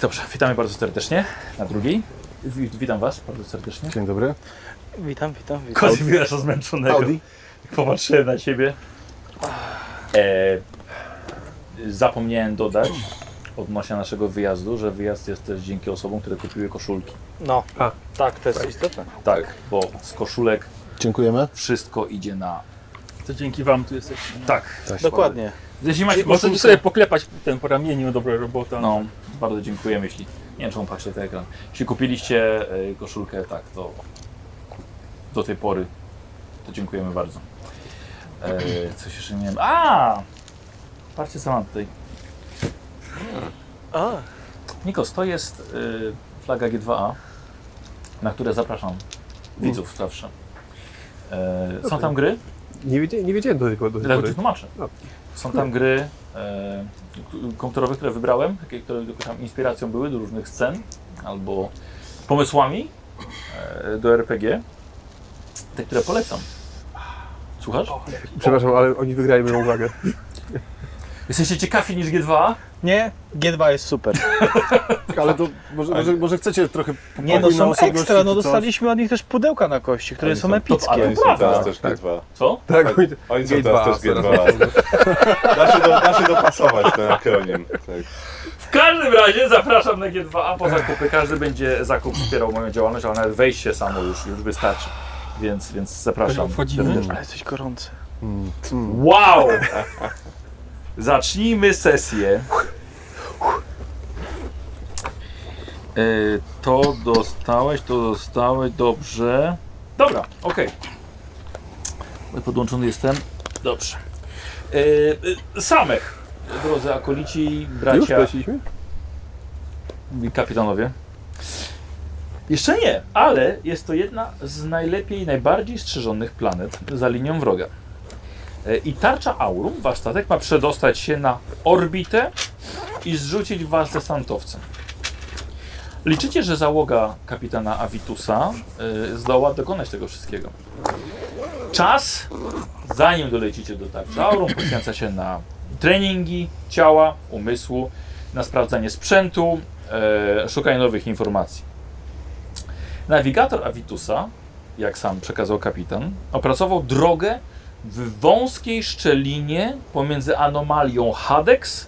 Dobrze, witamy bardzo serdecznie na drugiej. Wi- Witam Was bardzo serdecznie. Dzień dobry. Witam, witam, witam. Kot wyraża zmęczonego. Audi. Popatrzyłem na siebie. E, zapomniałem dodać odnośnie naszego wyjazdu, że wyjazd jest też dzięki osobom, które kupiły koszulki. No, tak, to jest istotne. Tak, bo z koszulek Dziękujemy. wszystko idzie na... To dzięki wam tu jesteście. nie? Tak, Dokładnie. jeśli macie Macie, możecie koszulkę... sobie poklepać ten po ramieniu, dobra robota. No, bardzo dziękujemy, jeśli... Nie wiem, czemu patrzę ten ekran. Jeśli kupiliście e, koszulkę, tak, to do tej pory, to dziękujemy bardzo. E, coś jeszcze nie wiem. A! Patrzcie, co mam tutaj. A, Nikos, to jest y, flaga G2A, na które Mm. zapraszam widzów zawsze. E, są tam gry? Nie, wiedzie, nie wiedziałem do tego do tej Dlatego pory. ci tłumaczę. No. Są tam gry e, k- komputerowe, które wybrałem, takie, które jakoś tam inspiracją były do różnych scen albo pomysłami e, do RPG. Te, które polecam. Słuchasz? Przepraszam, ale oni wygrali moją uwagę. Jesteście ciekawi niż G2A? nie, G2 jest super. Tak, Ale to może, może, może chcecie trochę po- Nie, no pokój na są osobności ekstra, no czy coś? dostaliśmy od nich też pudełka na kości, które Oni są są top, ale epickie. Oni są teraz Prawda. też G2. Co? Tak, Tak. oni- Oni są G2, teraz też teraz G2. Da się, do, da się dopasować ten akronim. Tak. W każdym razie zapraszam na G2A po zakupy. Każdy będzie zakup wspierał moją działalność, ale nawet wejście samo już, już wystarczy. Więc, więc zapraszam. Wchodzimy? serdecznie. Ale jesteś gorący. Wow! Zacznijmy sesję. Yy, To dostałeś, to dostałeś, dobrze. Dobra, okej. Podłączony jestem. Dobrze. Yy, yy, Samych, drodzy akolici, Już bracia, poleciliśmy? kapitanowie. Jeszcze nie, ale jest to jedna z najlepiej, najbardziej strzeżonych planet za linią wroga. E, I tarcza Aurum, wasz statek, ma przedostać się na orbitę i zrzucić was desantowcem. Liczycie, że załoga kapitana Avitusa e, zdoła dokonać tego wszystkiego. Czas, zanim dolecicie do tarczy Aurum, poświęca się na treningi ciała, umysłu, na sprawdzanie sprzętu, e, szukanie nowych informacji. Nawigator Avitusa, jak sam przekazał kapitan, opracował drogę w wąskiej szczelinie pomiędzy anomalią Hadex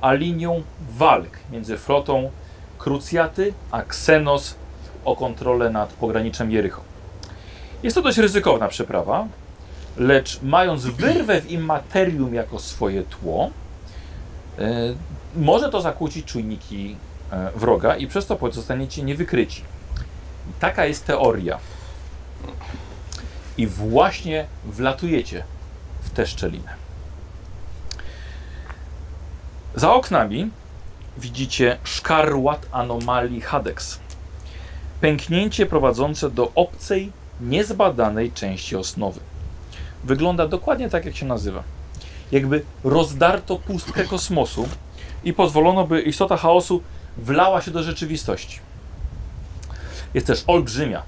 a linią walk między flotą Krucjaty a Xenos o kontrolę nad pograniczem Jericho. Jest to dość ryzykowna przeprawa, lecz mając wyrwę w immaterium jako swoje tło, e, może to zakłócić czujniki e, wroga i przez to pozostaniecie niewykryci. Taka jest teoria. I właśnie wlatujecie w tę szczelinę. Za oknami widzicie szkarłat anomalii Hadex. Pęknięcie prowadzące do obcej, niezbadanej części osnowy. Wygląda dokładnie tak, jak się nazywa. Jakby rozdarto pustkę kosmosu i pozwolono, by istota chaosu wlała się do rzeczywistości. Jest też olbrzymia,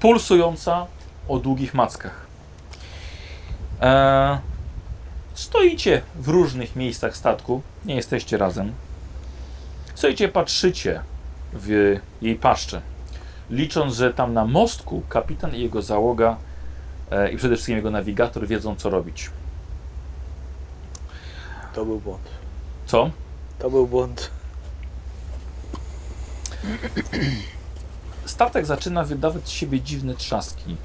pulsująca o długich mackach. Eee, stoicie w różnych miejscach statku, nie jesteście razem. Stoicie, patrzycie w jej paszczę, licząc, że tam na mostku kapitan i jego załoga e, i przede wszystkim jego nawigator wiedzą, co robić. To był błąd. Co? To był błąd. Statek zaczyna wydawać z siebie dziwne trzaski.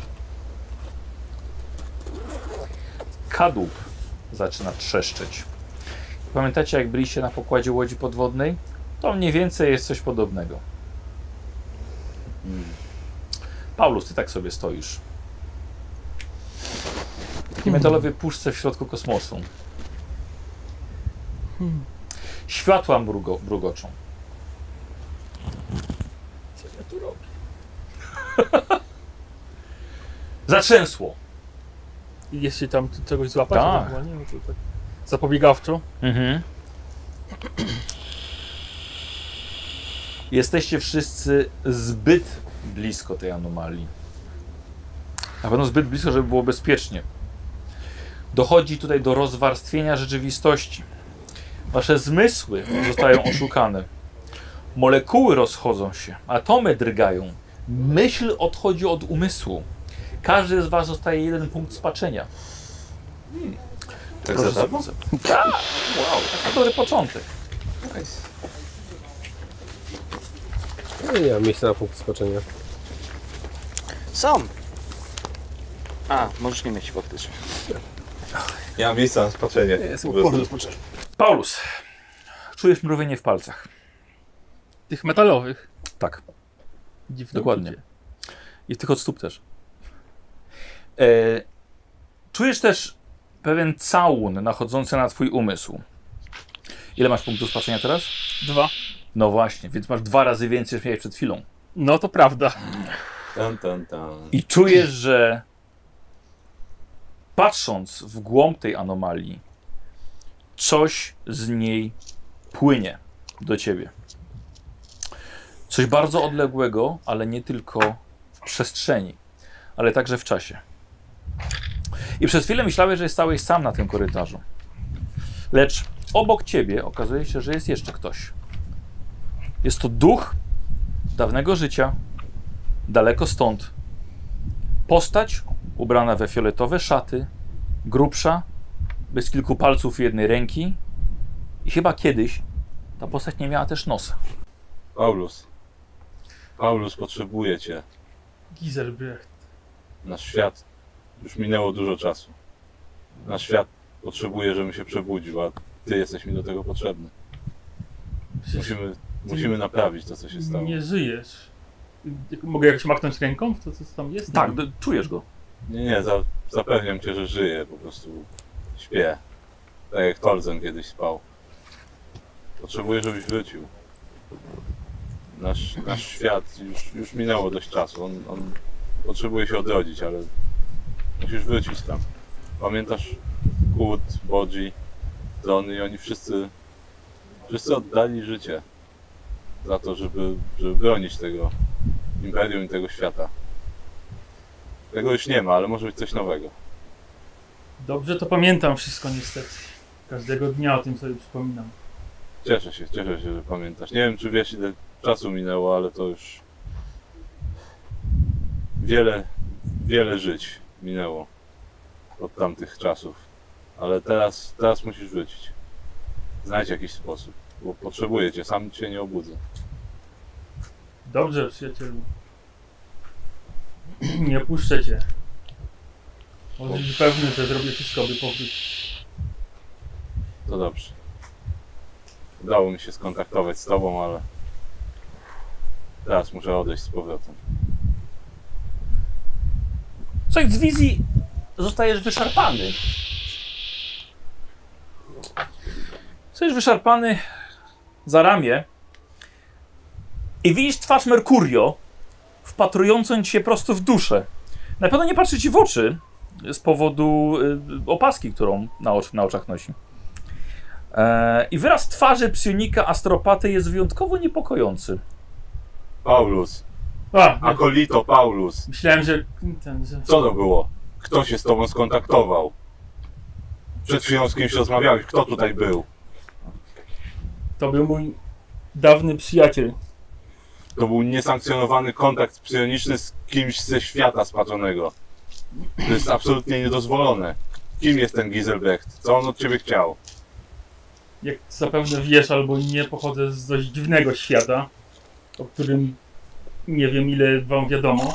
Kadłub zaczyna trzeszczeć. Pamiętacie, jak byliście na pokładzie łodzi podwodnej? To mniej więcej jest coś podobnego. Paulus, ty tak sobie stoisz. W takiej metalowej puszce w środku kosmosu. Światła mrugo, mrugoczą. Co ja tu robię? Zatrzęsło. Jeśli tam tu czegoś złapać, Tak. ewentualnie, no to tak zapobiegawczo. Mhm. Jesteście wszyscy zbyt blisko tej anomalii. Na pewno zbyt blisko, żeby było bezpiecznie. Dochodzi tutaj do rozwarstwienia rzeczywistości. Wasze zmysły zostają oszukane. Molekuły rozchodzą się, atomy drgają. Myśl odchodzi od umysłu. Każdy z was dostaje jeden punkt spaczenia. Tak za darmo? Wow, to dobry początek. Nice. No, nie mam miejsca na punkt skoczenia. Sam! A, możesz nie mieć faktycznie. Ja mam miejsce na spaczenie. Po prostu. Y, Paulus, czujesz mrowienie w palcach. Tych metalowych. Tak, Dziwne Dokładnie. uczucie. i tych od stóp też. E, czujesz też pewien całun nachodzący na twój umysł. Ile masz punktów spaczenia teraz? Dwa. No właśnie, więc masz dwa razy więcej niż miałeś przed chwilą. No to prawda. Tan, tan, tan. I czujesz, że patrząc w głąb tej anomalii, coś z niej płynie do ciebie. Coś bardzo odległego, ale nie tylko w przestrzeni, ale także w czasie. I przez chwilę myślałeś, że stałeś sam na tym korytarzu. Lecz obok ciebie okazuje się, że jest jeszcze ktoś. Jest to duch dawnego życia, daleko stąd, Postać ubrana we fioletowe szaty, grubsza, bez kilku palców i jednej ręki. I chyba kiedyś ta postać nie miała też nosa. Paulus. Paulus, potrzebuję cię. Gizelbrecht. Nasz świat. Już minęło dużo czasu. Nasz świat potrzebuje, żebym się przebudził, a ty jesteś mi do tego potrzebny. Musimy, musimy naprawić to, co się stało. Nie żyjesz. Mogę jakoś machnąć ręką w to, co tam jest? Tak, Nie d- czujesz go. Nie, nie, za, zapewniam cię, że żyję, po prostu śpię. Tak jak Tolzen kiedyś spał. Potrzebuję, żebyś wrócił. Nasz, nasz świat, już, już minęło dość czasu, on, on potrzebuje się odrodzić, ale musisz wrócić tam. Pamiętasz Kurt, Bodzi, Drony i oni wszyscy, wszyscy oddali życie za to, żeby, żeby bronić tego imperium i tego świata. Tego już nie ma, ale może być coś nowego. Dobrze to pamiętam wszystko niestety. Każdego dnia o tym sobie przypominam. Cieszę się, cieszę się, że pamiętasz. Nie wiem, czy wiesz, ile czasu minęło, ale to już. Wiele, wiele żyć minęło od tamtych czasów. Ale teraz, teraz musisz wrócić. Znajdź jakiś sposób, bo potrzebuję cię, sam cię nie obudzę. Dobrze, przyjacielu. Nie opuszczę cię. Możesz być pewny, że zrobię wszystko, by powrócić. To dobrze. Udało mi się skontaktować z tobą, ale teraz muszę odejść z powrotem. Coś z wizji zostajesz wyszarpany. Zostajesz wyszarpany za ramię i widzisz twarz Merkurio wpatrującą ci się prosto w duszę. Na pewno nie patrzy ci w oczy z powodu y, opaski, którą na, ocz, na oczach nosi. E, I wyraz twarzy psionika Astropaty jest wyjątkowo niepokojący. Paulus! A, Akolito Paulus! myślałem, że ten, że... Co to było? Kto się z tobą skontaktował? Przed chwilą z kimś rozmawiałeś. Kto tutaj był? To był mój dawny przyjaciel. To był niesankcjonowany kontakt psioniczny z kimś ze świata spaczonego. To jest absolutnie niedozwolone. Kim jest ten Giselbrecht? Co on od ciebie chciał? Jak zapewne wiesz albo nie, pochodzę z dość dziwnego świata, o którym nie wiem ile wam wiadomo.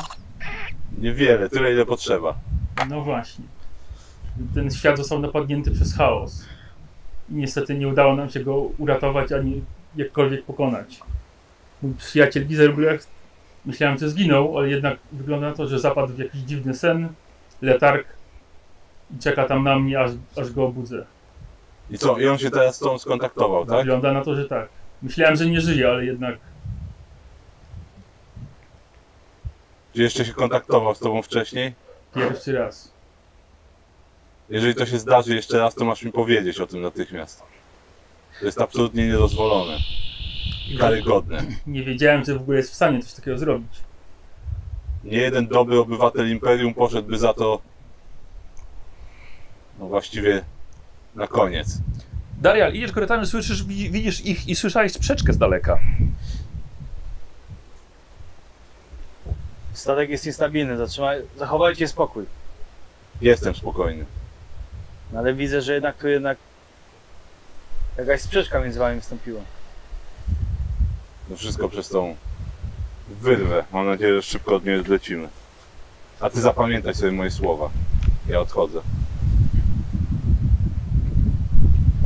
Niewiele, tyle ile potrzeba. No właśnie. Ten świat został napadnięty przez chaos. I niestety nie udało nam się go uratować ani jakkolwiek pokonać. Mój przyjaciel Gizelbrecht, myślałem, że zginął, ale jednak wygląda na to, że zapadł w jakiś dziwny sen, letarg i czeka tam na mnie, aż, aż go obudzę. I co? I on się teraz z tobą skontaktował, tak? Wygląda na to, że tak. Myślałem, że nie żyje, ale jednak Czy jeszcze się kontaktował z tobą wcześniej? pierwszy raz. Jeżeli to się zdarzy jeszcze raz, to masz mi powiedzieć o tym natychmiast. To jest absolutnie niedozwolone. Karygodne. Nie wiedziałem, że w ogóle jest w stanie coś takiego zrobić. Nie jeden dobry obywatel imperium poszedłby za to. No właściwie na koniec. Darial, idziesz korytarzem, słyszysz, wi- widzisz ich i słyszałeś sprzeczkę z daleka. Statek jest niestabilny, zatrzymaj... zachowajcie spokój. Jestem spokojny. No ale widzę, że jednak tu jednak jakaś sprzeczka między wami wstąpiła. To wszystko przez tą wyrwę. Mam nadzieję, że szybko od niej odlecimy. A ty zapamiętaj sobie moje słowa. Ja odchodzę.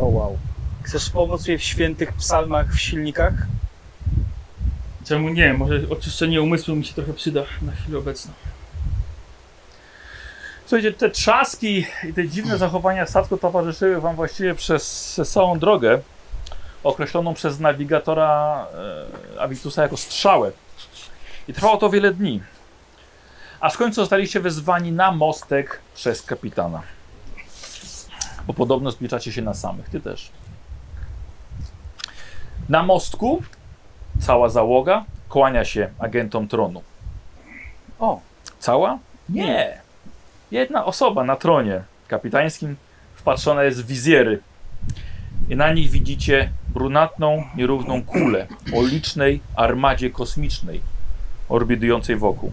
O wow. Chcesz pomóc jej w świętych psalmach, w silnikach? Czemu nie? Może oczyszczenie umysłu mi się trochę przyda na chwilę obecną. Słuchajcie, te trzaski i te dziwne zachowania statku towarzyszyły wam właściwie przez całą drogę, określoną przez nawigatora e, Avitusa jako strzałę. I trwało to wiele dni. Aż w końcu zostaliście wezwani na mostek przez kapitana. Bo podobno zliczacie się na samych, ty też. Na mostku cała załoga kłania się agentom tronu. O, cała? Nie. Jedna osoba na tronie kapitańskim wpatrzona jest w wizjery. I na nich widzicie brunatną, nierówną kulę o licznej armadzie kosmicznej orbitującej wokół.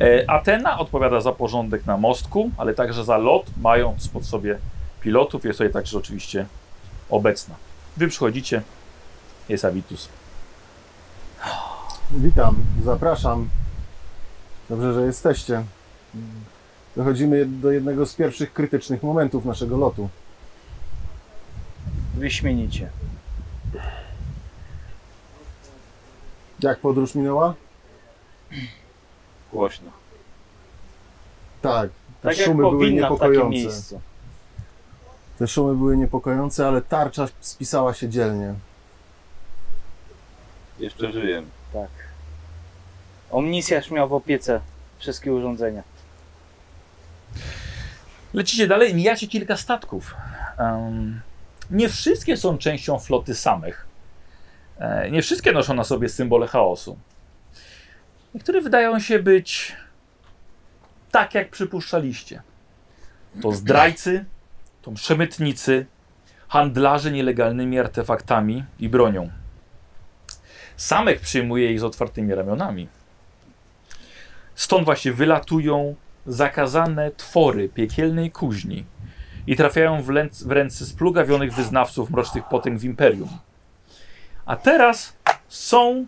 E, Atena odpowiada za porządek na mostku, ale także za lot, mając pod sobie pilotów. Jest tutaj także oczywiście obecna. Wy przychodzicie, jest Avitus. Witam, zapraszam. Dobrze, że jesteście. Dochodzimy do jednego z pierwszych krytycznych momentów naszego lotu. Wyśmienicie. Jak podróż minęła? Głośno. Tak, te Tak jak szumy były powinna w takim niepokojące. miejscu. Te szumy były niepokojące, ale tarcza spisała się dzielnie. Jeszcze żyję. Tak. Omnisjasz miał w opiece wszystkie urządzenia. Lecicie dalej, mijacie kilka statków. Em, nie wszystkie są częścią floty samych. E, nie wszystkie noszą na sobie symbole chaosu. Niektóre wydają się być tak, jak przypuszczaliście. To zdrajcy, to przemytnicy, handlarze nielegalnymi artefaktami i bronią. Samych przyjmuje ich z otwartymi ramionami. Stąd właśnie wylatują zakazane twory piekielnej kuźni i trafiają w, lęc, w ręce splugawionych wyznawców mrocznych potęg w imperium. A teraz są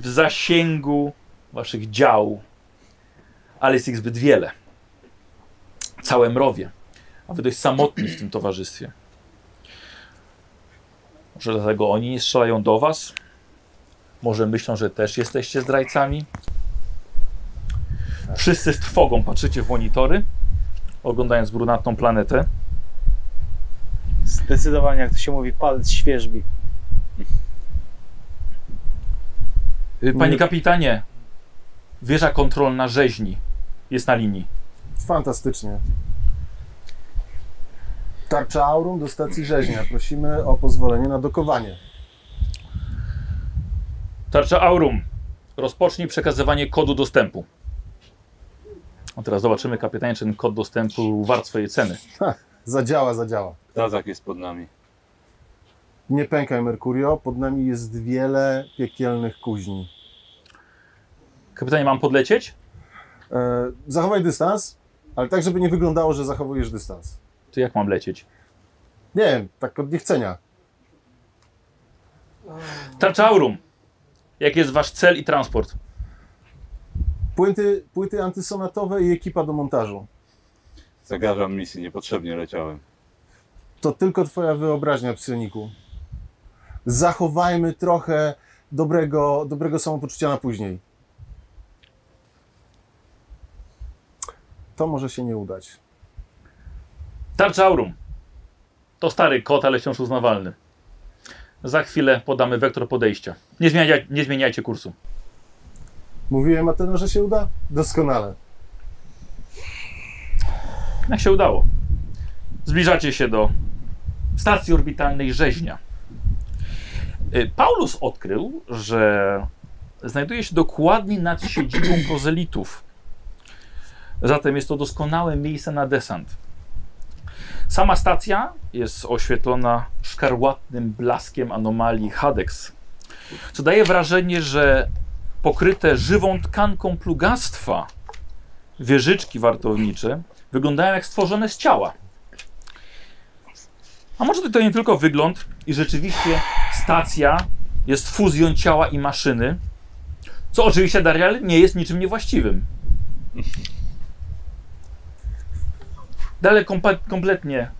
w zasięgu waszych dział, ale jest ich zbyt wiele. Całe mrowie, a wy dość samotni w tym towarzystwie. Może dlatego oni nie strzelają do was? Może myślą, że też jesteście zdrajcami? Wszyscy z trwogą patrzycie w monitory, oglądając brunatną planetę. Zdecydowanie, jak to się mówi, palec świeżbi. Y, Panie Nie. kapitanie, wieża kontrolna rzeźni jest na linii. Fantastycznie. Tarcza Aurum do stacji rzeźnia. Prosimy o pozwolenie na dokowanie. Tarcza Aurum, rozpocznij przekazywanie kodu dostępu. A teraz zobaczymy, kapitanie, czy ten kod dostępu wart swojej ceny. Zadziała, zadziała. Tazak jest pod nami. Nie pękaj, Merkurio. Pod nami jest wiele piekielnych kuźni. Kapitanie, mam podlecieć? E, zachowaj dystans, ale tak, żeby nie wyglądało, że zachowujesz dystans. To jak mam lecieć? Nie wiem, tak od niechcenia. Tarcza Aurum, jaki jest wasz cel i transport? Płyty, płyty antysonatowe i ekipa do montażu. Zagarzam misji, niepotrzebnie leciałem. To tylko twoja wyobraźnia, psioniku. Zachowajmy trochę dobrego, dobrego samopoczucia na później. To może się nie udać. Tarcza Aurum. To stary kot, ale wciąż uznawalny. Za chwilę podamy wektor podejścia. Nie zmieniajcie, nie zmieniajcie kursu. Mówiłem Ateno, że się uda? Doskonale. Jak się udało? Zbliżacie się do stacji orbitalnej Rzeźnia. Y, Paulus odkrył, że znajduje się dokładnie nad siedzibą prozelitów. Zatem jest to doskonałe miejsce na desant. Sama stacja jest oświetlona szkarłatnym blaskiem anomalii Hadex, co daje wrażenie, że pokryte żywą tkanką plugastwa wieżyczki wartownicze wyglądają jak stworzone z ciała. A może to nie tylko wygląd i rzeczywiście stacja jest fuzją ciała i maszyny, co oczywiście Darial nie jest niczym niewłaściwym. Dalej kompa- kompletnie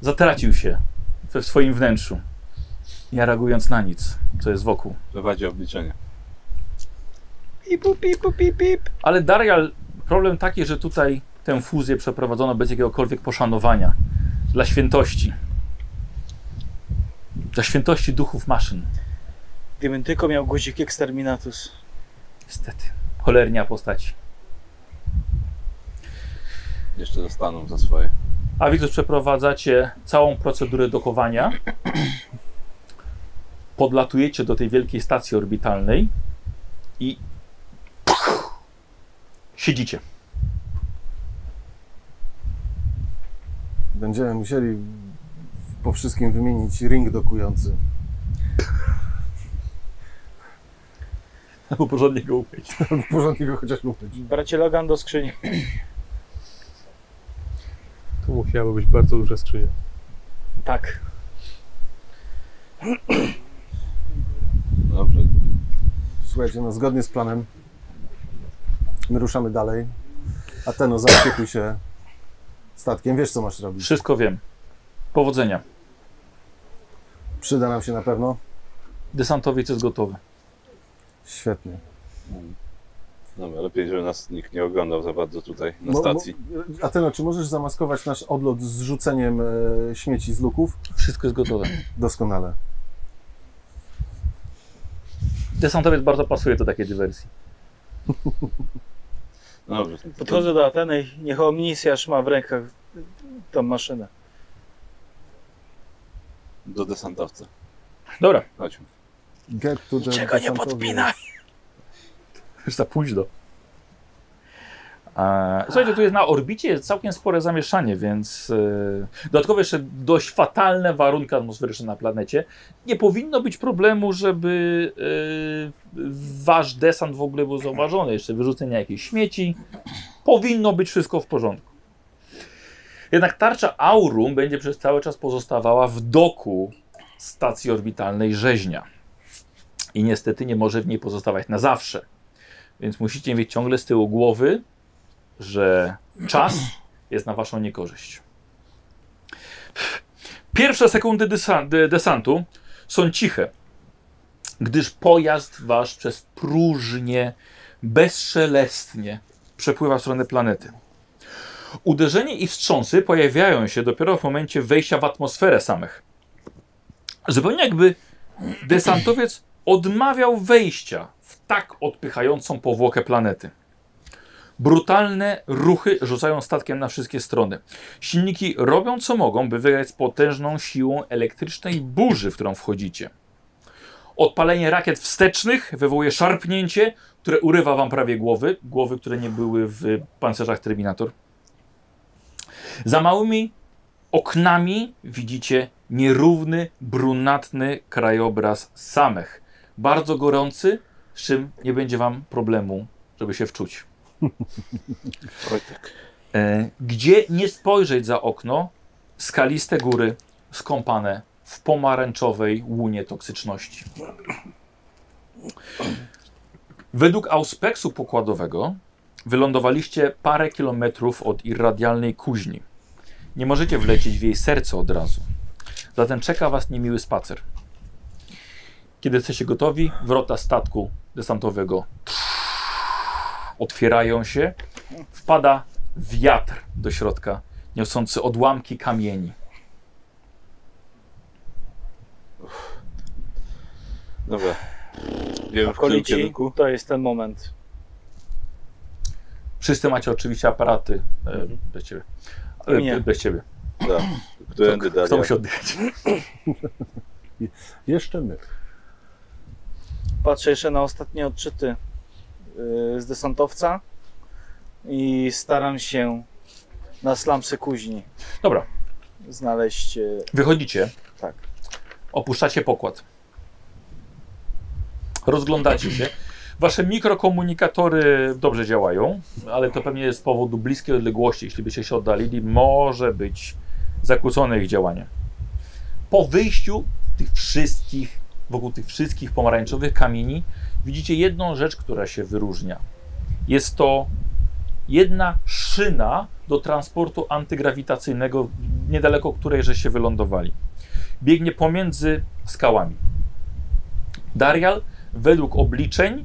zatracił się we swoim wnętrzu, nie reagując na nic, co jest wokół. Prowadzi obliczenie. Pipu, pipu, pip, pip. Ale Darial, problem taki, że tutaj tę fuzję przeprowadzono bez jakiegokolwiek poszanowania dla świętości. Dla świętości duchów maszyn. Gdybym tylko miał guzik Exterminatus. Niestety. Cholernia postaci. Jeszcze dostaną za swoje. A Wiktor, przeprowadzacie całą procedurę dokowania. Podlatujecie do tej wielkiej stacji orbitalnej i siedzicie. Będziemy musieli po wszystkim wymienić ring dokujący. Albo porządnie go umyć. Porządnie go chociaż mówić. Bracie Logan do skrzyni. Tu musiałaby być bardzo duża skrzynia. Tak. Dobrze. Słuchajcie, no zgodnie z planem my ruszamy dalej. Ateno, zaopiekuj się statkiem. Wiesz, co masz robić. Wszystko wiem. Powodzenia. Przyda nam się na pewno. Desantowiec jest gotowy. Świetnie. No, lepiej, żeby nas nikt nie oglądał za bardzo tutaj na Mo- mo- stacji. Ateno, czy możesz zamaskować nasz odlot z rzuceniem e, śmieci z luków? Wszystko jest gotowe. Doskonale. Desantowiec bardzo pasuje do takiej dywersji. No dobrze. To, to, Podchodzę do Ateny i niech Omnisjasz ma w rękach tą maszynę. do desantowca. Dobra. Chodźmy. Get to the Czego nie desantowiec. podpinaj. Już za późno. E, Słuchajcie, tu jest na orbicie jest całkiem spore zamieszanie, więc e, dodatkowo jeszcze dość fatalne warunki atmosferyczne na planecie. Nie powinno być problemu, żeby e, wasz desant w ogóle był zauważony, jeszcze wyrzucenia jakichś śmieci. Powinno być wszystko w porządku. Jednak tarcza Aurum będzie przez cały czas pozostawała w doku stacji orbitalnej rzeźnia. I niestety nie może w niej pozostawać na zawsze. Więc musicie mieć ciągle z tyłu głowy, że czas jest na waszą niekorzyść. Pierwsze sekundy dysa- de- desantu są ciche, gdyż pojazd wasz przez próżnię, bezszelestnie przepływa w stronę planety. Uderzenie i wstrząsy pojawiają się dopiero w momencie wejścia w atmosferę samych. Zupełnie jakby desantowiec odmawiał wejścia w tak odpychającą powłokę planety. Brutalne ruchy rzucają statkiem na wszystkie strony. Silniki robią co mogą, by wygrać z potężną siłą elektrycznej burzy, w którą wchodzicie. Odpalenie rakiet wstecznych wywołuje szarpnięcie, które urywa wam prawie głowy, głowy, które nie były w pancerzach Terminator. Za małymi oknami widzicie nierówny, brunatny krajobraz samych. Bardzo gorący, z czym nie będzie wam problemu, żeby się wczuć. Wojtek. E, Gdzie nie spojrzeć za okno, skaliste góry skąpane w pomarańczowej łunie toksyczności. Według auspeksu pokładowego wylądowaliście parę kilometrów od irradialnej kuźni. Nie możecie wlecieć w jej serce od razu. Zatem czeka was niemiły spacer. Kiedy jesteście gotowi, wrota statku desantowego otwierają się. Wpada wiatr do środka, niosący odłamki kamieni. Dobra. Wiem w którym Kolici, kierunku. to jest ten moment. Wszyscy macie oczywiście aparaty e, bez ciebie. E, Nie. bez ciebie. Da. Którędy Kto, kto dalej. musi oddychać? Jeszcze my. Patrzę jeszcze na ostatnie odczyty yy, z desantowca i staram się na slamsy kuźni Dobra, znaleźć. yy, wychodzicie. Tak. Opuszczacie pokład. Rozglądacie się. Wasze mikrokomunikatory dobrze działają, ale to pewnie jest z powodu bliskiej odległości. Jeśli byście się oddalili, może być zakłócone ich działanie. Po wyjściu tych wszystkich, wokół tych wszystkich pomarańczowych kamieni, widzicie jedną rzecz, która się wyróżnia. Jest to jedna szyna do transportu antygrawitacyjnego, niedaleko której że się wylądowali. Biegnie pomiędzy skałami. Darial, według obliczeń,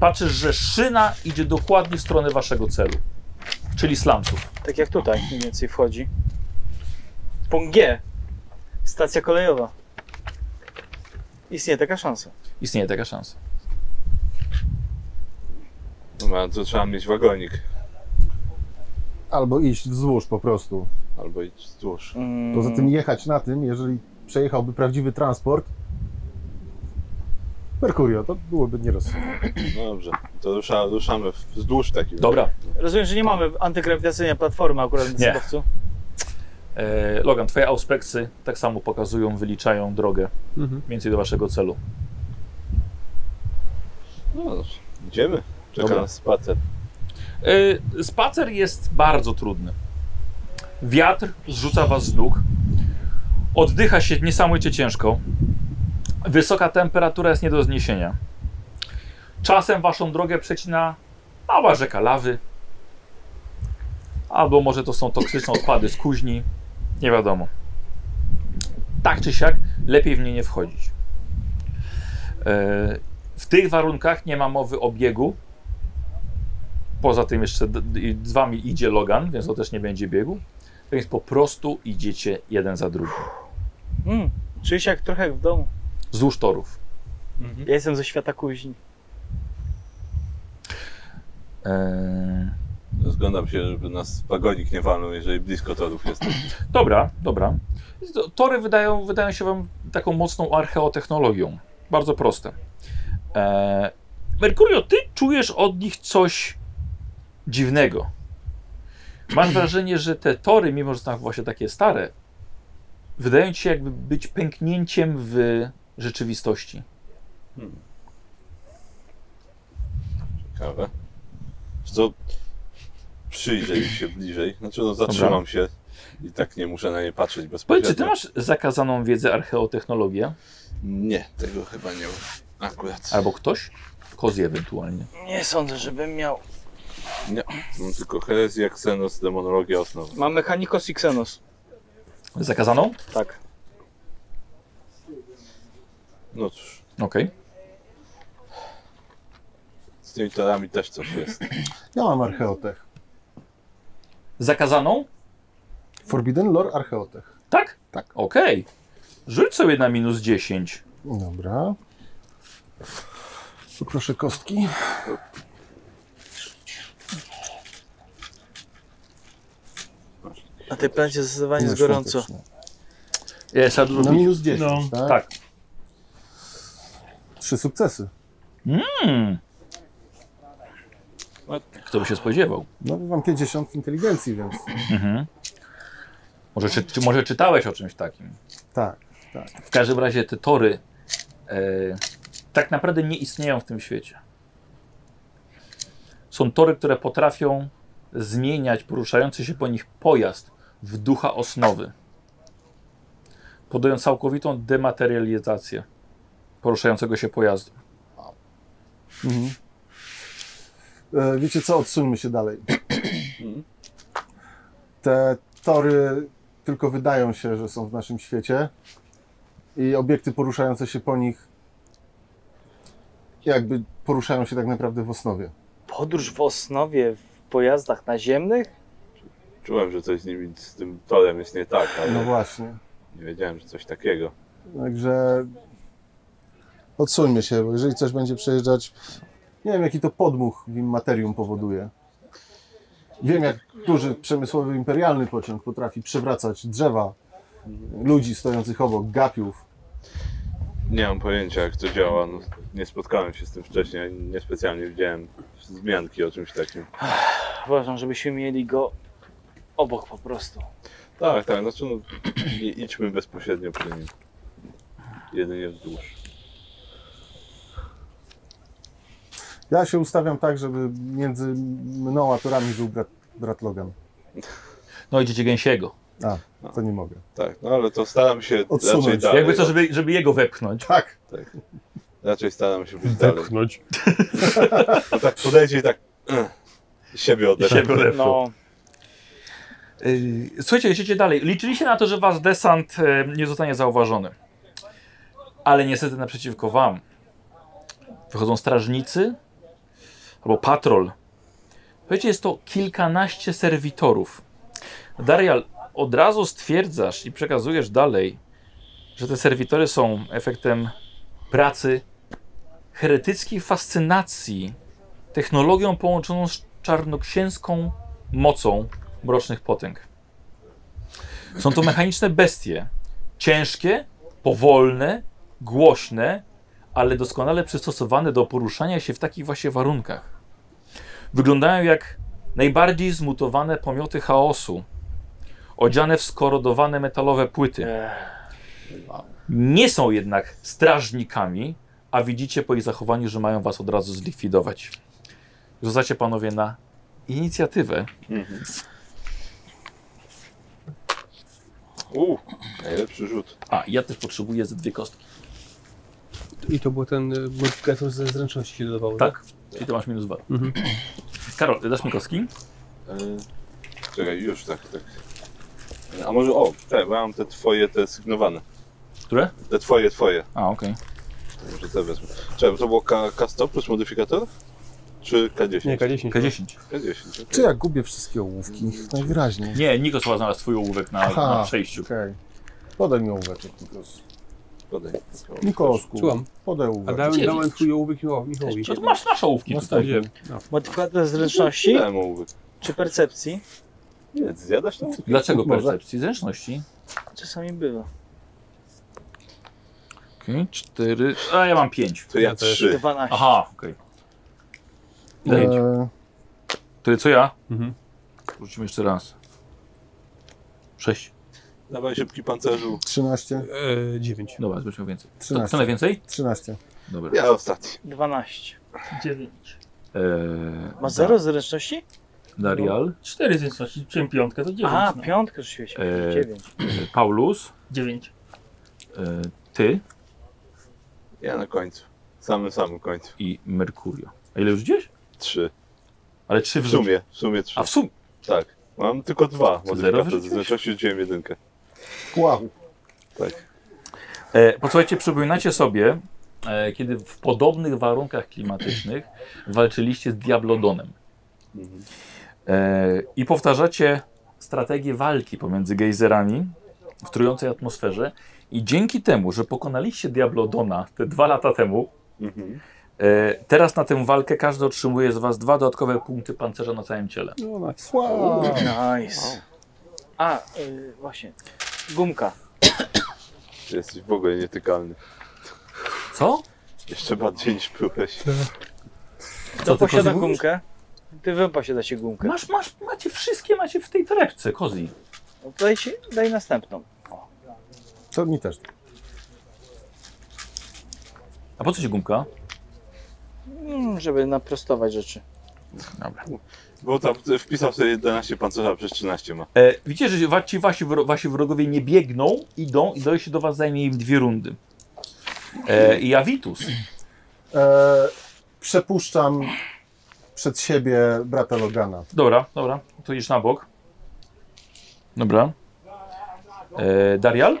patrzysz, że szyna idzie dokładnie w stronę waszego celu, czyli slumsów. Tak jak tutaj mniej więcej wchodzi. Punkt G. Stacja kolejowa. Istnieje taka szansa. Istnieje taka szansa. No, to trzeba mieć wagonik. Albo iść wzdłuż po prostu. Albo iść wzdłuż. Mm, Poza tym jechać na tym, jeżeli przejechałby prawdziwy transport. Mercurio, to byłoby nierozsądne. No dobrze, to rusza, ruszamy w- wzdłuż takiego. Dobra, Rozumiem, że nie mamy antygrawitacyjnej platformy akurat w Nie. tym e, Logan, twoje auspeksy tak samo pokazują, wyliczają drogę Mhm. mniej więcej do waszego celu. No dobrze, idziemy. Czeka Dobra. nas spacer. E, spacer jest bardzo trudny. Wiatr zrzuca was z nóg. Oddycha się niesamowicie ciężko. Wysoka temperatura jest nie do zniesienia. Czasem waszą drogę przecina mała rzeka lawy. Albo może to są toksyczne odpady z kuźni. Nie wiadomo. Tak czy siak, lepiej w nie nie wchodzić. E, W tych warunkach nie ma mowy o biegu. Poza tym jeszcze d- d- i z wami idzie Logan, więc to też nie będzie biegu. Więc po prostu idziecie jeden za drugim. Mm, czuję się jak trochę jak w domu. Wzdłuż torów. Ja jestem ze świata kuźni. Eee, No, Zglądam się, żeby nas wagonik nie walnął, jeżeli blisko torów jest. Dobra, dobra. To- Tory wydają, wydają się wam taką mocną archeotechnologią. Bardzo proste. Eee, Merkurio, ty czujesz od nich coś dziwnego. Masz wrażenie, że te tory, mimo że są właśnie takie stare, wydają ci się jakby być pęknięciem w rzeczywistości. Ciekawe. Wiesz Co? Przyjrzę im się bliżej. Znaczy no zatrzymam Dobra. się i tak nie muszę na nie patrzeć Powiedz, bezpośrednio. czy ty masz zakazaną wiedzę archeotechnologię? Nie, tego chyba nie mam. Akurat. Albo ktoś? Kozi ewentualnie. Nie sądzę, żebym miał. Mam tylko herezję, ksenos, demonologia, osnowa. Mam mechanikos i ksenos. Zakazaną? Tak. No cóż, Okej. z tymi torami też coś jest. Ja mam archeotech. Zakazaną? Forbidden Lore Archeotech. Tak? Tak. Okej. Rzuć sobie na minus 10. Dobra. Poproszę kostki. Na tej planecie zdecydowanie jest No, gorąco. świąteczne. Jest Na minus 10, No, tak? Tak. Trzy sukcesy. Hmm. Kto by się spodziewał? No mam 50 inteligencji, więc Mhm. Może, czy, czy, może czytałeś o czymś takim? tak. W każdym razie te tory e, tak naprawdę nie istnieją w tym świecie. Są tory, które potrafią zmieniać poruszający się po nich pojazd w ducha osnowy, podając całkowitą dematerializację poruszającego się pojazdu. Mhm. E, wiecie co, odsuńmy się dalej. Te tory tylko wydają się, że są w naszym świecie i obiekty poruszające się po nich jakby poruszają się tak naprawdę w osnowie. Podróż w Osnowie w pojazdach naziemnych? Czułem, że coś z nimi, z tym torem jest nie tak, No ale właśnie. nie wiedziałem, że coś takiego. Także odsuńmy się, bo jeżeli coś będzie przejeżdżać, nie wiem jaki to podmuch w im materium powoduje. Wiem jak duży przemysłowy imperialny pociąg potrafi przewracać drzewa, ludzi stojących obok, gapiów. Nie mam pojęcia, jak to działa. No, nie spotkałem się z tym wcześniej, ani niespecjalnie widziałem zmianki o czymś takim. Uważam, żebyśmy mieli go obok po prostu. Tak, tak, znaczy no, nie idźmy bezpośrednio przy nim. Jedynie wzdłuż. Ja się ustawiam tak, żeby między mną a torami był brat, brat Logan. No idziecie gęsiego. A, to nie mogę. Tak, no ale to staram się Odsunąć. raczej dalej. no, Jakby co, żeby, żeby jego wepchnąć. Tak. Raczej staram się być dalej. Wepchnąć. No tak podejdzie i tak eh, siebie odepnę. Siebie odepchnąć. No, Yy, Słuchajcie, jedziecie dalej. Liczyliście na to, że wasz desant e, nie zostanie zauważony. Ale niestety naprzeciwko wam wychodzą strażnicy albo patrol. Słuchajcie, jest to kilkanaście serwitorów. Darial, od razu stwierdzasz i przekazujesz dalej, że te serwitory są efektem pracy heretyckiej fascynacji technologią połączoną z czarnoksięską mocą mrocznych potęg. Są to mechaniczne bestie. Ciężkie, powolne, głośne, ale doskonale przystosowane do poruszania się w takich właśnie warunkach. Wyglądają jak najbardziej zmutowane pomioty chaosu, odziane w skorodowane metalowe płyty. Nie są jednak strażnikami, a widzicie po ich zachowaniu, że mają was od razu zlikwidować. Rzucacie panowie na inicjatywę. Mhm. Uuu, najlepszy rzut. A, ja też potrzebuję ze dwie kostki. I to był ten y, modyfikator ze zręczności się dodawał, Tak. Czyli ty masz minus dwa. Mhm. Karol, ty dasz mi kostki? E, Czekaj, już tak, tak. A może, o, tak, bo ja mam te twoje, te sygnowane. Które? Te twoje, twoje. A, okej. To Może te wezmę. Czekaj, bo to było K, K100 plus modyfikator? Czy K10? Nie, K10. no. K10. K10. okej. Czy ja gubię wszystkie ołówki? Najwyraźniej. Nie, Nikos chyba znalazł swój ołówek na, Aha. na przejściu. Okej. Podaj mi ołóweczek, Nikos. Podaj. Nikosku, Słucham. podaj A ołóweczek. dałem, dałem twój ołówek Michał- Michałowi. No to masz nasze ołówki No tutaj. Gdzie? modyfikator zręczności Dałem ołówek. czy percepcji Nie, zjadasz to? Dlaczego Może. percepcji? Zręczności. czasami bywa. Okej, cztery... A ja mam pięć. To ja Ja też. trzy. 12. Aha, okej. Pięć. Eee, To co ja? Mhm. Wrócimy jeszcze raz. Sześć. Dawaj szybki pancerzu. 13, E, 9. Dobra, zobaczmy więcej. To, co 13, najwięcej? 13. Dobra. Ja ostatni. 12. 9. Eee, Ma 0 zręczności? Darial. 4 zręczności, przyjąłem piątkę, to 9. A, no. piątkę rzuciłeś. Eee. 9. e, Paulus. 9. E, ty Ja na końcu. Samym, samym końcu. i Merkurio. A ile już gdzieś? Trzy. Ale trzy W w sumie, w sumie trzy. A w sumie? Tak. Mam tylko dwa modyfikatory. wyrzuciłeś? Z większości rzuciłem jedynkę. Wow. E, posłuchajcie, przypominacie sobie, e, kiedy w podobnych warunkach klimatycznych walczyliście z Diablodonem. Mhm. E, I powtarzacie strategię walki pomiędzy gejzerami w trującej atmosferze. I dzięki temu, że pokonaliście Diablodona te dwa lata temu, Mhm. e, teraz na tę walkę każdy otrzymuje z was dwa dodatkowe punkty pancerza na całym ciele. No, nice. Wow. Nice. A, y, właśnie. Gumka. Ty Jesteś w ogóle nietykalny. Co? Jeszcze bardziej niż byłeś. Co Kto ty, posiada Kozy, mówisz? gumkę? Ty wy posiadacie gumkę. Masz, masz, macie wszystkie, macie w tej torebce, Kozi. No, Daj, się, daj następną. To mi też. A po co ci gumka? Mm, żeby naprostować rzeczy. Dobra. Bo tam wpisał sobie 11 pancerza, a przez 13 ma. E, widzicie, że wa- ci wasi, wro- wasi wrogowie nie biegną, idą i dojście do was zajmie im dwie rundy. E, I Avitus. Eee, przepuszczam przed siebie brata Logana. Dobra, dobra, to idziesz na bok. Dobra. E, Darial?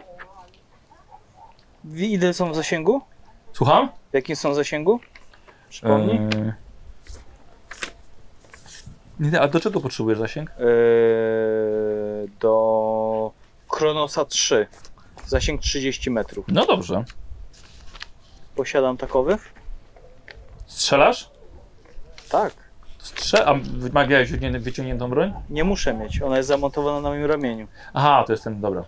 Wi- Ile są w zasięgu? Słucham? W jakim są zasięgu? Przypomnij. E, nie, nie, a do czego potrzebujesz zasięg? Eee, do Kronosa 3. Zasięg 30 metrów. No dobrze. Posiadam takowy? Strzelasz? Tak. Strze a wymawiałeś wyciągnię- wyciągniętą broń? Nie muszę mieć. Ona jest zamontowana na moim ramieniu. Aha, to jest ten, dobra.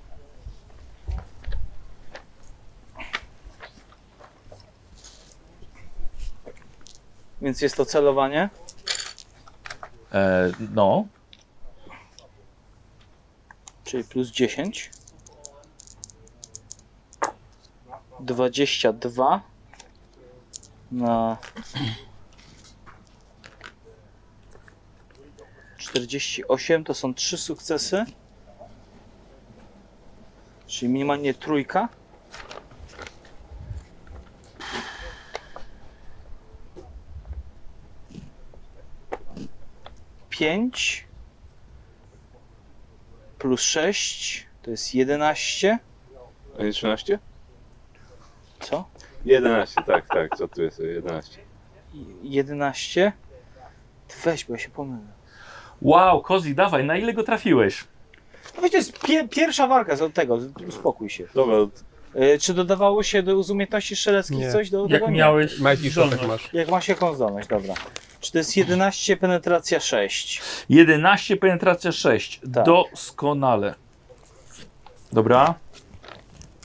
Więc jest to celowanie. E, no, Czyli plus 10. 22 na 48 to są trzy sukcesy. Czyli minimalnie trójka. Pięć plus sześć to jest 11. A nie 13? Co? 11, tak, tak, co tu jest? 11. 11. Weź, bo ja się pomylę. Wow, Kozi, dawaj, na ile go trafiłeś? No wiecie, to jest pie- pierwsza walka z od tego, uspokój się. Dobra, E, czy dodawało się do z umiejętności strzeleckich Nie. coś do tego? Jak Nie. miałeś Majki zdolność. szóstek masz. Jak masz jaką zdolność, dobra. Czy to jest 11, penetracja 6? 11, penetracja 6. Tak. Doskonale. Dobra.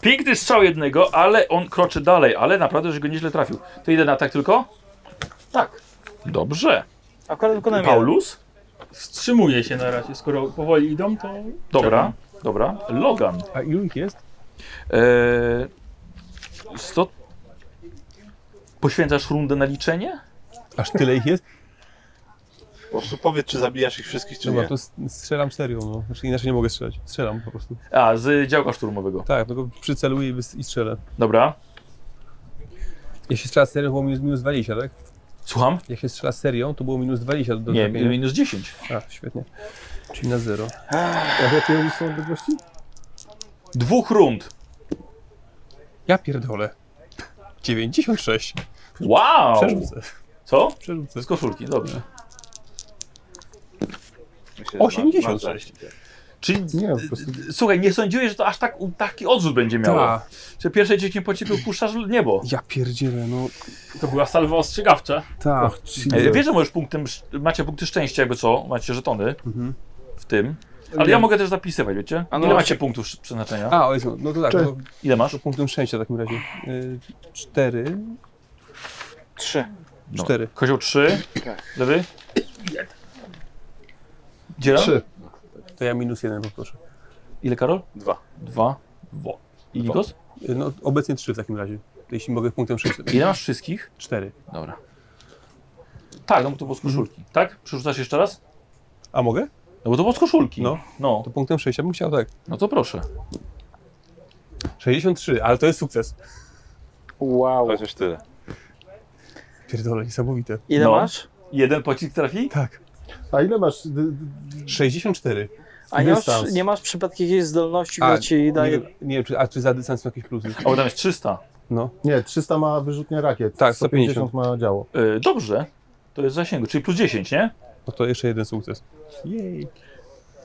Piękny strzał jednego, ale on kroczy dalej, ale naprawdę, że go nieźle trafił. To jeden atak tylko? Tak. Dobrze. Akurat wykonałem jeden. Paulus? Wstrzymuje się na razie, skoro powoli idą, to... Dobra, dobra. Logan. A ilu ich jest? Eee, sto... Poświęcasz rundę na liczenie? Aż tyle ich jest? po prostu powiedz, czy zabijasz ich wszystkich, czy Dobra, nie. No, to s- strzelam serią, no. Znaczy inaczej nie mogę strzelać. Strzelam po prostu. A, z działka szturmowego. Tak, tylko przyceluję i wys- i strzelę. Dobra. Jak się strzela serią, było minus, minus 20, tak? Słucham? Jak się strzela serią, to było minus 20 do Nie, trafienia. minus 10. A, świetnie. Czyli na zero. A w jakiej oni są odległości? Dwóch rund. Ja pierdolę. 96. Wow! Przerzucę, Co? przerzucę. Z koszulki, dobrze. Myślę, że 86. masz- masz Czyli Nie, po prostu Słuchaj, nie sądziłeś, że to aż tak, taki odrzut będzie miało. Ta, Że pierwsze dzieci po ciebie puszczasz w niebo. ja pierdzielę, no. To była salwa ostrzegawcza. Ta. Tak, E, Wiesz, że możesz punktem, sz- macie punkty szczęścia, jakby co, macie żetony Mhm. w tym. Ale ja mogę też zapisywać, wiecie? A no Ile macie właśnie. punktów sz- przeznaczenia? A, o Jezu, no to tak, Czy- to, Ile masz? to punktem szczęścia w takim razie. Y, Cztery, 3. No. cztery. Kozioł 3, Tak. lewy? Dziela? trzy. To ja minus jeden poproszę. Ile, Karol? Dwa. Dwa. Dwa. I Nikos? Y, No obecnie trzy w takim razie. Jeśli mogę punktem szczęścia. Ile masz wszystkich? Cztery. Dobra. Tak, no bo to było z koszulki. Tak? Przerzucasz jeszcze raz? A mogę? No bo to było z koszulki. No. No, To punktem szczęścia bym chciał tak. no to proszę. 63, ale to jest sukces. Wow. Chociaż tyle. Pierdolę, niesamowite. Ile No. masz? Jeden pocisk trafi? Tak. A ile masz? D- d- 64. A nie masz, Dystans. nie masz przypadkiem jakiejś zdolności, A, która ci daje... Nie, nie wiem, czy, a czy za dystans są jakieś plusy? A bo tam jest 300. No. Nie, 300 ma wyrzutnia rakiet. Tak, 150 ma działo. Y, dobrze. To jest zasięgu, czyli plus 10, nie? No to jeszcze jeden sukces. Jej.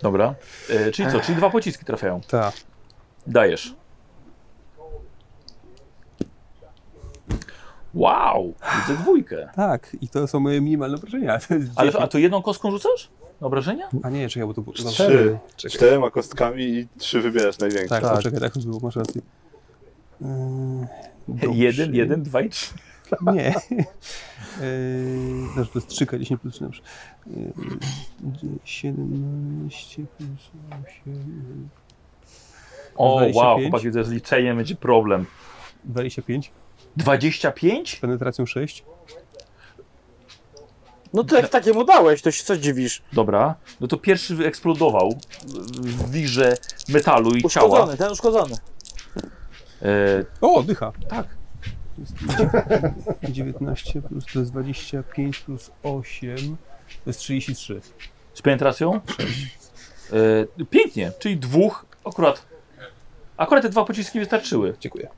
Dobra. Y, czyli co? Czyli dwa pociski trafiają. Ta. Dajesz. Wow, widzę dwójkę. Tak, i to są moje minimalne obrażenia. To jest Ale, dziesięć. a to jedną kostką rzucasz? Na obrażenia? A nie, czekaj, bo to było... Trzy. Czekaj. Czterema kostkami i trzy wybierasz największe. Tak, Tak. tak. czekaj, tak już było, masz rację. Yy, dobrze. Eee, Jeden, jeden, dwa i trzy. Nie. Yy, Dobrze, to jest 3 10 plus 3 dobrze. Yy, 17 plus 8... O, wow, 25. chłopaki, widzę, z liczeniem będzie problem. 25, 25? penetracją 6. No to jak takiemu dałeś, to się co dziwisz? Dobra. No to pierwszy wyeksplodował w wirze metalu i ciała. Uszkodzony, ten uszkodzony. E, O, dycha. tak. To jest 19 plus to jest 25 plus 8 to jest 33. Z penetracją? E, pięknie, czyli dwóch akurat. Akurat te dwa pociski wystarczyły. Dziękuję.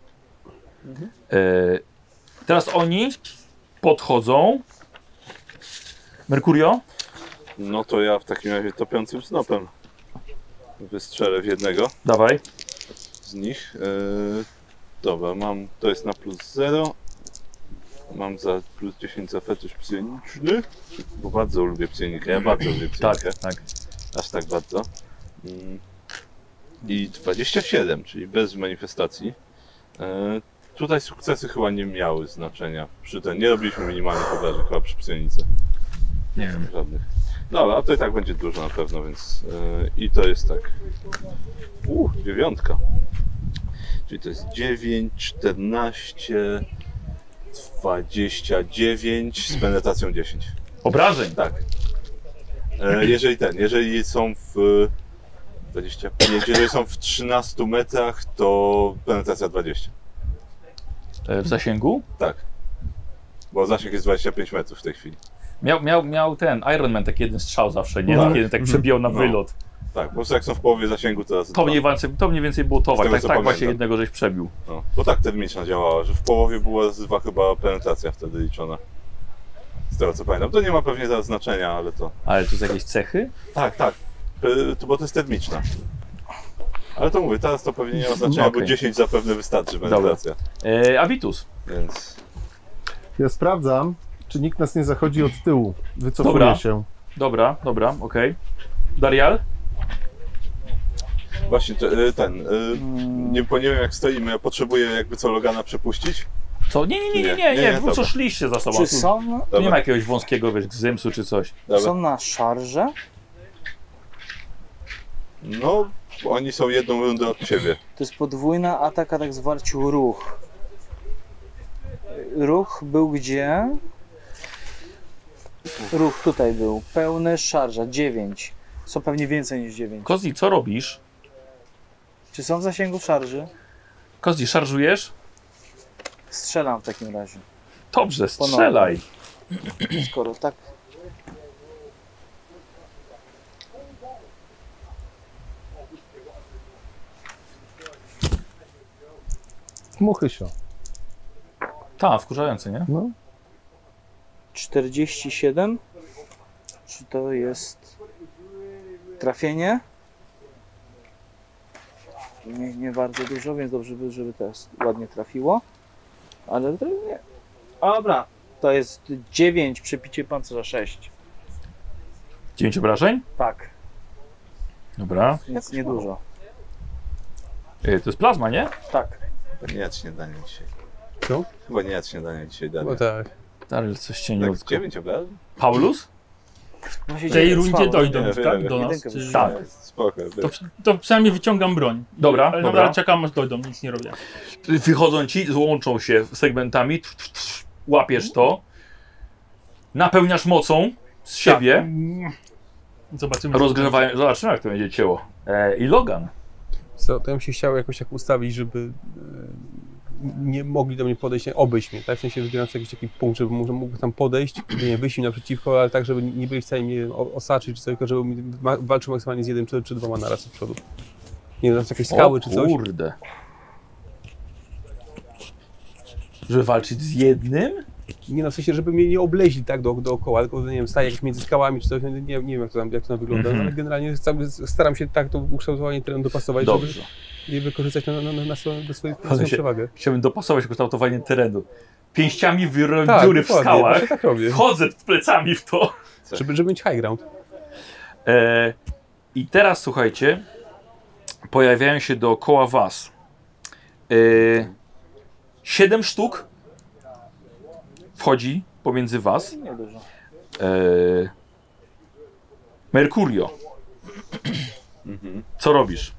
E, teraz oni podchodzą. Merkurio? No to ja w takim razie topiącym snopem wystrzelę w jednego Dawaj. z nich. Yy, dobra, mam, to jest na plus 0. Mam za plus 10 za fetysz psioniczny, bo bardzo lubię psionikę, ja bardzo lubię Tak, psionikę, tak. aż tak bardzo. Mm, I 27, czyli bez manifestacji. Yy, tutaj sukcesy chyba nie miały znaczenia przy ten, nie robiliśmy minimalnych obrażeń chyba przy psionice. Nie wiem. Żadnych. Dobra, a to i tak będzie dużo na pewno, więc yy, i to jest tak. Uuu, dziewiątka. Czyli to jest 9, 14, 29 z penetracją 10. Obrażeń. Tak. E, jeżeli ten, jeżeli są w 25, jeżeli są w 13 metrach, to penetracja 20. E, W zasięgu? Tak. Bo zasięg jest 25 metrów w tej chwili. Miał, miał, miał ten Iron Man taki jeden strzał zawsze, nie? No Taki tak. jeden tak przebijał na No. wylot. Tak, po prostu jak są w połowie zasięgu, to raz To dwa. mniej, więcej, to mniej więcej było Z towar. tego, Tak, co tak właśnie pamiętam. jednego żeś przebił. No, bo tak termiczna działała, że w połowie była z dwa chyba penetracja wtedy liczona. Z tego co pamiętam. To nie ma pewnie teraz znaczenia, ale to. Ale to z jakiejś cechy? Tak, tak. P- To, bo to jest termiczna. Ale to mówię, teraz to pewnie nie ma znaczenia, Okej. bo 10 zapewne wystarczy Dobra. penetracja. E, Avitus. Więc. Ja sprawdzam, czy nikt nas nie zachodzi od tyłu. Wycofuję Dobra. się. Dobra, dobra, okej. Darial? Właśnie to, y, ten. y, Nie, bo nie wiem jak stoimy, ja potrzebuję jakby co Logana przepuścić. Co? Nie, nie, nie, nie, Nie, nie, nie, nie, nie, nie co dobra. szliście za sobą. Czy Tu- są, Tu nie ma Dobra. jakiegoś wąskiego, wiesz, gzymsu czy coś. Dobra. są na szarże? No, oni są jedną rundę od ciebie. To jest podwójna atak, atak zwarciu ruch. Ruch był gdzie? Ruch tutaj był. Pełny szarża, 9. Są pewnie więcej niż 9. Kozli, co robisz? Czy są w zasięgu szarży? Kozli, szarżujesz? Strzelam w takim razie. Dobrze, strzelaj. Skoro tak. Muchy się. Ta, wkurzający, nie? No. 47. Czy to jest trafienie? Nie, nie bardzo dużo, więc dobrze by, żeby teraz ładnie trafiło. Ale to nie. Dobra, to jest 9, przepicie pancerza 6. 9 obrażeń? Tak, Dobra. więc niedużo. E, to jest plazma, nie? Tak. Chyba nie jadł śniadania dzisiaj. Co? Chyba nie jadł śniadania dzisiaj, No Daniel. tak. Darial, coś cię nie Tak, odkrył. 9 obrażeń? Paulus? No W tej rundzie dojdą, Nie, tak? wiem, Do nas. jedynkę Czy... Tak. E, Spoko. To, to przynajmniej wyciągam broń. Dobra, Ale dobra. dobra. czekam aż dojdą, nic nie robię. Tak. Wychodzą ci, złączą się segmentami, tr- tr- tr- łapiesz to, napełniasz mocą z Tak. siebie, Mm. Zobaczymy. rozgrzewają, zobaczymy jak to będzie cięło. E, I Logan. Co, to ja bym się chciał jakoś tak ustawić, żeby e, nie mogli do mnie podejść, nie, obejść mnie, tak? W sensie wybierając jakiś taki punkt, żeby może mógł tam podejść, nie wiem, wyjść mi naprzeciwko, ale tak, żeby nie byli w stanie mnie o- osaczyć czy coś, tylko żeby mi ma- walczył maksymalnie z jednym czy, czy dwoma naraz od przodu. Nie wiem, tam są jakieś skały o, czy coś. kurde. Że walczyć z jednym? Nie no, w sensie, żeby mnie nie obleźli tak do, dookoła, tylko nie wiem, staję jakieś między skałami czy coś, no nie, nie wiem jak to tam, jak to tam wygląda, Mhm. no, ale generalnie staram, staram się tak to ukształtowanie terenu dopasować, Dobrze. żeby je wykorzystać na, na, na, na swoją, na swoją, na Ale swoją się- tak, przewagę. Chciałbym dopasować kształtowanie terenu. Pięściami wyrobię dziury w Tak, dokładnie, skałach, właśnie tak robię. wchodzę plecami w to. Żeby, żeby mieć high ground. E, I teraz słuchajcie, pojawiają się dookoła was e, siedem sztuk wchodzi pomiędzy was. Niedużo. E, Mercurio, Mhm. co robisz?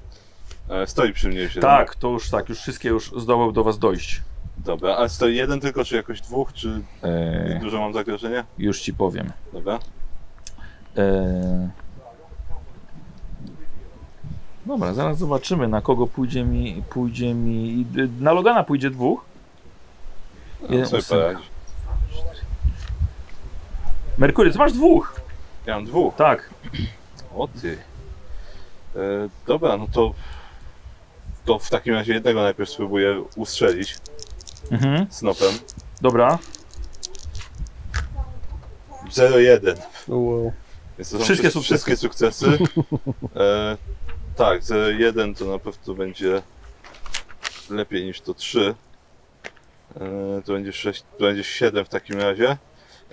E, Stoi przy mnie już jeden. Tak, to już tak, już wszystkie już zdołał do was dojść. Dobra, a stoi jeden tylko, czy jakoś dwóch, czy E, dużo mam zagrożenia? już ci powiem. Dobra. E, dobra, zaraz zobaczymy na kogo pójdzie mi, pójdzie mi, na Logana pójdzie dwóch. Jeden No, sobie ósemka. poradzić. Merkury, ty masz dwóch! Ja mam dwóch. Tak. O ty. E, dobra, no to... To w takim razie jednego najpierw spróbuję ustrzelić Mhm. snopem. Dobra. 0-1. Wow. Więc to są Wszystkie wszystkie, sukcesy. sukcesy. wszystkie sukcesy. E, tak, 0,1 to na pewno będzie lepiej niż to 3. E, to, będzie 6, to będzie 7 w takim razie.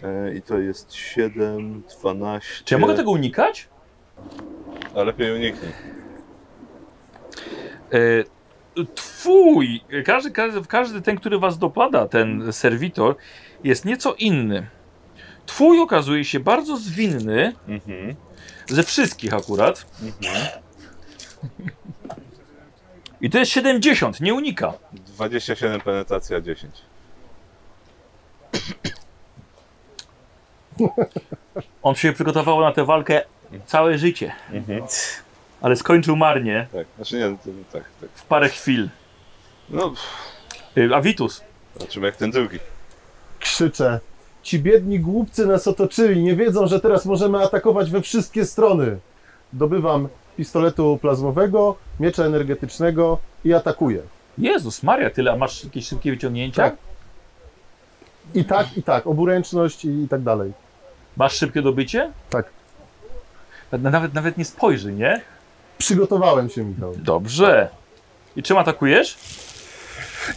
E, I to jest 7, 12. Czy ja mogę tego unikać? A lepiej uniknij. E, twój, każdy, każdy, każdy ten, który was dopada, ten serwitor, jest nieco inny. Twój okazuje się bardzo zwinny, Mhm. ze wszystkich akurat. I to jest 70, nie unika. 27 penetracja 10. On się przygotował na tę walkę Całe życie. Mhm. Ale skończył marnie Tak, znaczy nie, to, tak, tak. w parę chwil. No, pff, Y, Avitus, zobaczymy jak ten drugi. Krzyczę. Ci biedni głupcy nas otoczyli, nie wiedzą, że teraz możemy atakować we wszystkie strony. Dobywam pistoletu plazmowego, miecza energetycznego i atakuję. Jezus Maria, tyle, a masz jakieś szybkie wyciągnięcia? Tak. I tak, i tak, oburęczność i, i tak dalej. Masz szybkie dobycie? Tak. Nawet, nawet nie spojrzy, nie? Przygotowałem się, Michał. Dobrze. I czym atakujesz?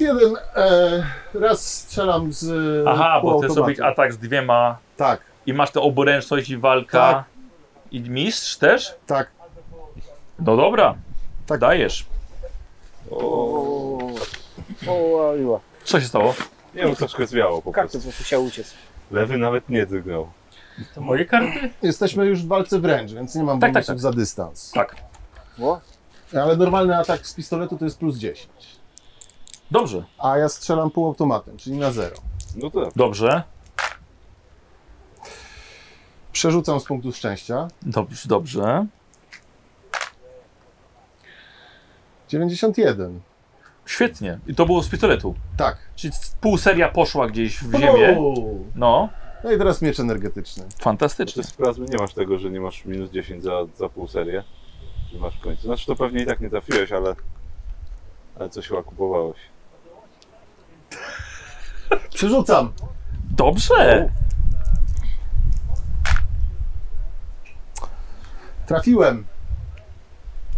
Jeden, e, raz strzelam z e, Aha, bo chcesz półautomatu. robić atak z dwiema Tak, i masz tę oboręczność i walka. Tak. I mistrz też? tak. No dobra, Tak. dajesz. O, o, ojła. Co się stało? Nie wiem, troszkę zwiało po prostu. Kaktus po chciał uciec. Lewy nawet nie drgnął. To moje karty? Jesteśmy już w walce wręcz, więc nie mam Tak, tak, bonusów tak. za dystans. Tak. O, Ale normalny atak z pistoletu to jest plus 10. Dobrze, A ja strzelam półautomatem, czyli na zero. No to dobrze, Przerzucam z punktu szczęścia. dobrze, dobrze. 91. Świetnie. I to było z pistoletu. Tak. Czyli c- pół seria poszła gdzieś w ziemię. Uuu. No, No i teraz miecz energetyczny. fantastycznie. Znaczy z plazmy nie masz tego, że nie masz minus 10 za, za pół serię. Że masz w końcu. Znaczy to pewnie i tak nie trafiłeś, ale, ale coś chyba kupowałeś. Przerzucam. Dobrze. Trafiłem.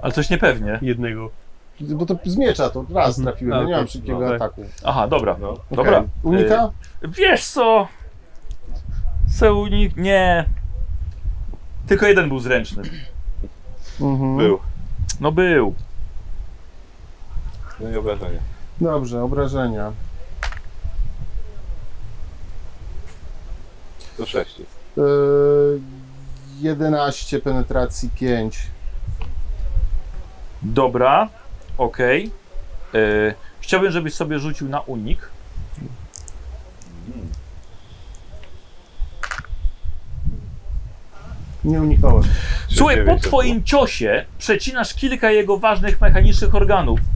Ale coś niepewnie. Jednego. Bo to z miecza to Mhm. raz trafiłem. A, ja nie mam okej. szybkiego No, tak. ataku. Aha, dobra. No. Dobra. Okej. Unika? Wiesz co? Seunik, nie. Tylko jeden był zręczny. Y, Mhm. Był. No był. No i obrażenie. Dobrze, obrażenia. To 6 jest. Yy, 11 penetracji 5. Dobra, okej. Yy, Chciałbym, żebyś sobie rzucił na unik. Nie uniknąłem. Czyli Słuchaj, po dziewięć to twoim ciosie przecinasz kilka jego ważnych mechanicznych organów.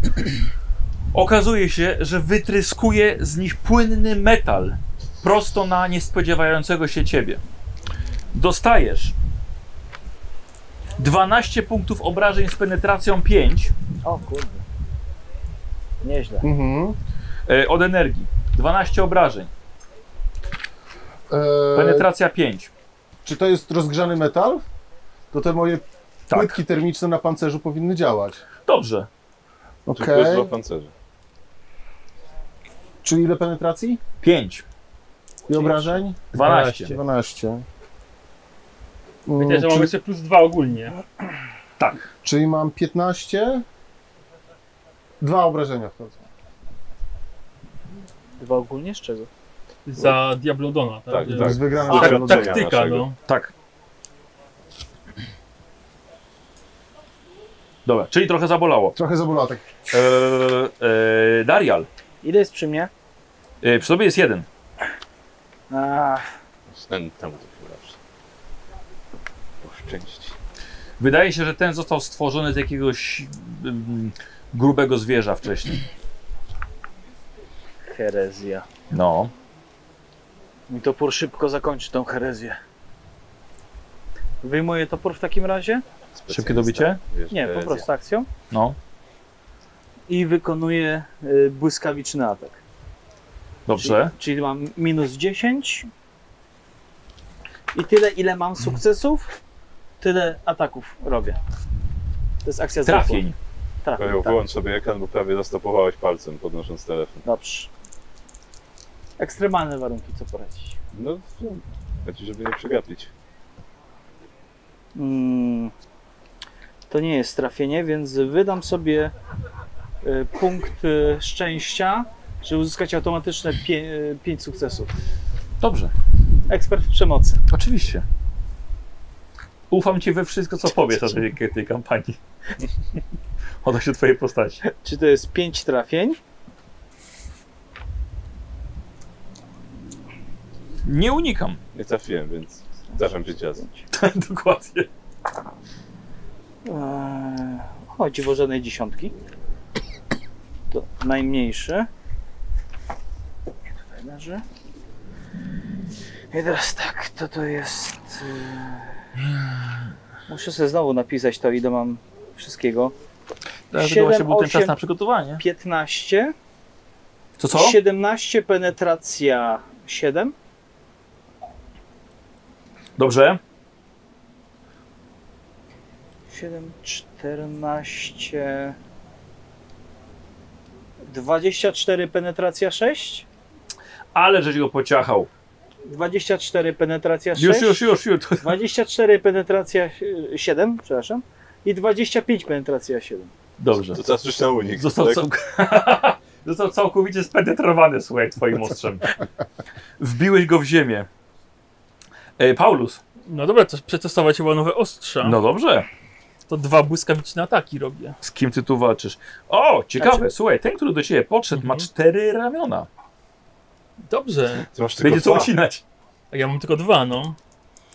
Okazuje się, że wytryskuje z nich płynny metal prosto na niespodziewającego się ciebie. Dostajesz 12 punktów obrażeń z penetracją 5 o kurde. Nieźle. Mhm. e, od energii. 12 obrażeń, E, penetracja 5. Czy to jest rozgrzany metal? To te moje Tak. płytki termiczne na pancerzu powinny działać. Dobrze, było. Czyli plus Okej. dwa pancerze. Czy ile penetracji 5, i obrażeń? 12. 12. Mm, Wiecie, że mam czy, jeszcze plus dwa ogólnie. Czyli mam 15? Dwa obrażenia wchodzą. Dwa ogólnie z czego? Za Diablodona, tak? Tak, Że- tak. Z wygraną A, Diablodona taktyka, naszego. no. Tak. Dobra, czyli trochę zabolało. Trochę zabolało tak. Eee, eee, Darial, Ile jest przy mnie? eee, przy tobie jest jeden. A, Ten tam to się zawsze. Po szczęście. Wydaje się, że ten został stworzony z jakiegoś mm, grubego zwierza wcześniej. herezja. No. Mi topór szybko zakończy tą herezję. Wyjmuję topór w takim razie? Szybkie dobycie? Wiesz, Nie, po herezja. prostu akcją. No. I wykonuję y, błyskawiczny atak. Dobrze. Czyli, czyli mam minus 10. I tyle, ile mam sukcesów, tyle ataków robię. To jest akcja zwykła. Trafień. Trafień, Paweł, tak. Wyłącz sobie ekran, bo prawie zastopowałeś palcem podnosząc telefon. Dobrze. Ekstremalne warunki, co poradzić. No, chodzi, żeby nie przegapić. Mm, to nie jest trafienie, więc wydam sobie y, punkt y, szczęścia, żeby uzyskać automatyczne 5 sukcesów. Dobrze. Ekspert w przemocy. Oczywiście. Ufam ci we wszystko, co powiesz o tej, tej kampanii. Oda się twojej postaci. Czy to jest 5 trafień? Nie unikam. Nie trafiłem, więc zdarzam się ciasno. Dokładnie. Eee, o, dziwo żadnej dziesiątki. To najmniejszy. I tutaj leży. I teraz tak, to to jest... eee, Muszę sobie znowu napisać to, ile mam wszystkiego. Dlatego Siedem, właśnie był ten osiem. czas na przygotowanie. 15, Co co? 17 penetracja 7. Dobrze. 7, 14, 24 penetracja 6, Ale żeś go pociachał. 24 penetracja 6, Już, już, już, już. 24 penetracja 7, przepraszam, i 25 penetracja 7. Dobrze. No To teraz już na unik. Został, tak? całk... Został całkowicie spenetrowany, słuchaj, twoim ostrzem. Wbiłeś go w ziemię. E, Paulus. No dobra, to przetestować chyba nowe Tak. ostrza. No dobrze. To dwa błyskawiczne ataki robię. Z kim ty tu walczysz? O, ciekawe, Znaczy- słuchaj, ten, który do ciebie podszedł, ma Mhm. cztery ramiona. Dobrze. Ty masz tylko Będzie co dwa. ucinać. A ja mam tylko dwa, no.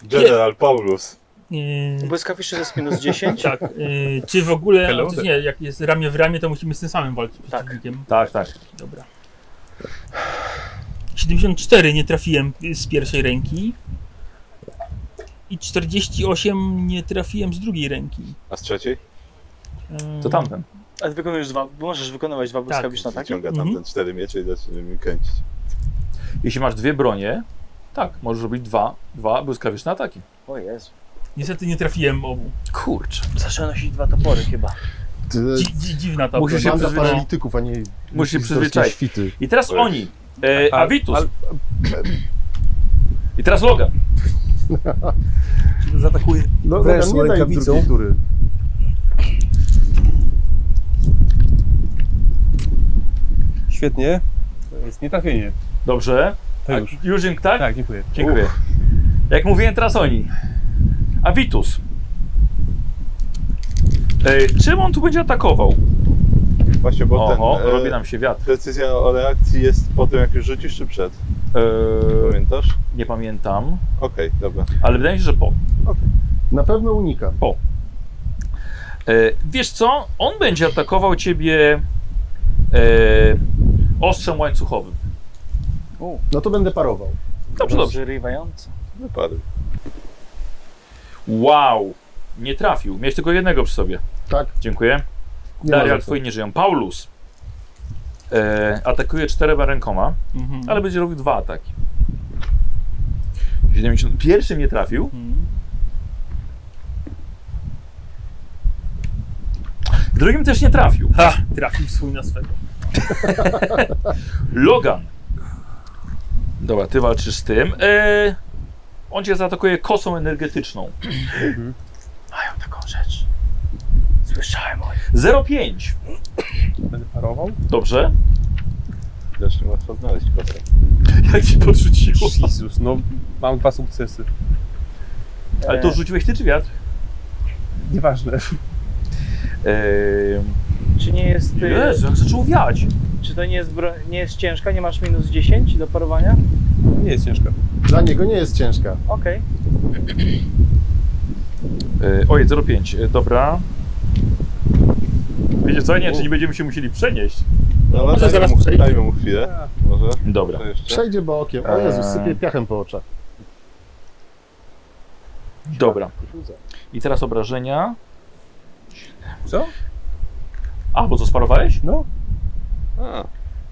General Paulus. Yy, Błyskawiczny to jest minus 10. tak. Yy, czy w ogóle. Hello Chociaż nie, jak jest ramię w ramię, to musimy z tym samym walczyć tak. przeciwnikiem. Tak, tak. Dobra. 74 nie trafiłem z pierwszej ręki. I 48 nie trafiłem z drugiej ręki. A z trzeciej? Yy, To tamten. A ty wykonujesz dwa, możesz wykonywać dwa błyskawiczne tak. No, ataki? Wyciąga tam Mhm. ten cztery miecze i zaczyna mi kręcić. Jeśli masz dwie bronie, tak, możesz robić dwa, dwa błyskawiczne ataki. O Jezu. Niestety nie trafiłem obu. Kurczę. Zaczęła nosić dwa topory chyba. Ty, Dzi, dzi, dziwna ta Musisz się broń. banda przyzwyczaić. paralityków, a nie Musisz się pizdolskie przyzwyczaić. świty. I teraz Ojej. oni. E, A- Avitus. al- I teraz Logan. Zaatakuję. No, Wiesz, Logan, nie daj rękawicą. drugiej tury. Świetnie. To jest nietrafienie. Dobrze. To już. A, Jurzyng, tak? Tak, dziękuję. Dziękuję. Jak mówiłem, teraz oni. Avitus. E, czym on tu będzie atakował? Właśnie, bo Oho, ten... e, robi nam się wiatr. Decyzja o reakcji jest po tym, jak już rzucisz, czy przed? E, Pamiętasz? nie pamiętam, Okej, dobra. ale wydaje mi się, że po. Na pewno unikam. E, wiesz co? On będzie atakował ciebie e, ostrzem łańcuchowym. No to będę parował. Dobrze, dobrze. Rozrywające. Wypadł. Wow! Nie trafił. Miałeś tylko jednego przy sobie. Tak? Dziękuję. Nie ma za Darial, co. twoi nie żyją. Paulus e, atakuje czterema rękoma, Mhm. ale będzie robił dwa ataki. 70. Pierwszy nie trafił. Mhm. Drugim też nie trafił. Ha! Trafił swój na swego. Logan. Dobra, ty walczysz z tym. E, on cię zaatakuje kosą energetyczną. Mhm. Mają taką rzecz. Słyszałem o 0,5. Będę parował. Dobrze? Zresztą łatwo znaleźć kosę. Jak ci podrzuciło? Jezus, no mam dwa sukcesy. Ale to rzuciłeś ty czy wiatr? Nieważne. E, Czy nie jest... y, Eee, Jezu, jak zaczął wiać. Czy to nie jest, bro... nie jest ciężka? Nie masz minus 10 do parowania? Nie jest ciężko. Dla niego nie jest ciężka. Okej. E, Ojej, 0,5. E, Dobra. Wiecie co, nie, czy nie będziemy się musieli przenieść? No, ale może dajmy zaraz mu- przejdzie. Dajmy mu chwilę. Może? Dobra. To jeszcze? Przejdzie bokiem. O Jezus, Eee. sypie piachem po oczach. Dobra. I teraz obrażenia. Co? A, bo co, sparowałeś? No, A,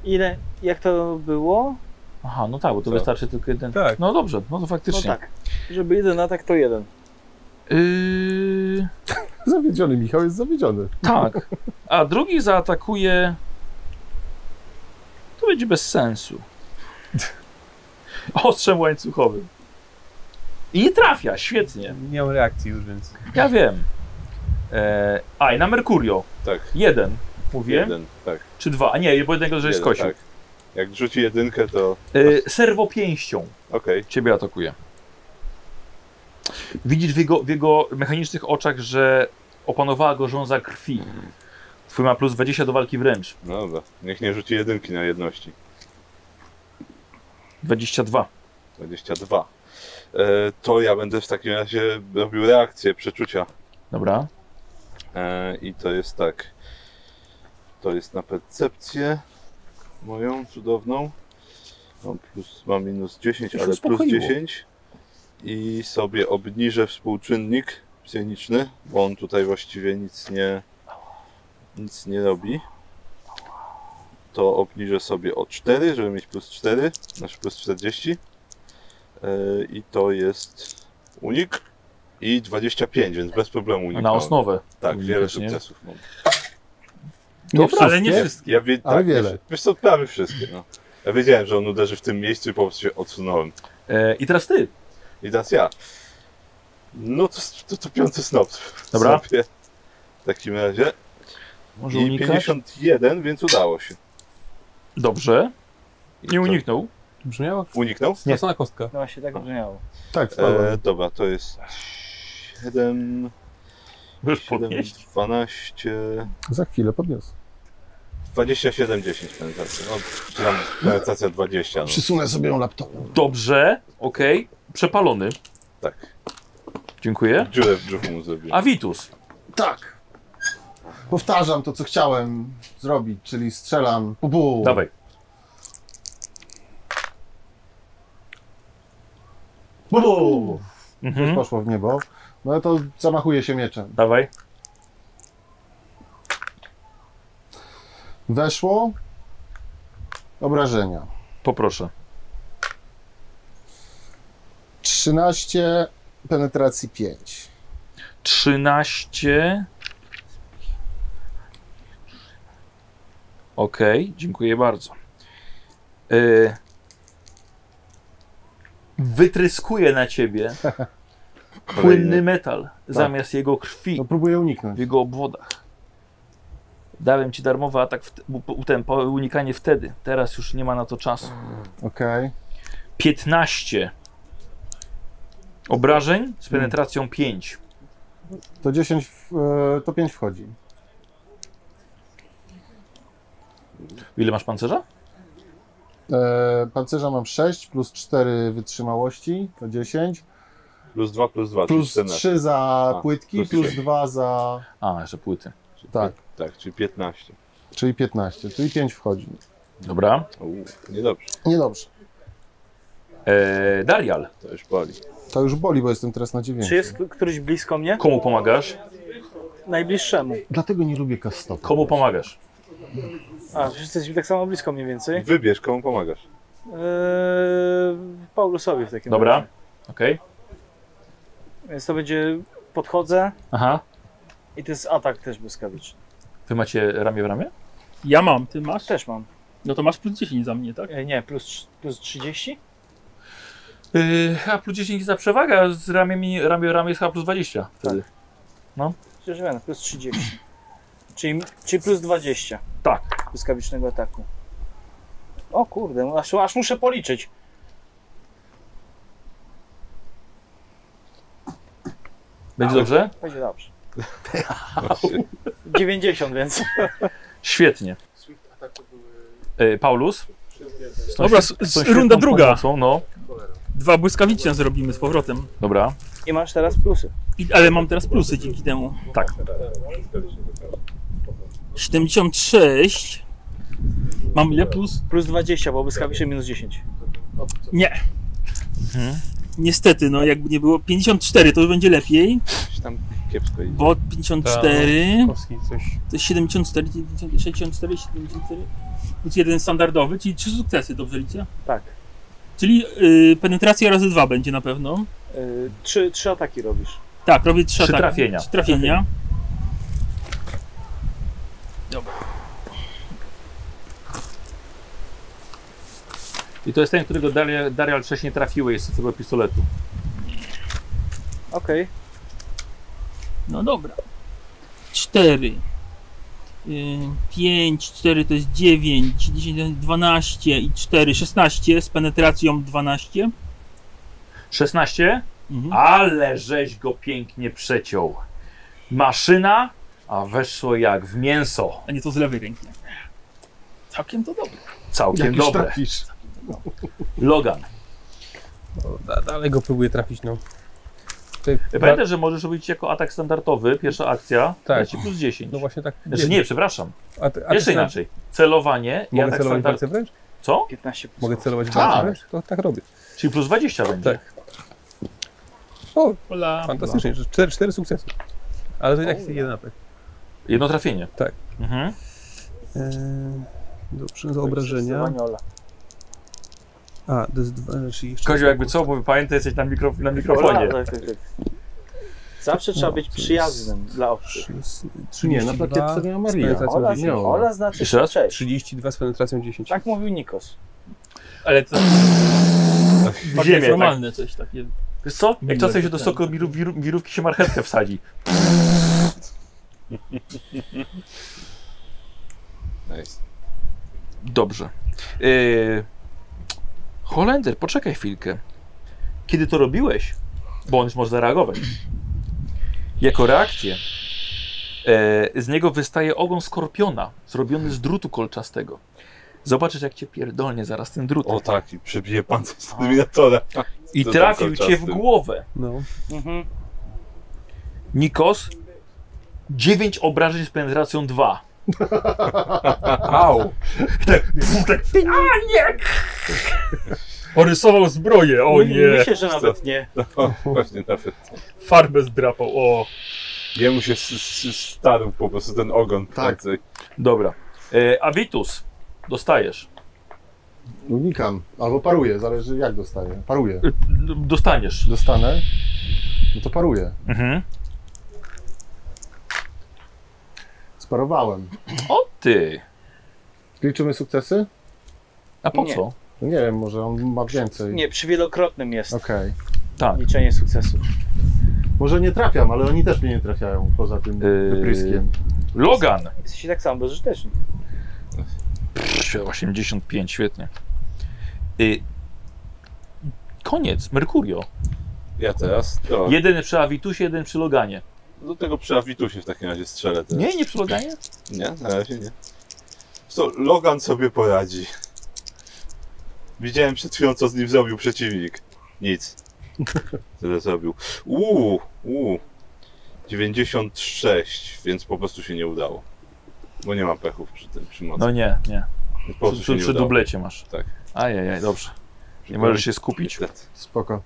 Ile? Jak to było? Aha, no tak, bo to Co? wystarczy tylko jeden. Tak. No dobrze, no to No faktycznie. tak. Żeby jeden atak to jeden. Yy, Zawiedziony Michał jest zawiedziony. tak. A drugi zaatakuje. To będzie bez sensu. Ostrzem łańcuchowym. I nie trafia, świetnie. nie mam reakcji już, więc. Ja wiem. E, a, i na Merkurio. tak. Jeden, mówię. Jeden, tak. Czy dwa? A nie, bo jednego, że jest jeden, kosił. tak. Jak rzuci jedynkę, to Y, serwopięścią okej. ciebie atakuje. Widzisz w jego, w jego mechanicznych oczach, że opanowała go żądza krwi. Twój ma plus 20 do walki wręcz. No dobra. Niech nie rzuci jedynki na jedności. 22. 22. E, to ja będę w takim razie robił reakcję przeczucia. Dobra. E, I to jest tak. To jest na percepcję moją cudowną. Mam, plus, mam minus 10, Już ale plus uspokoiło. 10. I sobie obniżę współczynnik psioniczny, bo on tutaj właściwie nic nie, nic nie robi. To obniżę sobie o 4, żeby mieć plus 4, znaczy plus 40. E, I to jest unik i 25, więc bez problemu unikam. Na osnowę. Tak, wiele Unikasz, nie? No. sukcesów mam. Dobra, Ale nie wszystkie. Ja wie, Ale tak, wiele. wiesz- Wiesz co, prawie wszystkie, no. Ja wiedziałem, że on uderzy w tym miejscu i po prostu się odsunąłem. E, I teraz ty. I teraz ja. No to, to, to piąty snop. Dobra. Sobie w takim razie. Może I unikasz? 51, więc udało się. Dobrze. I Nie co? uniknął. Brzmiała Uniknął? nie. stracona kostka. No właśnie tak brzmiało. Tak, E, Eee. wpadłem. dobra, to jest 7, Możesz 7 podnieść. 12, Za chwilę podniosę. 27, 10 penetracja. No, czy tam penetracja 20, no. Przysunę sobie ją laptopem. Dobrze, okej. Przepalony. Tak. Dziękuję. Dziurę w brzuchu mu zrobiłem. A Witus. Tak. Powtarzam to, co chciałem zrobić, czyli strzelam. Bu, bu. Dawaj. Bu, bu. Mhm. Poszło w niebo. No to zamachuje się mieczem. Dawaj. Weszło. Obrażenia. Poproszę. 13, penetracji 5. 13. Okej, dziękuję bardzo. Y... Wytryskuje na ciebie płynny metal zamiast jego krwi No próbuję w uniknąć. jego obwodach. Dałem ci darmowy atak, w u- u- ten, po- unikanie wtedy. Teraz już nie ma na to czasu. Okej. 15 obrażeń z penetracją 5. To 10, w- e, to 5 wchodzi. Ile masz pancerza? E, pancerza mam 6 plus 4 wytrzymałości, to 10. Plus 2, plus 2, Plus 3 za A, płytki, plus plus trzy. 2 za. A, jeszcze płyty. Tak, Tak, czyli 15. czyli 15, czyli 5 wchodzi. Dobra. Uuu, niedobrze, Niedobrze. E, Darial, to już boli. To już boli, bo jestem teraz na 9. Czy jest k- któryś blisko mnie? komu pomagasz? Najbliższemu. Dlatego nie lubię kastop. Komu pomagasz? A, wszyscy jesteśmy tak samo blisko mniej więcej. Wybierz, komu pomagasz. Eee, Paulusowi w takim Dobra. razie. Okej. Więc to będzie podchodzę Aha. i to jest atak też błyskawiczny. Wy macie ramię w ramię? Ja mam, ty masz? Też mam. No to masz plus 10 za mnie, tak? E, nie, plus, trz- plus 30? Yy, H plus 10 za przewaga, z ramiemi, ramię w ramię jest H plus 20. Wtedy. Przeżywiam, plus 30. Czyli, czyli plus 20. Tak. Błyskawicznego ataku. O kurde, no aż, aż muszę policzyć. Będzie dobrze? Będzie dobrze. Właśnie. 90 więc. Świetnie. E, Paulus? Z tą Dobra, świ- s- z tą s- świetną runda druga. pomocą, No, Dwa błyskawiczne zrobimy z powrotem. dobra. I masz teraz plusy. I, ale mam teraz plusy dzięki temu. Tak. 76. Mam ile plus? Plus 20, bo błyskawicze minus 10. Nie. Mhm. Niestety, no jakby nie było 54, to już będzie lepiej, Gdzieś tam kiepsko idzie. bo 54, Kostki coś. to jest 74, 64, 74, plus jeden standardowy, czyli trzy sukcesy, dobrze liczę? Tak. Czyli y, penetracja razy dwa będzie na pewno. Yy, trzy, trzy ataki robisz. Tak, robię trzy, Trzy ataki. trafienia. Trzy trafienia. I to jest ten, którego Darial, Darial wcześniej trafiły jest z tego pistoletu. Okej. No dobra. 4. 5, 4 Y, to jest 9, 10, to jest 12 i 4, 16 z penetracją 12. 16? Mhm. Ale żeś go pięknie przeciął. Maszyna, a weszło jak w mięso. A nie to z lewej ręki. Całkiem to dobre. tak Całkiem dobre. trafisz. Logan. No, da- dalej go próbuję trafić, no. Tutaj Pamiętaj, że możesz robić jako atak standardowy, pierwsza akcja, Tak. tak. ci plus 10. No właśnie tak. Znaczy nie, przepraszam. A ty, a Jeszcze ty- inaczej. tak Celowanie i Mogę atak celować w standardowy. walce wręcz? 15 plus. Mogę celować w Tak. walce wręcz? To tak robię. Czyli plus 20 będzie. Tak. O, Ola. fantastycznie, że cztery, cztery sukcesy. Ale to i tak jest jeden apek. Jedno trafienie. Tak. Mhm. Eee, dobrze, za obrażenia. Maniola. A, to jest dwa, czyli jeszcze... Kozio, jakby co, bo pamiętaj, jesteś na, mikro, na mikrofonie. Tak, tak, tak. Zawsze No, trzeba być przyjaznym dla osób. 30, Nie, na plakietce nie ma Maria. Spędza- Ola, Nie, Ola. Ola znaczy Jeszcze raz? cześć. 32 z penetracją 10. Tak mówił Nikos. Ale to W jest ziemię, tak. normalne coś takie. Wiesz co? Jak Minus czasem się do ten. soku wiru, wiru, wirówki się marchewkę wsadzi. Nice. Dobrze. Yy... Holender, poczekaj chwilkę. Kiedy to robiłeś, bo on już może zareagować. Jako reakcję e, z niego wystaje ogon skorpiona, zrobiony z drutu kolczastego. Zobaczysz, jak cię pierdolnie zaraz tym drutem. O tak, i przebije pancerz z dominatora. I to trafił kolczasty. cię w głowę. No. Mhm. Nikos, 9 obrażeń z penetracją 2. Au! Tak, Porysował zbroję, o My- nie! Myślę, że nawet nie. O, właśnie nawet. Farbę zdrapał, o! Jemu się s- s- starł po prostu ten ogon. Tak. palce. Dobra. E, Avitus, dostajesz. Unikam. Albo paruję, zależy jak dostaję. Paruję. E, Dostaniesz. Dostanę? No to paruję. Mhm. Sparowałem. O ty! Liczymy sukcesy? A po Nie. co? No nie wiem, może on ma więcej. Nie, przy wielokrotnym jest Okej. Tak. liczenie sukcesu. Może nie trafiam, ale oni też mnie nie trafiają poza tym Yy. wypryskiem. Logan! Jesteście tak samo bezużyteczni. Psz, 85, świetnie. Y, koniec, Merkurio. Ja teraz. To, Jeden przy Avitusie, jeden przy Loganie. do tego przy Avitusie w takim razie strzelę teraz. Nie, nie przy Loganie? Nie, Tak. na razie nie. Co, Logan sobie poradzi. Widziałem przed chwilą, co z nim zrobił przeciwnik. Nic. Tyle zrobił. Uuu, uuu. 96, więc po prostu się nie udało. Bo nie ma pechów przy tym, przy mocy. No nie, nie. Więc po Przy, prostu się przy, nie przy udało. dublecie masz. Tak. Ajajaj, dobrze. Przy Nie tym- możesz się skupić. Niestety. Spoko.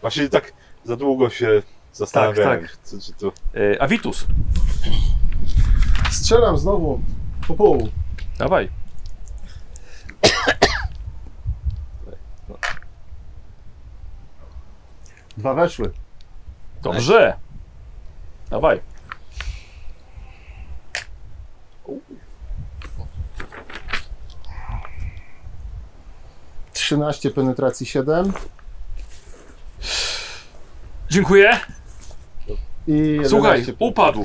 Właśnie tak za długo się Tak, zastanawiałem, Co, czy to... Y, Avitus, Strzelam znowu. Po pół. dawaj. Dwa weszły. Dobrze. Dawaj. Trzynaście penetracji siedem Dziękuję. i 11 Słuchaj, penetracji. upadł.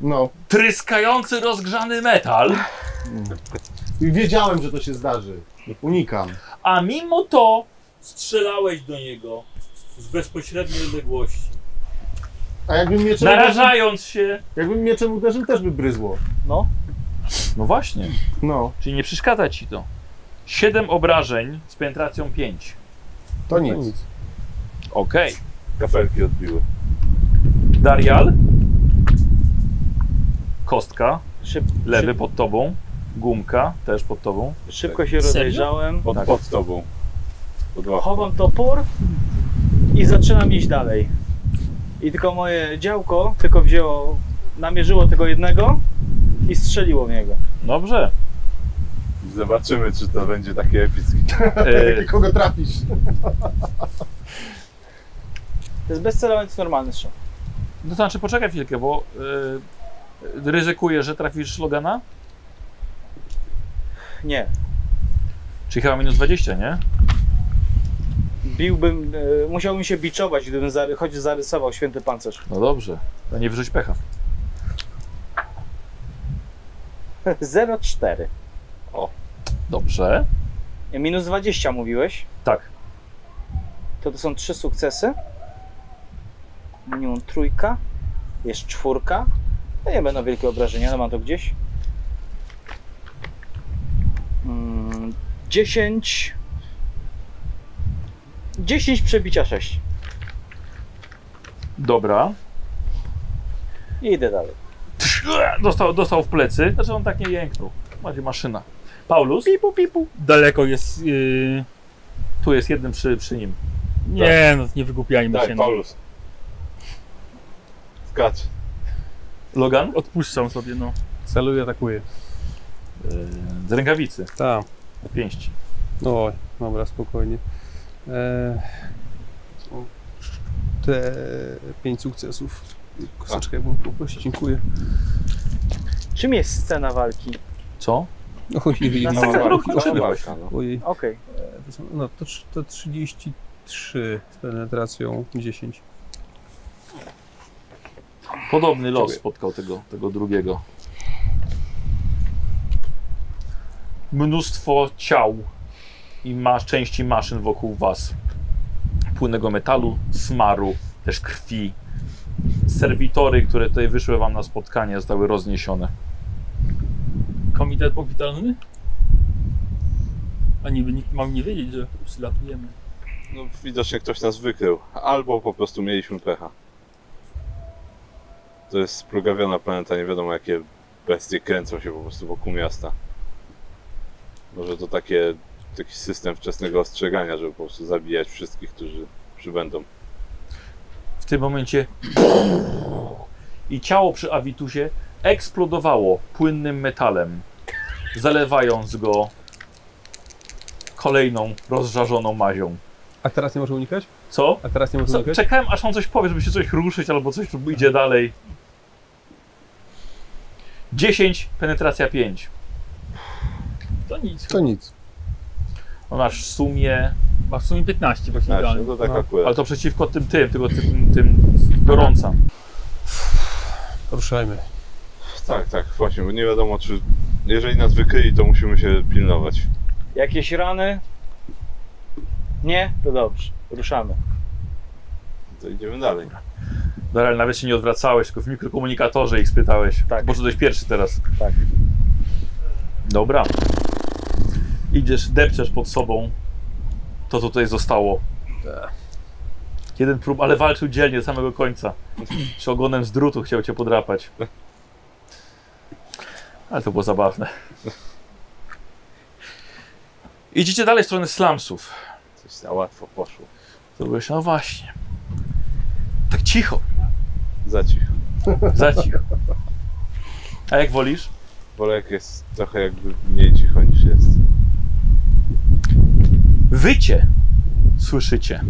No. Tryskający, rozgrzany metal. I wiedziałem, że to się zdarzy. Unikam. A mimo to strzelałeś do niego z bezpośredniej odległości. A jakbym mieczem, Narażając się. jakbym mieczem uderzył, też by bryzło. No właśnie. No, Czyli nie przeszkadza ci to. 7 obrażeń z penetracją 5. to No nic. nic. Okej. Kafelki odbiły. Darial. Kostka, Szyb, lewy pod tobą. Gumka też pod tobą. szyb, szybko się rozejrzałem. Pod, Tak. pod tobą. Pod łapą. Chowam topór i zaczynam iść dalej. I tylko moje działko tylko wzięło, namierzyło tego jednego i strzeliło w niego. Dobrze. Zobaczymy, czy to będzie takie epickie. E, Kogo trafisz? To jest bezcelowy, to jest normalny strzał. no to znaczy poczekaj chwilkę, bo e, ryzykuję, że trafisz Logana? Nie, Czyli chyba minus 20, nie? biłbym, e, musiałbym się biczować, gdybym zary, choć zarysował święty pancerz. No dobrze. To nie wyrzuć pecha. 0,4. Dobrze. Minus 20 mówiłeś, Tak. to to są trzy sukcesy. Minimum trójka, jest czwórka. No nie będą wielkie obrażenia, ale mam to gdzieś. Mm, 10, 10 przebicia 6. Dobra. I idę dalej. Dostał, dostał w plecy. Znaczy on tak nie jęknął. Macie maszyna. Paulus, Pipu, pipu. Daleko jest... Yy... tu jest jeden przy, przy nim. Tak. Nie, no nie wygłupiajmy się. Daj, No. Paulus. Skacz. Logan? Odpuszczam sobie, no. Celuję, atakuję. Yy, z rękawicy, Tak. pięści. No, dobra, spokojnie. Eee, o, te pięć sukcesów. Kosteczkę bym poprosić, dziękuję. Czym jest scena walki? Co? Oj, nie wiedziałem. Masakra, Mała rób walka, kluczywy. mała walka, no. Ojej, Okej. to są, no to, trz- to 33 z penetracją 10. Podobny los Dziękuję. spotkał tego, tego drugiego. Mnóstwo ciał i ma, części maszyn wokół was. Płynnego metalu, smaru, też krwi. Serwitory, które tutaj wyszły wam na spotkanie, zostały rozniesione. Komitet powitalny? A niby nikt mam nie wiedzieć, że przylatujemy. No, widocznie ktoś nas wykrył. Albo po prostu mieliśmy pecha. To jest sprugawiona planeta, nie wiadomo jakie bestie kręcą się po prostu wokół miasta. Może to takie, taki system wczesnego ostrzegania, żeby po prostu zabijać wszystkich, którzy przybędą. W tym momencie i ciało przy Avitusie eksplodowało płynnym metalem, zalewając go kolejną rozżarzoną mazią. A teraz nie może unikać? Co? A teraz nie może Co? unikać? Czekałem, aż on coś powie, żeby się coś ruszyć albo coś tu idzie dalej. 10, penetracja 5. To nic. To nic. Ona w sumie, Ma w sumie 15 właśnie Znaczy, idealnie. no to tak No. ale akurat. to przeciwko tym, tym, tylko tym, tym gorąca. Ruszajmy. Tak, tak, właśnie, bo nie wiadomo czy... Jeżeli nas wykryli, to musimy się pilnować. Jakieś rany? Nie? To dobrze. Ruszamy. To idziemy dalej. Darel, No, nawet się nie odwracałeś, tylko w mikrokomunikatorze ich spytałeś. Tak. Bo dość pierwszy teraz. Tak. Dobra. Idziesz, depczesz pod sobą to, co tutaj zostało. Jeden prób, ale walczył dzielnie do samego końca. Czy ogonem z drutu chciał cię podrapać. Ale to było zabawne. Idziecie dalej w stronę slumsów. Coś za łatwo poszło. To byłeś, no właśnie. Tak cicho, Za cicho. za cicho. A jak wolisz? Wolę jak jest trochę jakby mniej cicho niż jest. Wycie słyszycie.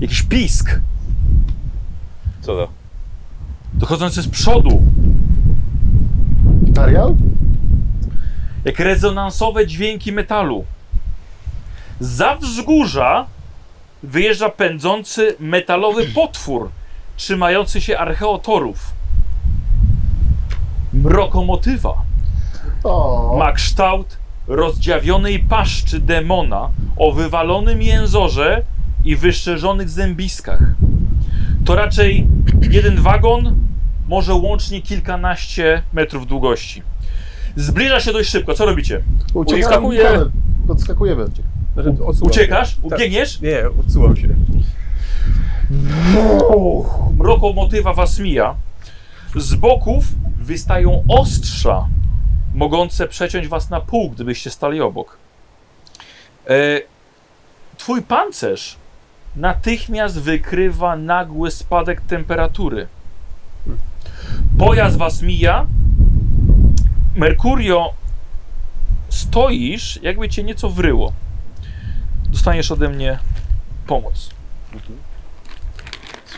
Jakiś pisk Co to? dochodzący z przodu, Arial? jak rezonansowe dźwięki metalu. Za wzgórza wyjeżdża pędzący metalowy potwór, trzymający się archeotorów. Mrokomotywa. O, Ma kształt rozdziawionej paszczy demona o wywalonym jęzorze i wyszczerzonych zębiskach. To raczej jeden wagon, może łącznie kilkanaście metrów długości. Zbliża się dość szybko. Co robicie? uciekamy. Uskakuje. Podskakujemy. Znaczy, odsuwam Uciekasz? Się. Tak. Ubiegniesz? Nie, odsuwam się. Mroko motywa was mija. Z boków wystają ostrza, mogące przeciąć was na pół, gdybyście stali obok. E, twój pancerz natychmiast wykrywa nagły spadek temperatury. Pojazd was mija. Merkurio, stoisz, jakby cię nieco wryło. Dostaniesz ode mnie pomoc.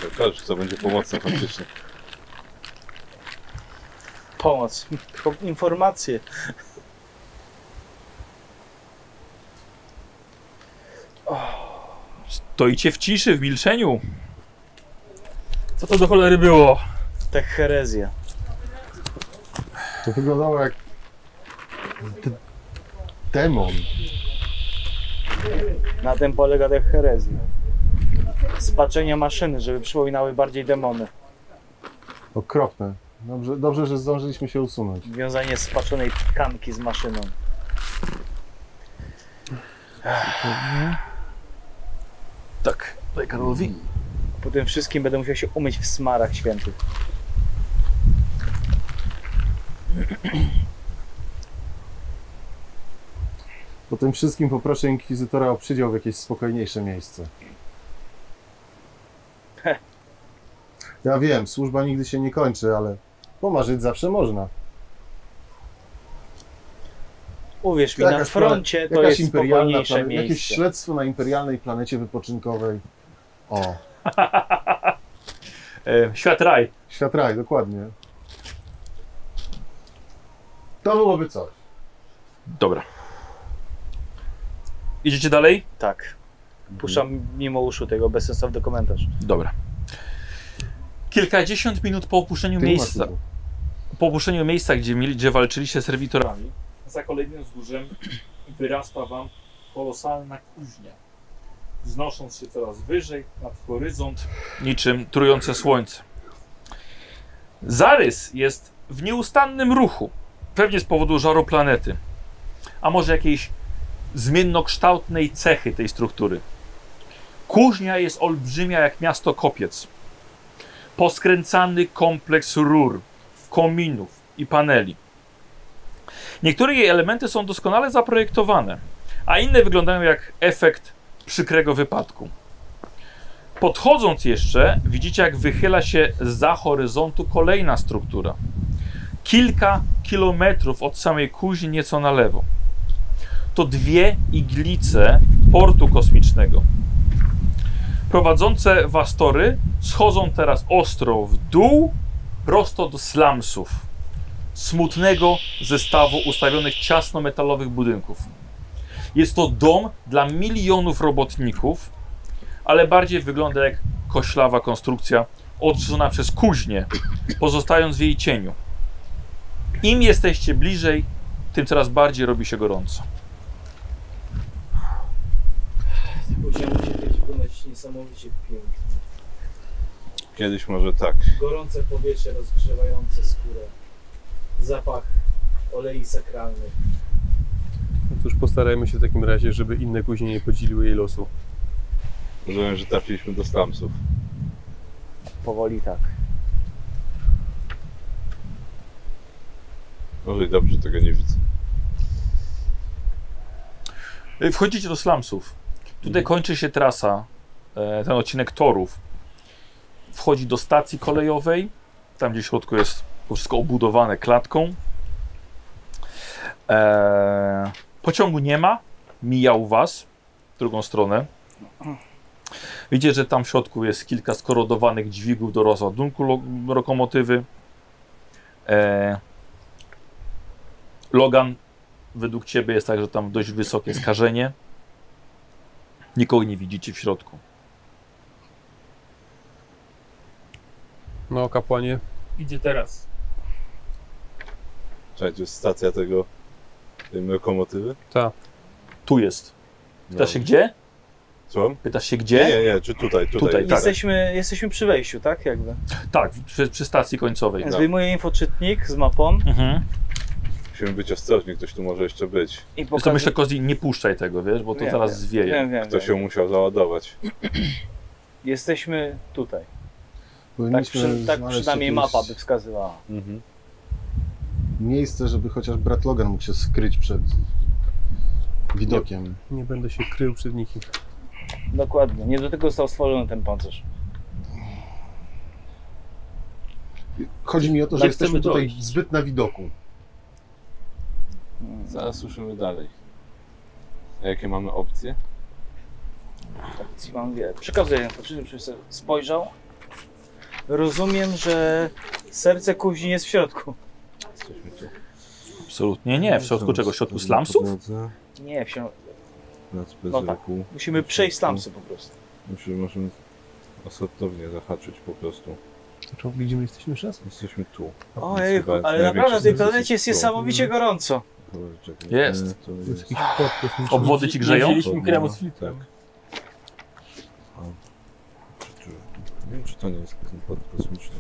Się okaże, czy to będzie pomocne faktycznie. Pomoc. Po- Informacje. Stoicie w ciszy, w milczeniu. Co to do cholery było? Te herezje. To wyglądało jak... d- demon. Na tym polega te herezje. Spaczenie maszyny, żeby przypominały bardziej demony. Okropne. Dobrze, dobrze, że zdążyliśmy się usunąć. Wiązanie spaczonej tkanki z maszyną. Tak, daj Karolowi. Po tym wszystkim będę musiał się umyć w smarach świętych. Po tym wszystkim poproszę inkwizytora o przydział w jakieś spokojniejsze miejsce. Heh. Ja wiem, służba nigdy się nie kończy, ale pomarzyć zawsze można. Uwierz mi, na Jakaś plane- froncie to jest spokojniejsze plane- jakieś miejsce. śledztwo na imperialnej planecie wypoczynkowej. O, E, świat raj. świat raj, dokładnie. To byłoby coś. Dobra. Idziecie dalej? Tak. Puszczam mimo uszu tego bezsensowny komentarz. Dobra. Kilkadziesiąt minut po opuszczeniu Ty nie masz miejsca, ludu. po opuszczeniu miejsca, gdzie, mieli, gdzie walczyliście z serwitorami, Wami. Za kolejnym wzgórzem wyrasta wam kolosalna kuźnia. Wznosząc się coraz wyżej nad horyzont, niczym trujące słońce. Zarys jest w nieustannym ruchu, pewnie z powodu żaru planety, a może jakiejś zmiennokształtnej cechy tej struktury. Kuźnia jest olbrzymia jak miasto kopiec. Poskręcany kompleks rur, kominów i paneli. Niektóre jej elementy są doskonale zaprojektowane, a inne wyglądają jak efekt przykrego wypadku. Podchodząc jeszcze, widzicie, jak wychyla się za horyzontu kolejna struktura. Kilka kilometrów od samej kuźni, nieco na lewo. To dwie iglice portu kosmicznego. Prowadzące was tory schodzą teraz ostro w dół, prosto do slamsów. Smutnego zestawu ustawionych ciasno metalowych budynków. Jest to dom dla milionów robotników, ale bardziej wygląda jak koślawa konstrukcja odrzucona przez kuźnię, pozostając w jej cieniu. Im jesteście bliżej, tym coraz bardziej robi się gorąco. Z poziomu się będzie wyglądać niesamowicie pięknie. Kiedyś może tak. Gorące powietrze rozgrzewające skórę. Zapach olei sakralnych. No cóż, postarajmy się w takim razie, żeby inne kuźnie nie podzieliły jej losu. Rozumiem, że trafiliśmy do slamsów. Powoli tak. Może i dobrze, tego nie widzę. Y, Wchodzicie do slumsów. Tutaj kończy się trasa, e, ten odcinek torów. Wchodzi do stacji kolejowej, tam gdzie w środku jest to wszystko obudowane klatką. E, pociągu nie ma, mijał was w drugą stronę. Widzicie, że tam w środku jest kilka skorodowanych dźwigów do rozładunku lo- lokomotywy. E, Logan według ciebie jest tak, że tam dość wysokie skażenie. Nikogo nie widzicie w środku. No, kapłanie, Idzie teraz. Czekaj, to jest stacja tego... tej lokomotywy? No. ta. Tu jest. Pytasz się gdzie? Słucham? Pytasz się Nie, gdzie? nie, nie, czy tutaj, tutaj. Tutaj, tak. Jesteśmy, jesteśmy przy wejściu, tak? Jakby. Tak, przy, przy stacji Tak. końcowej. Więc wyjmuję infoczytnik z mapą Mhm. Musimy być ostrożni, ktoś tu może jeszcze być. i Zresztą pokazuję. myślę, Kozli, nie puszczaj tego, wiesz, bo to Wiem, zaraz wiem. zwieje. Wiem, wiem, Ktoś wiem. się musiał załadować. Jesteśmy tutaj. Tak, Powinniśmy przy, tak znaleźć przynajmniej jakieś mapa by wskazywała. Mhm. Miejsce, żeby chociaż brat Logan mógł się skryć przed widokiem. Nie będę się krył przed nikim. Dokładnie. Nie do tego został stworzony ten pancerz. Chodzi mi o to, że Tak jesteśmy chcemy tutaj dojść. zbyt na widoku. Mm. Zaraz słyszymy dalej. A jakie mamy opcje? Opcji Tak, mam wiele. Przekazuję infoczytnik, żeby sobie spojrzał. Rozumiem, że serce kuźni jest w środku. Jesteśmy tu. Absolutnie nie. W środku czego? W środku slumsów? Nie, w środku. Plac No tak. bezruchu. Musimy przejść slamsy po prostu. Musimy, możemy osadownie zahaczyć po prostu. Znaczy, widzimy, jesteśmy jeszcze raz? Jesteśmy tu. Ojej, Chyba ale największy naprawdę na tej sukces planecie jest tu. niesamowicie gorąco. Dobra, czekaj. Jest. E, No, To To jest jest jakiś port kosmiczny. Obwody ci grzeją? Nie wzięliśmy kremu z filtrem. Tak. A, czy, czy, nie wiem, czy to nie jest ten pod kosmiczny.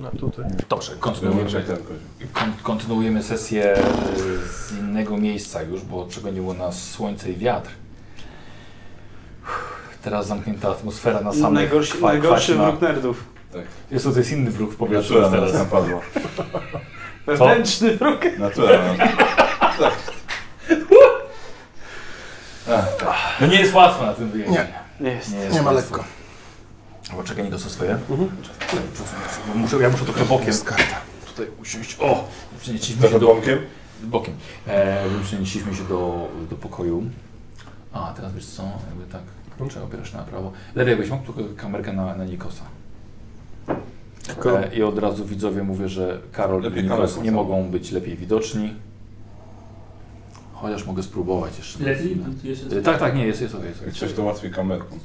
No, tutaj. Dobrze, Czy kontynuujemy, ten poziom. kon, kontynuujemy sesję y, z innego miejsca już, bo przegoniło nas słońce i wiatr. Teraz zamknięta atmosfera na samych No Najgorszy, kwa- najgorszy kwaśna. wróg nerdów. Jest to, to jest inny wróg w powietrzu Natura już na teraz. nas napadła. Wewnętrzny wróg. Natura na nas. No nie jest łatwo na tym wyjeździe. Nie. Nie jest. Nie, jest Nie ma łatwo. lekko. O, czekaj, nie dosyć swoje. Bo Muszę, ja muszę trochę bokiem. Jest karta. Tutaj usiąść. O! Przenieśliśmy się Trochę do... bąkiem. Bokiem. E, przenieśliśmy się do, do pokoju. A, teraz wiesz co? Jakby tak. Trzeba opierasz na prawo. Lewy, jakbyś mógł tylko kamerkę na, na Nikosa. Tylko E, I od razu widzowie mówię, że Karol Lepiej i Nikos kamerką nie samą. mogą być lepiej widoczni. Chociaż mogę spróbować jeszcze. Lepiej? chwilę. Jeszcze E, Tak, tak, nie, jest, jest okej. jest okej. Coś to łatwiej kamerką.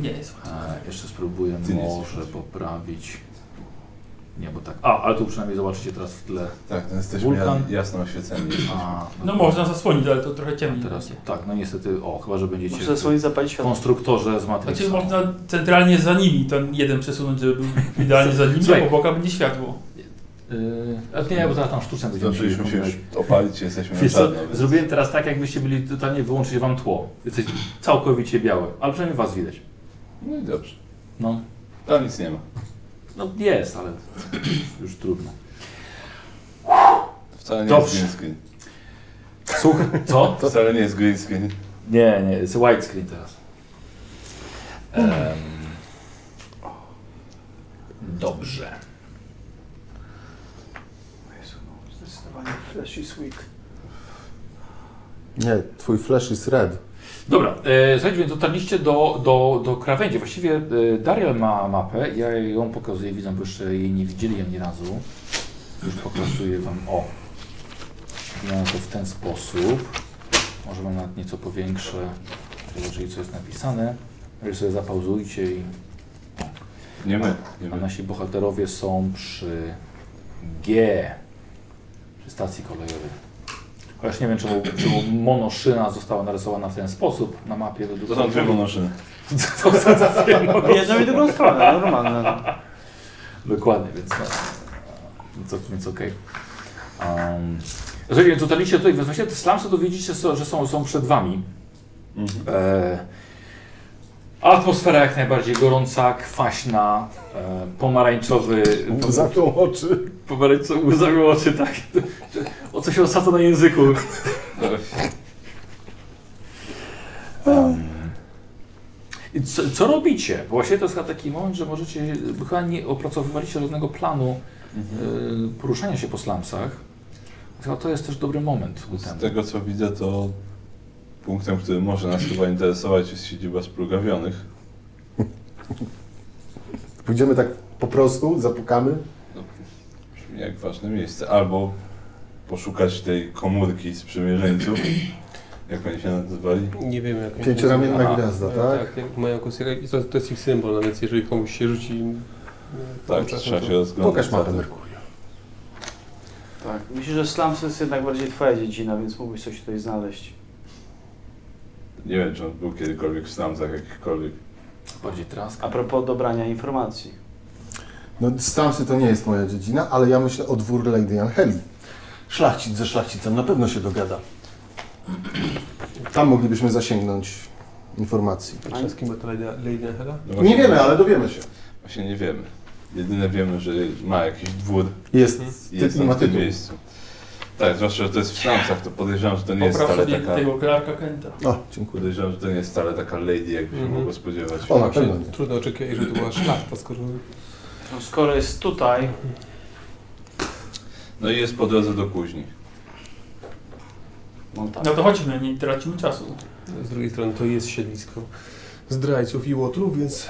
Nie jest. E, jeszcze spróbuję Ty nie może poprawić. Nie, bo tak. A, ale tu przynajmniej zobaczycie teraz w tle. Tak, no jesteśmy Wulkan. ja- jasno oświeceni. A, No można zasłonić, ale to trochę ciemniej. Teraz tak, no niestety, o, chyba że będziecie Muszę zasłonić, zapalić światło. konstruktorze z Znaczy Matrixem. można centralnie za nimi ten jeden przesunąć, żeby był idealnie za nimi, Słuchaj. a po bokach będzie światło. Yy, ale nie, bo zaraz tam sztuczne będziemy Zaczęliśmy się już kombinować. opalić, jesteśmy na Wiesz co, czarno. więc- zrobiłem teraz tak, jakbyście byli totalnie wyłączyć wam tło. Jesteście całkowicie białe, ale przynajmniej was widać. No i dobrze. No, Tam nic nie ma. no jest, ale już trudno. Wcale nie Dobrze. jest green screen. Słuchaj, co? Wcale nie jest green screen. Nie, nie, jest widescreen teraz. Em, dobrze. Zdecydowanie Flash is weak. Nie, twój flash is red. Dobra, e, słuchajcie, więc dotarliście do, do, do krawędzi. Właściwie e, Dariel ma mapę, ja ją pokazuję widzom, bo jeszcze jej nie widzieli ani razu. Już pokazuję wam, o. Wygląda to w ten sposób. Może wam nawet nieco powiększę, zobaczyli co jest napisane. Jeżeli sobie zapauzujcie i tak. Nie my. Nie a my. nasi bohaterowie są przy G, przy stacji kolejowej. Chociaż nie wiem, czemu, czemu monoszyna została narysowana w ten sposób na mapie. To są dwie monoszyny. To są dwie W jedną i drugą stronę, normalne. No. Dokładnie, więc no, więc, o- więc okej. Um, jeżeli więc dotarliście tutaj, więc właśnie te slumsy to widzicie, so- że są, są przed wami. Mhm. E, atmosfera jak najbardziej gorąca, kwaśna, e, pomarańczowy, Zapią oczy. pomarańczowy łzawią oczy, tak? O co się osadza na języku? Em, I co, co robicie? Bo Właśnie to jest chyba taki moment, że możecie, bo chyba nie opracowywaliście żadnego planu Mhm. e, poruszania się po slumsach. Chyba to jest też dobry moment ku Z temu. tego co widzę, to punktem, który może nas chyba interesować, jest siedziba sprugawionych. Pójdziemy tak po prostu, zapukamy. Brzmi jak ważne miejsce. Albo poszukać tej komórki sprzymierzeńców. Jak oni się nazywali? nie wiemy jak... Pięcioramienna Aha. gwiazda, E, tak? Tak, jak mają kosierę i to, to jest ich symbol, no więc jeżeli komuś się rzuci... e, Tak, czasem trzeba to- się rozglądać. Pokaż za mapę tym. Merkurio. Tak. Myślę, że slums jest jednak bardziej twoja dziedzina, więc mógłbyś coś tutaj znaleźć. Nie wiem, czy on był kiedykolwiek w Stamsach jakichkolwiek. Bardziej trask. A propos dobrania informacji. No, Stamsy to nie jest moja dziedzina, ale ja myślę o dwór Lady Angeli. Szlachcic ze szlachcicem na pewno się dogada. Tam moglibyśmy zasięgnąć informacji. Wszystkim, bo to Lady, Lady Angela? No właśnie- Nie wiemy, ale dowiemy się. Właśnie nie wiemy. Jedyne wiemy, że ma jakiś dwór Hmm. Jest, i tytuł- jest na ma tym tytuł. miejscu. Tak, zwłaszcza, że to jest w Stamsach, to podejrzewam, że to nie jest Popraw wcale sobie taka... tego Clarka Kenta. O, dziękuję. Podejrzewam, że to nie jest wcale taka lady, jakby się Mhm. mogło spodziewać. O, No, na pewno nie. Trudno oczekiwać, że to była szlachta, skoro... No, skoro jest tutaj, No i jest po drodze do kuźni. no tak. No to chodźmy, nie tracimy czasu. Z drugiej strony to jest siedlisko zdrajców i łotrów, więc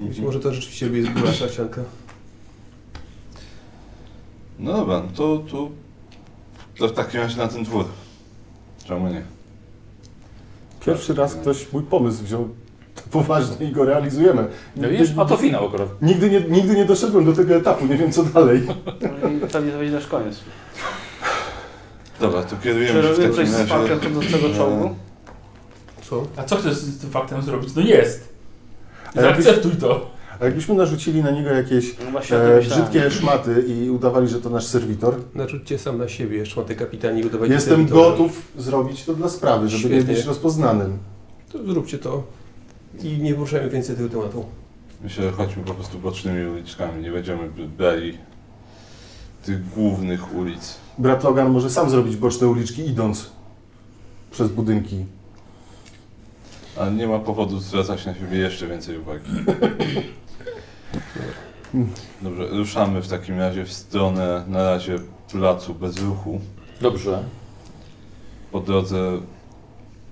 być Mhm. może to rzeczywiście jest była szlachcianka. No dobra, no to, to, to w takim razie na ten dwór. Czemu nie? Pierwszy raz ktoś mój pomysł wziął poważnie i go realizujemy. No widzisz? A to finał akurat. Nigdy nie, nigdy nie doszedłem do tego etapu, nie wiem co dalej. No i Pewnie to będzie nasz koniec. Dobra, to Czy kierujemy się w robię takim coś z razie... faktem chodzącego czołgu? Co? A co chcesz z tym faktem zrobić? No jest. A jakbyś- Zaakceptuj to. A jakbyśmy narzucili na niego jakieś No właśnie o tym e, myślałem. brzydkie szmaty i udawali, że to nasz serwitor, Narzućcie sam na siebie, jeszcze mam te kapitanie i udawać jestem serwitorem. gotów zrobić to dla sprawy, żeby nie Świetnie. być rozpoznanym. To zróbcie to. I nie poruszajmy więcej tego tematu. Myślę, że chodźmy po prostu bocznymi uliczkami, nie będziemy b- brali tych głównych ulic. Brat Logan może sam zrobić boczne uliczki idąc przez budynki. A nie ma powodu zwracać na siebie jeszcze więcej uwagi. Dobrze, ruszamy w takim razie w stronę na razie placu bez ruchu. Dobrze. Po drodze,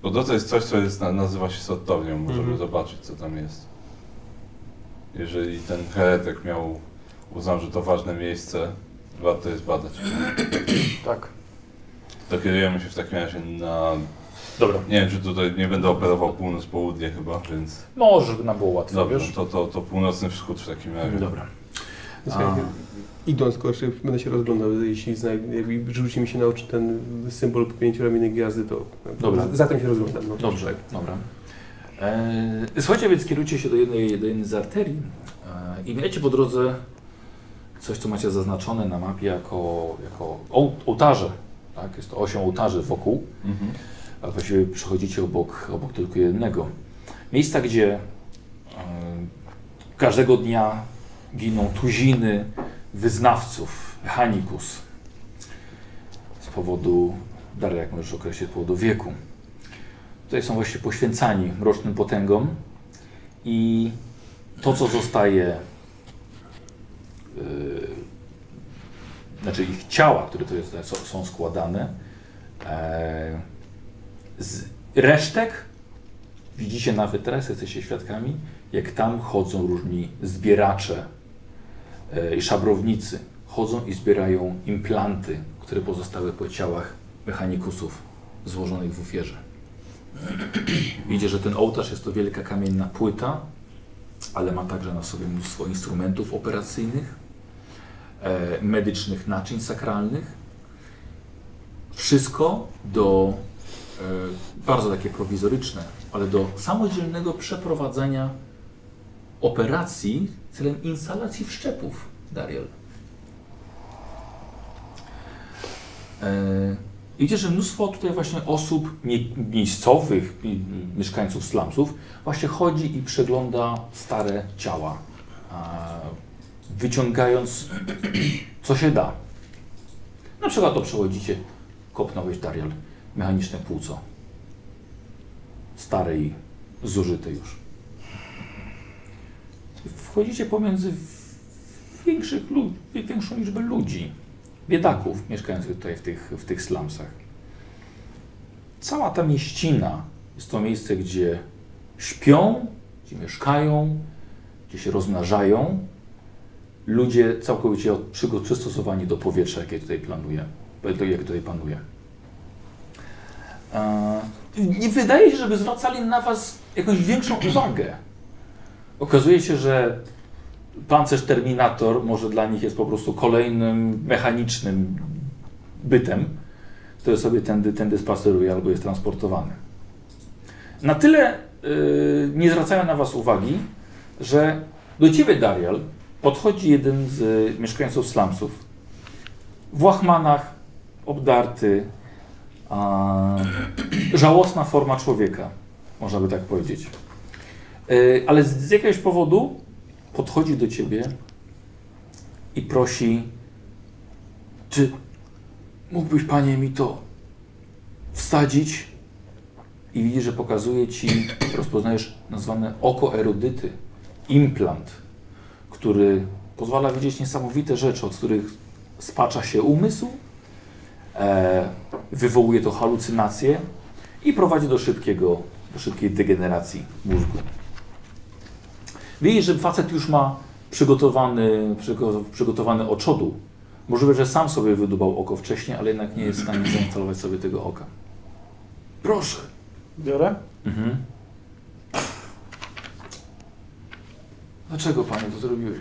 po drodze jest coś, co jest, na- nazywa się sortownią. Możemy Mhm. zobaczyć, co tam jest. Jeżeli ten heretyk miał, uznał, że to ważne miejsce, warto jest badać. Tak. To kierujemy się w takim razie na... Dobra. Nie wiem, czy tutaj nie będę operował północ-południe chyba, więc... Może by nam było łatwiej, Dobrze, wiesz? to, to, to północny wschód w takim razie. Dobra. Więc A. jakby Idąc, tylko jeszcze będę się rozglądał, jeśli znajdę, jakby rzuci mi się na oczy ten symbol pięcioramiennej gwiazdy, to Dobra. za tym się rozglądam. No. Dobrze, dobra. E, słuchajcie, więc kierujcie się do jednej, do jednej z arterii e, i mijacie po drodze coś, co macie zaznaczone na mapie jako, jako oł- ołtarze. Tak? Jest to osiem ołtarzy wokół, Mhm. a właściwie przechodzicie obok, obok tylko jednego. Miejsca, gdzie e, każdego dnia giną tuziny wyznawców, hanikus z powodu, dalej jak możesz określić, z powodu wieku. Tutaj są właśnie poświęcani mrocznym potęgom i to, co zostaje, yy, znaczy ich ciała, które to jest, są- są składane, e, z resztek widzicie nawet teraz, jesteście świadkami, jak tam chodzą różni zbieracze e, i szabrownicy. Chodzą i zbierają implanty, które pozostały po ciałach mechanikusów złożonych w ofierze. Widzicie, że ten ołtarz jest to wielka kamienna płyta, ale ma także na sobie mnóstwo instrumentów operacyjnych, e, medycznych naczyń sakralnych. Wszystko do e, bardzo takie prowizoryczne, ale do samodzielnego przeprowadzania operacji celem instalacji wszczepów, Dariel. E, i Widzicie, że mnóstwo tutaj właśnie osób mie- miejscowych, mi- mieszkańców slumsów, właśnie chodzi i przegląda stare ciała, a, wyciągając co się da. Na przykład to przechodzicie, kopnąłeś Darial, mechaniczne płuco. Stare i zużyte już. Wchodzicie pomiędzy w- większych, lu- większą liczbę ludzi biedaków mieszkających tutaj w tych, w tych slumsach. Cała ta mieścina jest to miejsce, gdzie śpią, gdzie mieszkają, gdzie się rozmnażają. Ludzie całkowicie od- przygo- przystosowani do powietrza, jakie tutaj planuje, jakie tutaj panuje. E, Nie wydaje się, żeby zwracali na Was jakąś większą uwagę. Okazuje się, że pancerz Terminator może dla nich jest po prostu kolejnym mechanicznym bytem, który sobie tędy, tędy spaceruje albo jest transportowany. Na tyle y, nie zwracają na Was uwagi, że do Ciebie, Darial, podchodzi jeden z y, mieszkańców slumsów. W łachmanach, obdarty, a, żałosna forma człowieka, można by tak powiedzieć. Y, ale z, z jakiegoś powodu podchodzi do ciebie i prosi, czy mógłbyś, panie, mi to wsadzić? I widzisz, że pokazuje ci, rozpoznajesz nazwane oko erudyty, implant, który pozwala widzieć niesamowite rzeczy, od których spacza się umysł, e, wywołuje to halucynacje i prowadzi do szybkiego, do szybkiej degeneracji mózgu. Widzisz, że facet już ma przygotowany, przygo- przygotowany oczodu. Możliwe, że sam sobie wydubał oko wcześniej, ale jednak nie jest w stanie zainstalować sobie tego oka. Proszę. Biorę? Mhm. Dlaczego panie to zrobiłeś?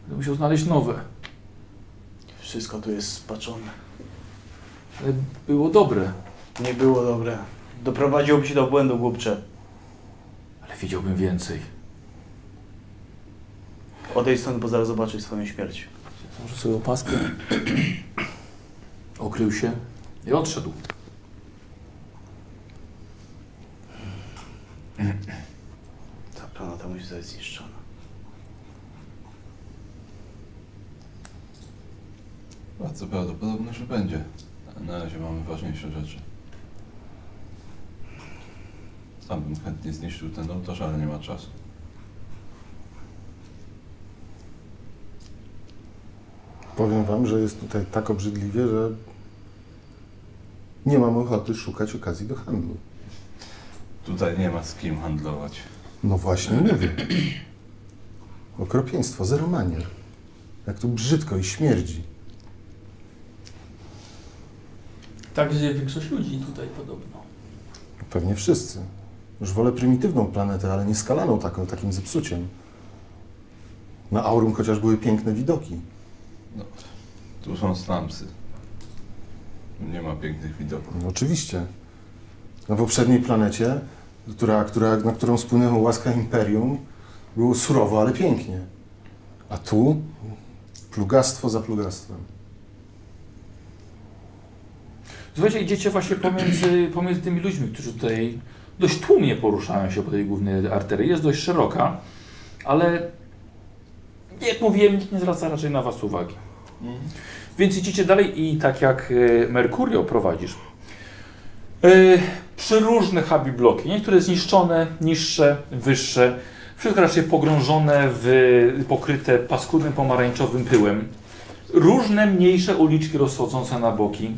Będę musiał znaleźć nowe, Wszystko tu jest spaczone. ale było dobre. Nie było dobre. Doprowadziłoby się do błędu, głupcze. Ale widziałbym więcej. Odejdź stąd, bo zaraz zobaczysz swoją śmierć. Założę sobie opaskę. Okrył się i odszedł. Ta planeta musi zostać zniszczona. Bardzo prawdopodobne, że będzie. Ale Na razie mamy ważniejsze rzeczy. Sam bym chętnie zniszczył ten ołtarz, ale nie ma czasu. Powiem wam, że jest tutaj tak obrzydliwie, że nie mam ochoty szukać okazji do handlu. Tutaj nie ma z kim handlować. No właśnie mówię. Okropieństwo, zero manier. Jak tu brzydko i śmierdzi. Tak żyje większość ludzi tutaj podobno. Pewnie wszyscy. Już wolę prymitywną planetę, ale nie skalaną taką, takim zepsuciem. Na Aurum chociaż były piękne widoki. No, Tu są slamsy. Nie ma pięknych widoków. No Oczywiście. Na poprzedniej planecie, która, która, na którą spłynęła łaska Imperium, było surowo, ale pięknie. A tu plugastwo za plugastwem. Słuchajcie, idziecie właśnie pomiędzy, pomiędzy tymi ludźmi, którzy tutaj dość tłumnie poruszają się po tej głównej arterii. Jest dość szeroka, ale jak mówiłem, nikt nie zwraca raczej na Was uwagi. Więc idziecie dalej i tak jak e, Merkurio prowadzisz, e, przeróżne hubi bloki, niektóre zniszczone, niższe, wyższe, wszystko raczej pogrążone w pokryte paskudnym pomarańczowym pyłem. Różne mniejsze uliczki rozchodzące na boki,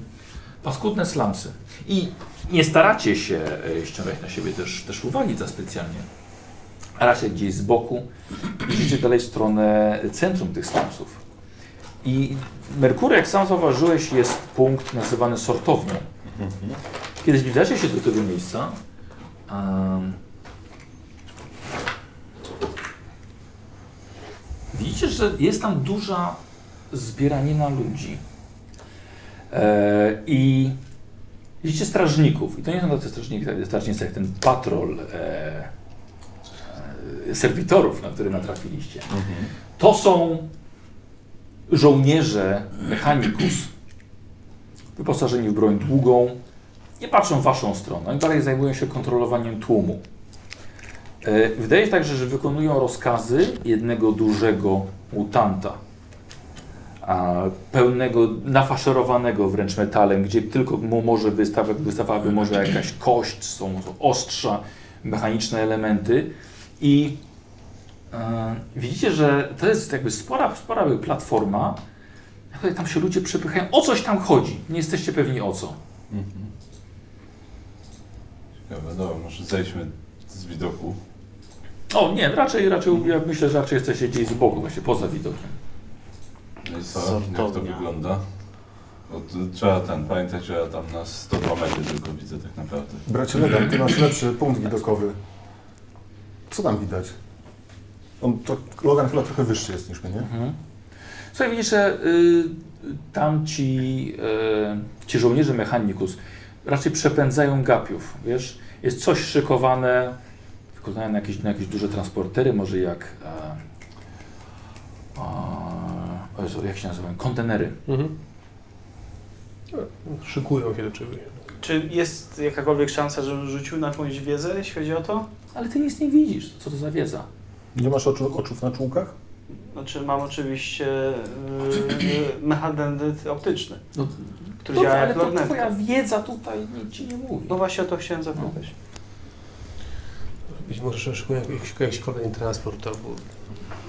paskudne slumsy. I nie staracie się e, ściągać na siebie też, też uwagi za specjalnie. A raczej gdzieś z boku idziecie dalej w stronę centrum tych slumsów. I Merkury, jak sam zauważyłeś, jest punkt nazywany sortownią. Kiedy zbliżacie się do tego miejsca, em, widzicie, że jest tam duża zbieranina ludzi. E, I widzicie strażników. I to nie są tacy strażniki, strażnicy jak ten patrol e, e, serwitorów, na który natrafiliście. To są żołnierze Mechanicus, wyposażeni w broń długą, nie patrzą w waszą stronę. Oni dalej zajmują się kontrolowaniem tłumu. E, Wydaje się także, że wykonują rozkazy jednego dużego mutanta, a pełnego, nafaszerowanego wręcz metalem, gdzie tylko mu może wystawa, wystawałaby może jakaś kość, są ostrza, mechaniczne elementy i E, Widzicie, że to jest jakby spora, spora jakby platforma, na której tam się ludzie przepychają. O coś tam chodzi. Nie jesteście pewni o co. Ciekawe, dobra, może zejdźmy z widoku. O nie, raczej, raczej ja myślę, że raczej jesteście gdzieś z boku, właśnie poza widokiem. No i co? Jak to wygląda? Bo tu trzeba ten, pamiętać, że ja tam na 102 metry tylko widzę tak naprawdę. Bracie Ledan, ty masz lepszy punkt widokowy. Co tam widać? On to, Logan chyba trochę wyższy jest niż my, nie? Słuchaj, widzisz, że y, tam ci, y, ci żołnierze Mechanicus raczej przepędzają gapiów, wiesz? Jest coś szykowane, wykonane na jakieś, na jakieś duże transportery, może jak... E, e, o Jezu, jak się nazywają? Kontenery. Mhm. Szykują się do czegoś. Czy jest jakakolwiek szansa, żebym rzucił na jakąś wiedzę, jeśli chodzi o to? Ale ty nic nie widzisz. Co to za wiedza? Nie masz oczu, oczów na czółkach? Znaczy mam oczywiście yy, mechanizm optyczny, No, który Dobrze, działa ale jak to lornetka. twoja wiedza tutaj nic ci nie mówi. No właśnie o to chciałem E, zapytać. Być może szykują jakiś, jakiś kolejny transport albo...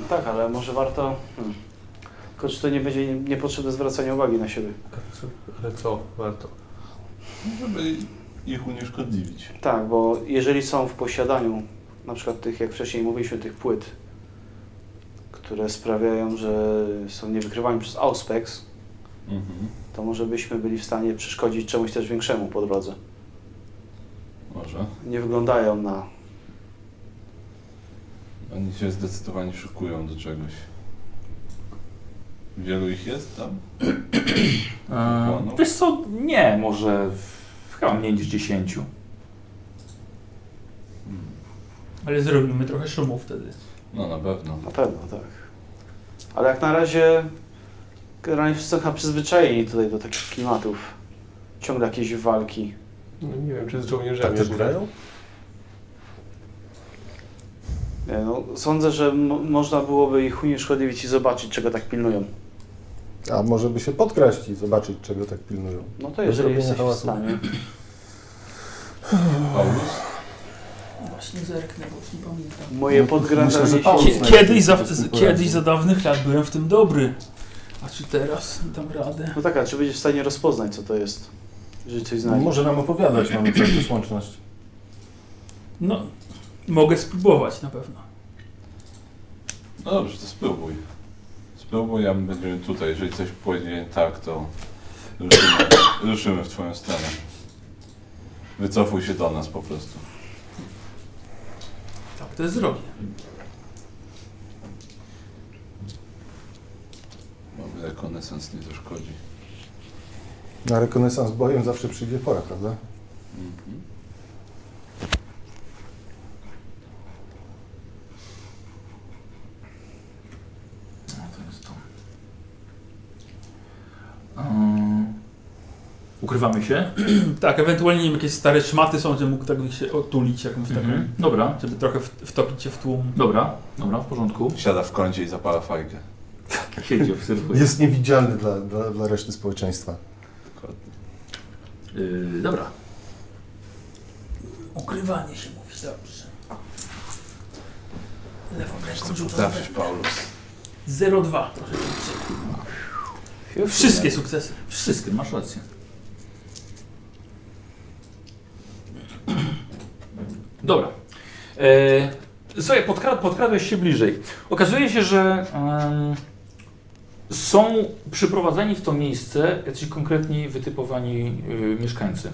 No tak, ale może warto... Hmm. Tylko czy to nie będzie nie- niepotrzebne zwracanie uwagi na siebie? Ale co? Warto. Żeby ich unieszkodliwić. Tak, bo jeżeli są w posiadaniu na przykład tych, jak wcześniej mówiliśmy, tych płyt, które sprawiają, że są niewykrywani przez Auspex, Mhm. to może byśmy byli w stanie przeszkodzić czemuś też większemu po drodze. Może. Nie wyglądają na... Oni się zdecydowanie szykują do czegoś. Wielu ich jest tam? E, Ochroną? wiesz co, nie, może w, chyba mniej niż 10. Ale zrobimy trochę szumu wtedy. No na pewno. Na pewno, tak. Ale jak na razie generalnie wszyscy są chyba przyzwyczajeni tutaj do takich klimatów. Ciągle jakieś walki. No nie wiem, czy z Tak żołnierzami też akurat. grają? Nie, No, sądzę, że mo- można byłoby ich unieszkodliwić i zobaczyć, czego tak pilnują. A może by się podkraść i zobaczyć, czego tak pilnują. No to Bez jeżeli robienia jesteś w hałasu. stanie. Paulus? Właśnie zerknę, bo już nie pamiętam. Moje podgranaty No Myślę, że Kie- Paulus Kiedyś za, najpierw z- poradzi. kiedyś za dawnych lat byłem w tym dobry. A czy teraz dam radę? No tak, a czy będziesz w stanie rozpoznać, co to jest? Jeżeli coś No, znajdziesz. może nam opowiadać, mamy przecież łączność. No, mogę spróbować na pewno. No dobrze, to spróbuj. Spróbuj, a my będziemy tutaj. Jeżeli coś pójdzie nie tak, to ruszymy, ruszymy w twoją stronę. Wycofuj się do nas po prostu. Tak, to zrobię. Mamy rekonesans, nie zaszkodzi. Na rekonesans bojem zawsze przyjdzie pora, prawda? No to jest to. Eee, Ehm, Ukrywamy się. tak, ewentualnie nie wiem, jakieś stare szmaty są, że mógł tak się otulić jakąś taką. Mhm, dobra. No. Żeby trochę w- wtopić się w tłum. Dobra, dobra, w porządku. Siada w kącie i zapala fajkę. Siedzi, obserwuje. Jest niewidzialny dla, dla, dla reszty społeczeństwa. Yy, dobra. Ukrywanie się mówi, dobrze. Lewą ręką rzucam. Potrafisz, Paulus. 0,2 trochę więcej. Wszystkie sukcesy. Wszystkie, masz rację. Dobra. E, słuchaj, podkra podkradłeś się bliżej. Okazuje się, że em, są przyprowadzeni w to miejsce jacyś konkretni, wytypowani y, mieszkańcy.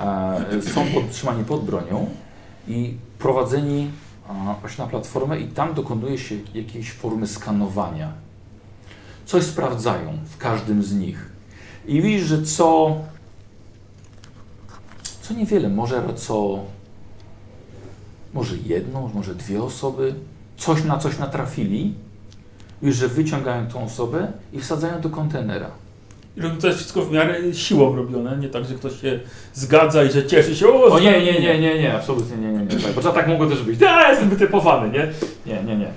E, są podtrzymani pod bronią i prowadzeni a, właśnie na platformę i tam dokonuje się jakiejś formy skanowania. Coś sprawdzają w każdym z nich. I widzisz, że co... Co niewiele, może co może jedną, może dwie osoby, coś na coś natrafili, już że wyciągają tą osobę i wsadzają do kontenera. I robi to jest wszystko w miarę siłą robione, nie tak, że ktoś się zgadza i że cieszy się. O, O nie, nie, znaleźli nie, mnie". nie, nie, absolutnie nie, nie, nie. Tak, bo to tak mogło też być. Ja jestem wytypowany, nie? Nie, nie, nie.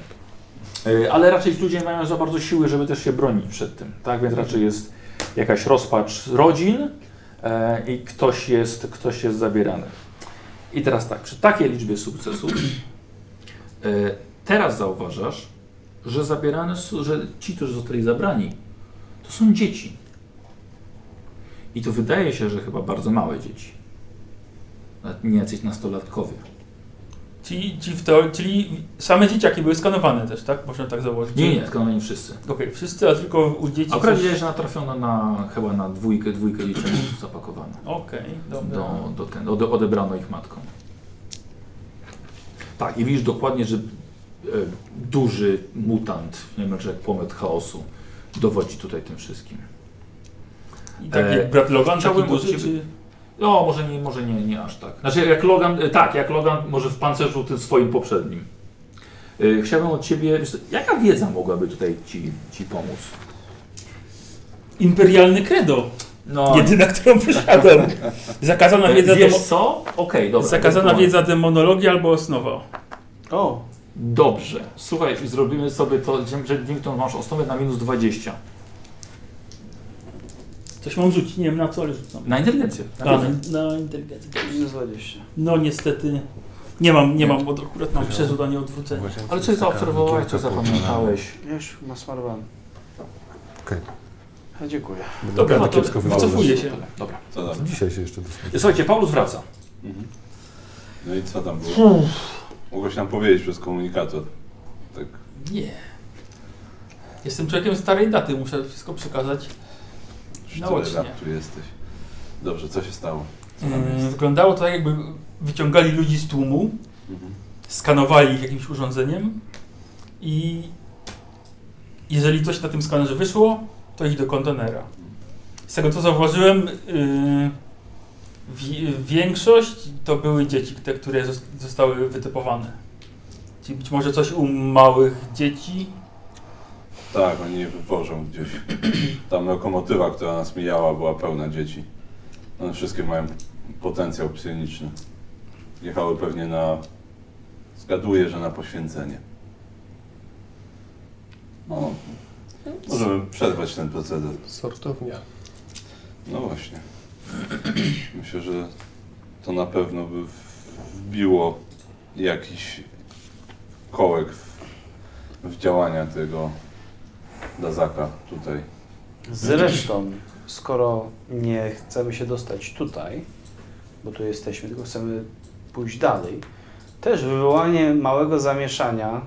Yy, Ale raczej ludzie nie mają za bardzo siły, żeby też się bronić przed tym, tak? Więc raczej jest jakaś rozpacz rodzin e, i ktoś jest, ktoś jest zabierany. I teraz tak, przy takiej liczbie sukcesów e, teraz zauważasz, że zabierane są, że ci, którzy zostali zabrani, to są dzieci. I to wydaje się, że chyba bardzo małe dzieci. Nawet nie jacyś nastolatkowie. Ci, ci w teorii, czyli same dzieciaki były skanowane też, tak? Można tak założyć. Nie, nie, skanowani wszyscy. Okej, wszyscy, a tylko u dzieci. Akurat coś- widziałeś, że natrafiono na, chyba na dwójkę, dwójkę liczeń zapakowano. Okej, dobra. Do, do ten, ode, odebrano ich matką. Tak, i widzisz dokładnie, że e, duży mutant, nie wiem, czy jak pomet chaosu, dowodzi tutaj tym wszystkim. I taki E, jak brat Logan, taki chciałbym od duży, ciebie- czy... No, może nie, może nie, nie aż tak. Znaczy, jak Logan, e, tak, jak Logan, może w pancerzu tym swoim poprzednim. E, Chciałbym od ciebie, wiesz co, jaka wiedza mogłaby tutaj ci, ci pomóc? Imperialny kredo. No. Jedyna, którą posiadam. Zakazana wiedza... E, Wiesz demo- co? Okej, dobra. Zakazana ewentualnie. wiedza demonologia albo osnowa. O, Dobrze. Słuchaj, zrobimy sobie to, że dzięki temu masz osnowę na minus 20. Coś mam rzucić, nie wiem na co, ale rzucam. Na inteligencję. Na, na, inteligencję. minus 20. No niestety nie mam, nie mam, od, akurat mam przerzut, a nie odwrócenie. Ale coś zaobserwowałeś, co zapamiętałeś. Ja już nasmarowałem. Okej. A, dziękuję. Dobra, No to to kiepsko wycofuję się. Dobra. Co tam? Dzisiaj się jeszcze dostaniemy. Słuchajcie, Paulus wraca. No i co tam było? Mogłeś nam powiedzieć przez komunikator. Tak. Nie. Jestem człowiekiem starej daty, muszę wszystko przekazać. Już No tyle właśnie. lat tu jesteś. Dobrze, co się stało? Co tam Yy, jest? Wyglądało to tak, jakby wyciągali ludzi z tłumu, Mhm. skanowali ich jakimś urządzeniem i jeżeli coś na tym skanerze wyszło, to ich do kontenera. Z tego co zauważyłem, yy, wi- większość to były dzieci, te, które zos- zostały wytypowane. Czyli być może coś u małych dzieci. Tak, oni je wywożą gdzieś. Tam lokomotywa, która nas mijała, była pełna dzieci. One wszystkie mają potencjał psioniczny. Jechały pewnie na Zgaduję, że na poświęcenie. No, możemy przerwać ten proceder. Sortownia. No właśnie. Myślę, że to na pewno by wbiło jakiś kołek w, w działania tego Dazaka tutaj. Zresztą, skoro nie chcemy się dostać tutaj, bo tu jesteśmy, tylko chcemy pójść dalej, też wywołanie małego zamieszania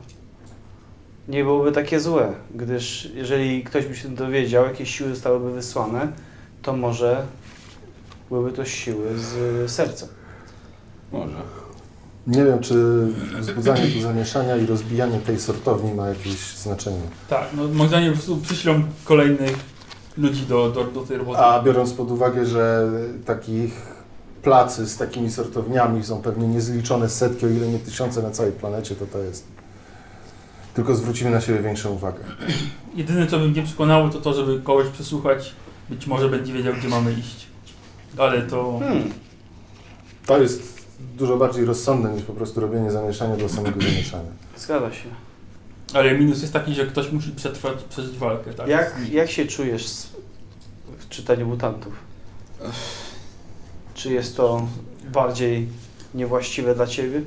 nie byłoby takie złe, gdyż jeżeli ktoś by się dowiedział, jakie siły zostałyby wysłane, to może byłyby to siły z serca. Może. Nie wiem, czy wzbudzanie tu zamieszania i rozbijanie tej sortowni ma jakieś znaczenie. Tak, no moim zdaniem po prostu przyślą kolejnych ludzi do, do, do tej roboty. A biorąc pod uwagę, że takich placy z takimi sortowniami są pewnie niezliczone setki, o ile nie tysiące na całej planecie, to to jest. Tylko zwrócimy na siebie większą uwagę. Jedyne co by mnie przekonało to to, żeby kogoś przesłuchać. Być może będzie wiedział gdzie mamy iść. Ale to... To jest dużo bardziej rozsądne niż po prostu robienie zamieszania dla samego zamieszania. Zgadza się. Ale minus jest taki, że ktoś musi przetrwać, przeżyć walkę, tak? Jak, jak się czujesz z- w czytaniu mutantów? Czy jest to bardziej niewłaściwe dla ciebie?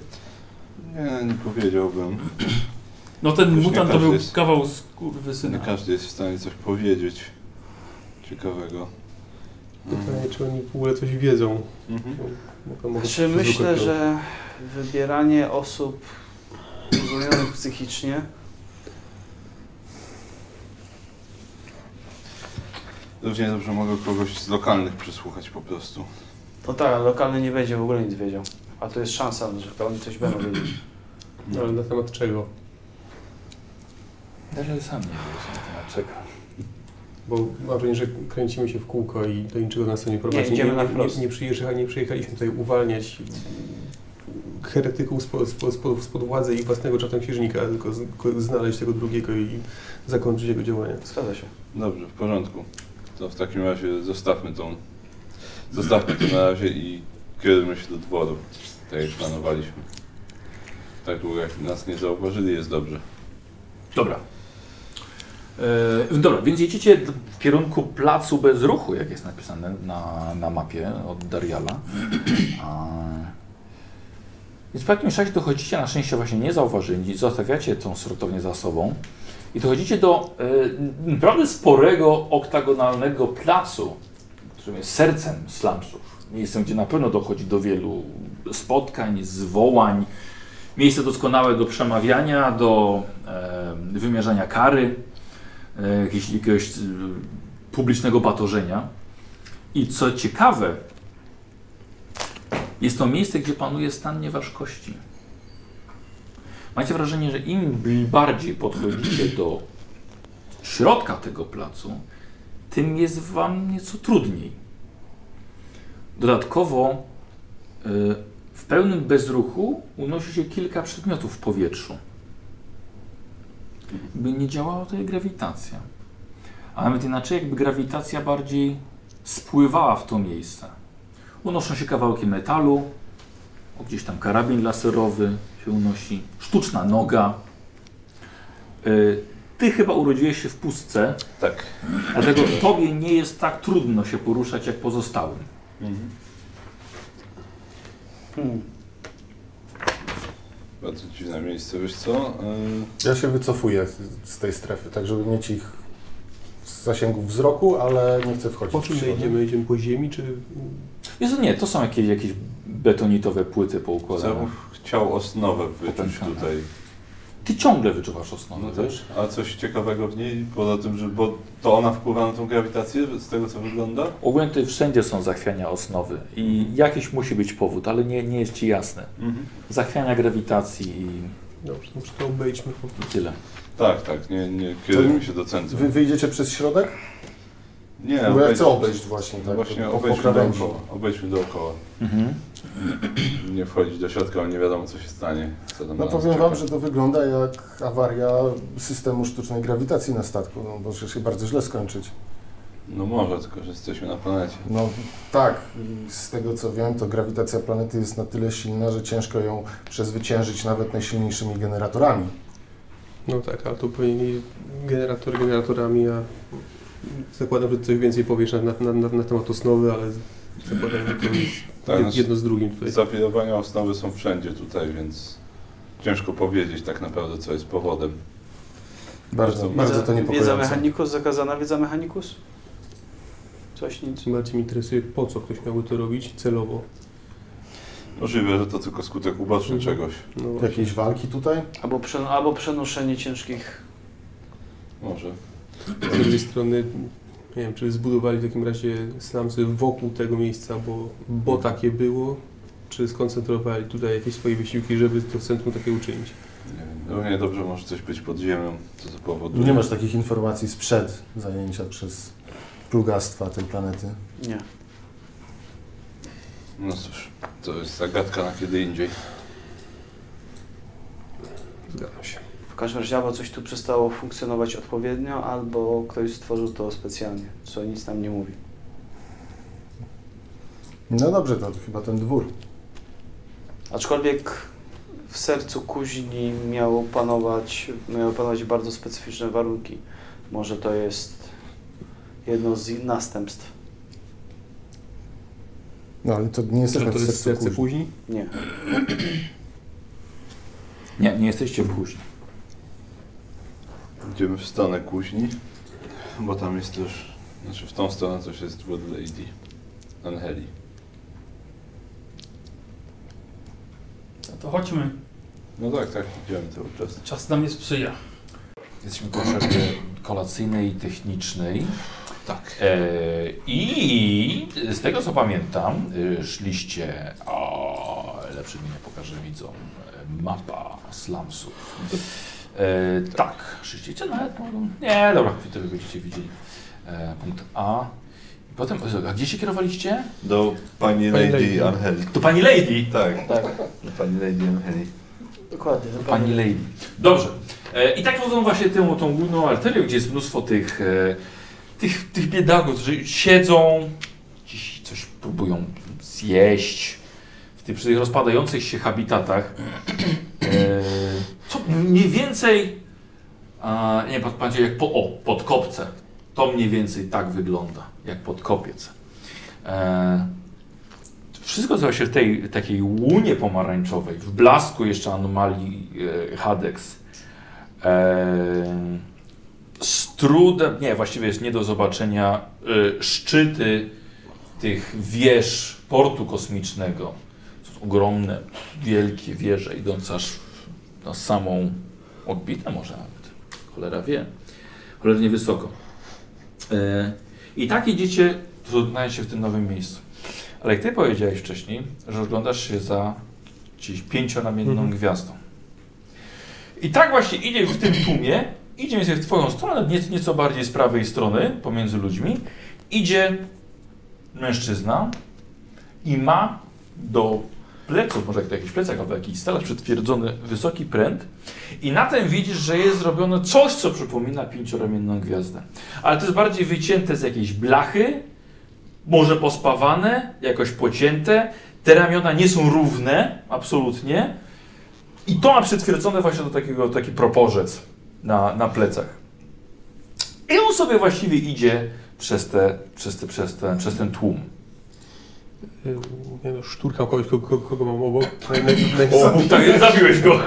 Nie, nie powiedziałbym. No ten Też nie mutant to każdy był tak jest- kawał skurwysyna. Nie każdy jest w stanie coś powiedzieć ciekawego. Pytanie, czy oni w ogóle coś wiedzą. Mhm. Czy Znaczy, myślę, że wybieranie osób uzdolnionych psychicznie Równie dobrze mogę kogoś z lokalnych przysłuchać po prostu. No tak, ale lokalny nie będzie w ogóle nic wiedział. A to jest szansa, że oni coś będą wiedzieć. No, ale na temat czego? Daniel sam nie wie na temat czego. Bo mam wrażenie, że kręcimy się w kółko i do niczego nas to nie prowadzi. idziemy nie, na nie, wprost. nie, przyjeżdża- nie przyjechaliśmy tutaj uwalniać heretyków spod, spod, spod, spod władzy i własnego czarnoksiężnika, tylko z, ko- znaleźć tego drugiego i zakończyć jego działania. Zgadza się. Dobrze, w porządku. To w takim razie zostawmy tą. Zostawmy to na razie i kierujmy się do dworu. Tak jak planowaliśmy. Tak długo jak nas nie zauważyli jest dobrze. Dobra. E, dobra, więc jedziecie d- w kierunku placu bez ruchu, jak jest napisane na, na mapie od Dariala. A, więc w jakimś czasie dochodzicie, na szczęście właśnie nie zauważyli, zostawiacie tą sortownię za sobą i dochodzicie do e, naprawdę sporego, oktagonalnego placu, którym jest sercem slumsów. Miejscem, gdzie na pewno dochodzi do wielu spotkań, zwołań, Miejsce doskonałe do przemawiania, do e, wymierzania kary, e, jakiegoś, jakiegoś e, publicznego batorzenia. I co ciekawe, jest to miejsce, gdzie panuje stan nieważkości. Macie wrażenie, że im bli- bardziej podchodzicie do środka tego placu, tym jest wam nieco trudniej. Dodatkowo y, w pełnym bezruchu unosi się kilka przedmiotów w powietrzu. By nie działała tutaj grawitacja. A nawet inaczej, jakby grawitacja bardziej spływała w to miejsce. Unoszą się kawałki metalu, o, gdzieś tam karabin laserowy się unosi, sztuczna noga. Y, Ty chyba urodziłeś się w pustce. Tak. Dlatego tobie nie jest tak trudno się poruszać jak pozostałym. Hmm. Bardzo dziwne miejsce, wiesz co? Yy, Ja się wycofuję z- z tej strefy, tak żeby mieć ich z zasięgu wzroku, ale nie chcę wchodzić. Po czym w my środek. idziemy? Idziemy po ziemi, czy... Jezu, nie, to są jakieś, jakieś betonitowe płyty Ja bym poukładane. chciał osnowę wyczuć tutaj. Ty ciągle wyczuwasz osnowę. No też. A coś ciekawego w niej, poza tym, że bo to ona wpływa na tą grawitację, z tego co wygląda? Ogólnie tutaj wszędzie są zachwiania osnowy i jakiś musi być powód, ale nie, nie jest ci jasny. Mhm. Zachwiania grawitacji i, Dobrze, no, czy to obejdźmy po i tyle. Tak, tak, nie, nie kierujmy się do centrum. Wy wyjdziecie przez środek? Nie, Bo ja chcę obejdź- obejść właśnie, tak? No Właśnie po- po obejdźmy krawędzi. dookoła. Obejdźmy dookoła. Mhm. Nie wchodzić do środka, bo nie wiadomo co się stanie. Co tam No na powiem nas wam, czeka. że to wygląda jak awaria systemu sztucznej grawitacji na statku, no bo przecież się bardzo źle skończyć. No może, tylko że jesteśmy na planecie. No tak, i z tego co wiem, to grawitacja planety jest na tyle silna, że ciężko ją przezwyciężyć nawet najsilniejszymi generatorami. No tak, ale tu powinni generator generatorami, a zakładam, że ty coś więcej powiesz na, na, na, na temat osnowy, ale zakładam, że to jest Tak, no, jed- jedno z drugim tutaj. Tak, Zapilowania osnowy są wszędzie tutaj, więc ciężko powiedzieć tak naprawdę, co jest powodem. Bardzo, bardzo to Wiedza niepokojące. mechanikus, zakazana wiedza mechanikus? Coś nic. Bardziej mi interesuje, po co ktoś miałby to robić celowo. Możliwe, że to tylko skutek uboczny Mhm. czegoś. No właśnie. Jakiejś walki tutaj? Albo, przen- albo przenoszenie ciężkich. Może. Tak. Z drugiej strony, nie wiem, czy zbudowali w takim razie slumsy wokół tego miejsca, bo, bo takie było, czy skoncentrowali tutaj jakieś swoje wysiłki, żeby to centrum takie uczynić. Równie dobrze może coś być pod ziemią, co to powoduje. Nie masz takich informacji sprzed zajęcia przez plugastwa tej planety. Nie. No cóż, to jest zagadka na kiedy indziej. Zgadzam się. W każdym razie albo coś tu przestało funkcjonować odpowiednio, albo ktoś stworzył to specjalnie, co nic nam nie mówi. No dobrze, to chyba ten dwór. Aczkolwiek w sercu kuźni miało panować, miały panować bardzo specyficzne warunki. Może to jest jedno z następstw. No ale to nie jesteśmy w sercu kuźni. Nie. Nie, nie jesteście w kuźni. Idziemy w stronę kuźni, bo tam jest też, znaczy w tą stronę coś jest Wood Lady, Angeli. No to chodźmy. No tak, tak, idziemy cały czas. Czas nam nie sprzyja. Jesteśmy w potrzebie kolacyjnej i technicznej. Tak. I z tego co pamiętam, e, szliście, o, lepszy mi nie pokaże widzom, e, mapa slumsów. E, tak, szliście czy nawet mogą. Nie, dobra, wy to będziecie widzieli. E, punkt A. I potem, a gdzie się kierowaliście? Do pani, Pani Lady, Lady. Angeli. Do pani Lady? Tak. Do pani Lady Angeli. Dokładnie. Pani Lady. Dobrze. E, I tak rozumiem właśnie tę, tą główną arterię, gdzie jest mnóstwo tych, e, tych, tych biedaków, którzy siedzą, gdzieś coś próbują zjeść w tych, przy tych rozpadających się habitatach. E, co mniej więcej, a, nie patrzcie, jak po, o, pod kopce. To mniej więcej tak wygląda, jak pod kopiec. E, wszystko co się w tej takiej łunie pomarańczowej, w blasku jeszcze anomalii e, Hadex, e, z trudem, nie, właściwie jest nie do zobaczenia e, szczyty tych wież portu kosmicznego. Są to ogromne, wielkie wieże idące aż w- na samą odbitę może nawet. Cholera wie. Cholernie wysoko. E, I tak idziecie, znajdziecie się w tym nowym miejscu. Ale jak ty powiedziałeś wcześniej, że oglądasz się za gdzieś pięcionamienną Mhm. gwiazdą. I tak właśnie idzie w tym tłumie, idzie mniej więcej w twoją stronę, nieco, nieco bardziej z prawej strony, pomiędzy ludźmi, idzie mężczyzna i ma do pleców, może jak to jakiś plecak albo jakiś stelaż przytwierdzony wysoki pręt i na tym widzisz, że jest zrobione coś, co przypomina pięcioramienną gwiazdę. Ale to jest bardziej wycięte z jakiejś blachy, może pospawane, jakoś pocięte. Te ramiona nie są równe, absolutnie. I to ma przytwierdzone właśnie do takiego, taki proporzec na, na plecach. I on sobie właściwie idzie przez, te, przez, te, przez, ten, przez ten tłum. Y, Nie no, szturkam kogoś, kogo, kogo, kogo mam obok. Naj, naj, O, tak, zabiłeś go.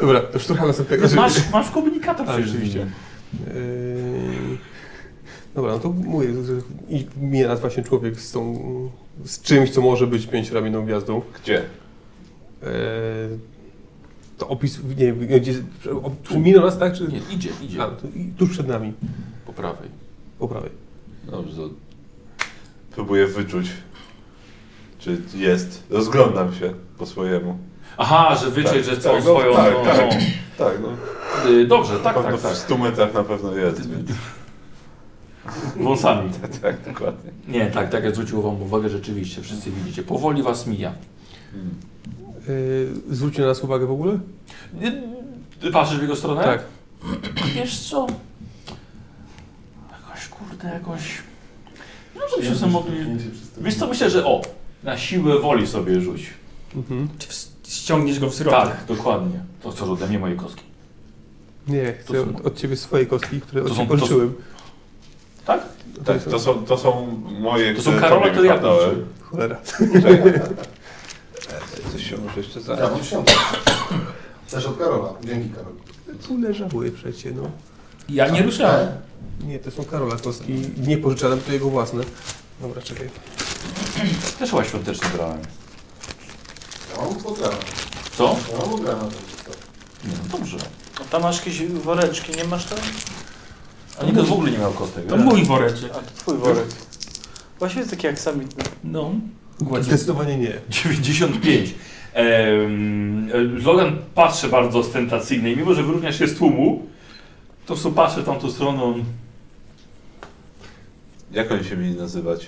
Dobra, szturkam następnego. No Masz, masz komunikator Tak, A, przecież. rzeczywiście. Yy, Dobra, no to mówię, że- że i mija nas właśnie człowiek z tą, z czymś, co może być pięcioramienną gwiazdą. Gdzie? to opis, nie wiem, gdzie, o- czy minął nas, tak? Czy... Nie, idzie, idzie. A, to, i tuż przed nami, Po prawej. po prawej. Dobrze, to próbuję wyczuć, czy jest. Rozglądam się po swojemu. Aha, że wyczuć, Tak, że tak, całą no, swoją... Tak, no, tak, no. tak. No. Y, dobrze, tak, Na pewno tak, tak. W 100 metrach na pewno jest, więc... Wąsami. tak, dokładnie. Nie, tak, tak jak zwróciło wam uwagę, rzeczywiście, wszyscy widzicie. Powoli was mija. Yy, zwrócił na nas uwagę w ogóle? Y, Tak? Tak. Ty patrzysz w jego stronę? Tak. Wiesz co? Jakoś kurde, jakoś... No, żeby się sobie mogli... Wiesz co, myślę, że o, na siłę woli sobie rzuć. Czy w- Mhm. ściągniesz go w środek? Tak, dokładnie. To chcesz ode mnie moje kostki. Nie, chcę od, od ciebie swoje kostki, które od to są- ciebie to są- pożyczyłem. Tak? Tak, to są, to są moje, To są które Karola, tobie które ja wypadały. pożyczyłem. Cholera. Czekaj. Coś się muszę jeszcze Ja mam zająć. dziesiątkę. Też od Karola. Dzięki Karol. Tu leżały przecie, no. Ja nie ruszałem. Nie, to są Karola kostki. Nie pożyczane, bo to jego własne. Dobra, czekaj. Też chyba świąteczny brałem. Ja mam podgrana. Co? Ja mam podgrana. Nie, no dobrze. A tam masz jakieś woreczki, nie masz tam? A nikt w ogóle nie miał kostek. To Tak. wiesz? mój woreczek. A to Tak, twój worek. Właściwie jest taki aksamitny. No. Zdecydowanie nie. 95. Em, e, Logan patrzy bardzo ostentacyjnie i mimo, że wyróżnia się z tłumu, to w sumie patrzy tamtą stroną. Jak oni się mieli nazywać?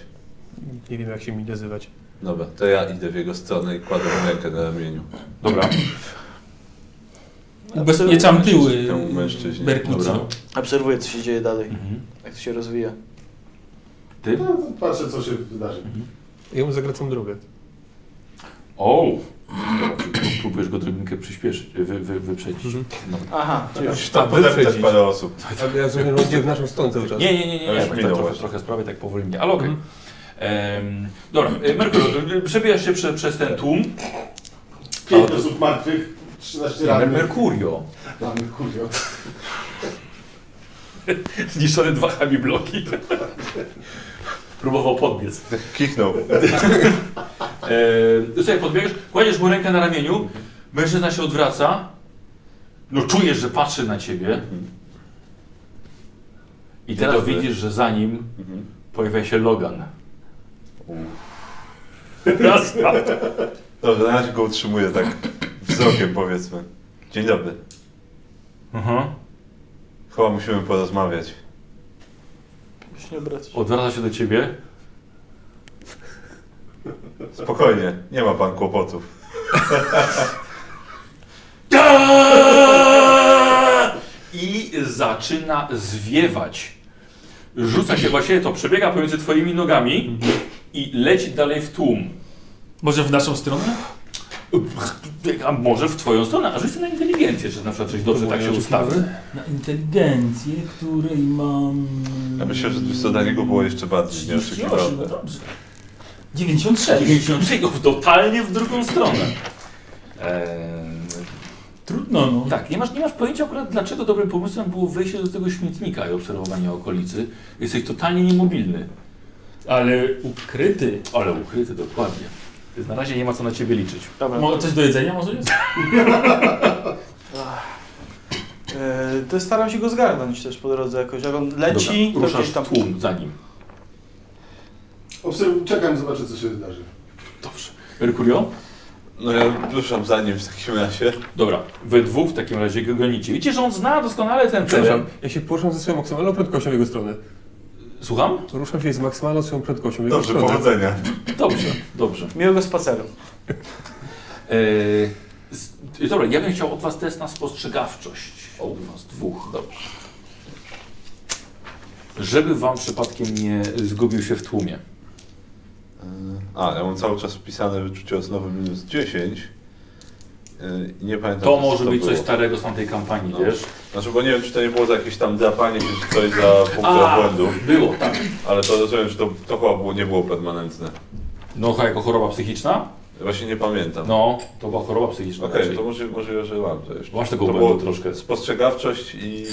Nie wiem, jak się mi nazywać. Dobra, to ja idę w jego stronę i kładę mu rękę na ramieniu. Dobra. Ubezpieczam Ubezpieczam tyły Temu mężczyźnie. Berkucu. Dobra. Obserwuję, co się dzieje dalej. Jak to się rozwija. Ty? No, patrzę, co się wydarzy. Ja mu zagracam drogę. O! Próbujesz go drobinkę przyspieszyć, wy, wy, wyprzedzić. No. Aha, czyli już Tam Mhm. potem też parę osób. Ale ja zrobię ludzie w naszą stronę cały czas. Nie, nie, nie, nie, A nie. już tak, minął tak, trochę, właśnie. trochę sprawy tak powoli mnie, ale okej. Em, dobra, e, Merkur, e, przebijasz się prze, przez ten tłum. Pięć osób martwych, 13 Mer- rannych. Merkurio. Rany, kurio. Zniszczone dwa hami bloki. Próbował podbiec. Kichnął. Eee, słuchaj, podbiegasz, kładziesz mu rękę na ramieniu, mężczyzna się odwraca. No czujesz, że patrzy na ciebie. I teraz Mhm. Dobry. widzisz, że za nim pojawia się Logan. Raz, dwa. Dobrze, na razie go utrzymuję tak wzrokiem powiedzmy. Dzień dobry. Mhm. Chyba musimy porozmawiać. Już nie brać. Odwraca się do ciebie. Spokojnie, nie ma pan kłopotów. I zaczyna zwiewać. Rzuca się właśnie, to przebiega pomiędzy twoimi nogami i leci dalej w tłum. Może w naszą stronę? A może w twoją stronę, a rzuć sobie na inteligencję, że na przykład coś dobrze tak się ustawi. Na inteligencję, której mam... Ja myślę, że to dla niego było jeszcze bardziej 38, no nieoczekiwane. dobrze. 96. 96 w- totalnie w drugą stronę. Ehm, Trudno, no. tak, nie masz, nie masz pojęcia akurat dlaczego dobrym pomysłem było wyjście do tego śmietnika i obserwowanie okolicy. Jesteś totalnie niemobilny. Ale ukryty. Ale ukryty, dokładnie. Więc na razie nie ma co na ciebie liczyć. Dobra. Mo- coś do jedzenia może jest? E, to staram się go zgarnąć też po drodze jakoś. Jak on leci, Dobra, to gdzieś ruszasz tam... tłum za nim. Obserwuję, czekam, zobaczę, co się wydarzy. Dobrze. Merkurio? No ja ruszam za nim w takim razie. Dobra, we dwóch w takim razie go gonicie. Widzicie, że on zna doskonale ten teren. Przepraszam, ja się poruszam ze swoją maksymalną prędkością w jego stronę. Słucham? Ruszam się z maksymalną swoją prędkością w jego Dobrze, stronę. powodzenia. Dobrze, dobrze. Miłego spaceru. Eee, s- dobra, ja bym chciał od was test na spostrzegawczość. Od was dwóch. Dobrze. Żeby wam przypadkiem nie zgubił się w tłumie. A, ja mam cały czas wpisane wyczucie osnowy minus 10. Yy, i nie pamiętam, To co może być coś było. starego z tamtej kampanii, No. wiesz? Znaczy, bo nie wiem, czy to nie było za jakieś tam drapanie się, czy coś za punktem A, błędu. było, tak. Ale to rozumiem, że to, to chyba było, nie było permanentne. No, jako choroba psychiczna? Właśnie nie pamiętam. No, to była choroba psychiczna. Okej, raczej. No to może, może, że mam to jeszcze. Masz tego to błędu było troszkę. Spostrzegawczość i,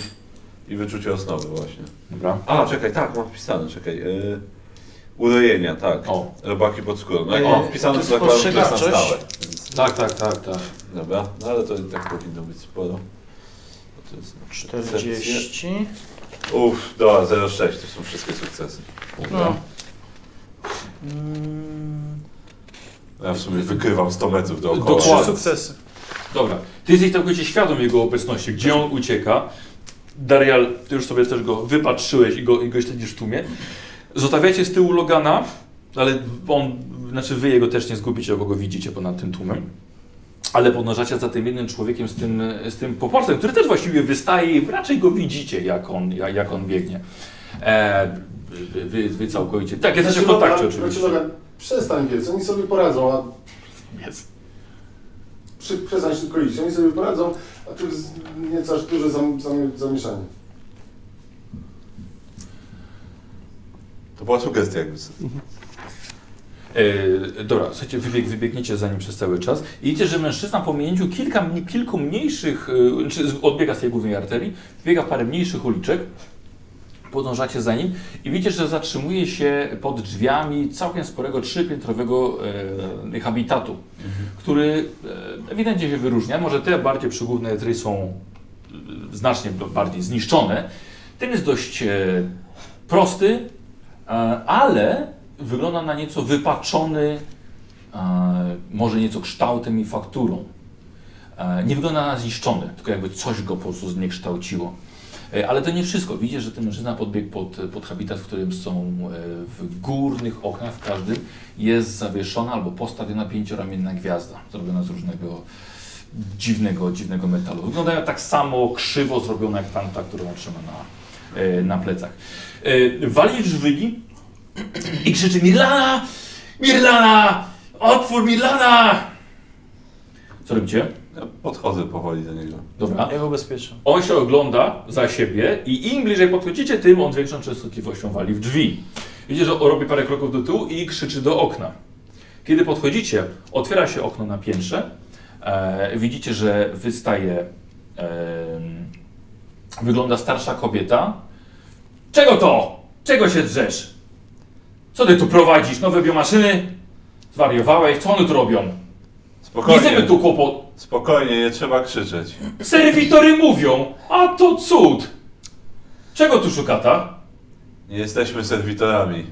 i wyczucie osnowy właśnie. Dobra. A, czekaj, tak, mam wpisane, czekaj. Yy, urojenia, tak. O. E, Robaki pod skórą. No jak Yy, mam wpisane, to to zakładam, że to jest na spostrzegawczość. stałe. Więc, Tak, tak, tak, tak. dobra, no ale to i tak powinno być sporo. Bo To jest na przykład serce. 40. Uff, dobra, 0,6 to są wszystkie sukcesy. No. Mm, Ja w sumie wykrywam 100 metrów dookoła. Dokładnie. trzy więc- sukcesy. Dobra, ty jesteś całkowicie świadom jego obecności, gdzie on ucieka. Darial, ty już sobie też go wypatrzyłeś i go, i go śledzisz w tłumie. Zostawiacie z tyłu Logana, ale on, znaczy wy jego też nie zgubicie, bo go widzicie ponad tym tłumem. Ale podążacie za tym jednym człowiekiem z tym, z tym poporcem, który też właściwie wystaje i raczej go widzicie, jak on, jak, jak on biegnie. E, wy, wy, wy całkowicie. Tak, jesteście w Znaczy, kontakcie Logan- oczywiście. znaczy, Logan, Przestań biec, oni sobie poradzą, a Jest. przy, przestań szybko iść, oni sobie poradzą, a tu jest nieco aż duże zam, zam, zamieszanie. To była sugestia jakby. E, dobra, słuchajcie, wybieg, wybiegniecie za nim przez cały czas. I widzicie, że mężczyzna po minięciu kilka, mni- kilku mniejszych, e, czy z- odbiega z tej głównej arterii, biega w parę mniejszych uliczek, podążacie za nim i widzicie, że zatrzymuje się pod drzwiami całkiem sporego trzypiętrowego e, habitatu, który e, ewidentnie się wyróżnia. Może te bardziej przygódne try są e, znacznie b- bardziej zniszczone. Ten jest dość e, prosty, e, ale wygląda na nieco wypaczony, e, może nieco kształtem i fakturą. E, Nie wygląda na zniszczony, tylko jakby coś go po prostu zniekształciło. E, Ale to nie wszystko. Widzisz, że ten mężczyzna podbiegł pod, pod habitat, w którym są e, w górnych oknach, w każdym jest zawieszona albo postawiona pięcioramienna gwiazda, zrobiona z różnego dziwnego, dziwnego metalu. Wyglądają tak samo krzywo zrobione jak tamta, którą trzyma na, e, na plecach. E, Wali drzwi i krzyczy Mirlana! Mirlana! Otwór Mirlana! Co robicie? Podchodzę powoli do niego. Dobra. Ja go ubezpieczę. On się ogląda za siebie i im bliżej podchodzicie, tym on z większą częstotliwością wali w drzwi. Widzicie, że on robi parę kroków do tyłu i krzyczy do okna. Kiedy podchodzicie, otwiera się okno na piętrze. E, widzicie, że wystaje. em, wygląda starsza kobieta. Czego to? Czego się drzesz? Co ty tu prowadzisz? Nowe biomaszyny? Zwariowałeś? Co one tu robią? Spokojnie. Nie chcemy tu kłopot. Spokojnie, nie trzeba krzyczeć. Serwitory mówią, a to cud! Czego tu szuka ta? Nie jesteśmy serwitorami.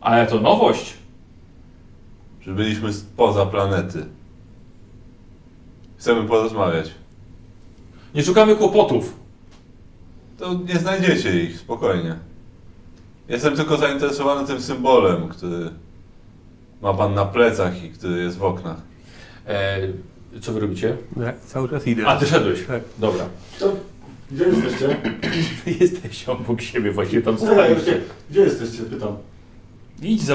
Ale to nowość. Przybyliśmy spoza planety. Chcemy porozmawiać. Nie szukamy kłopotów. To nie znajdziecie ich, spokojnie. Jestem tylko zainteresowany tym symbolem, który ma pan na plecach i który jest w oknach. E, co wy robicie? Ja cały czas idę. A ty szedłeś? Tak. Dobra. To, gdzie jesteście? Wy jesteście obok siebie, właśnie tam Tak, staliście. Gdzie jesteście? Pytam. Idź za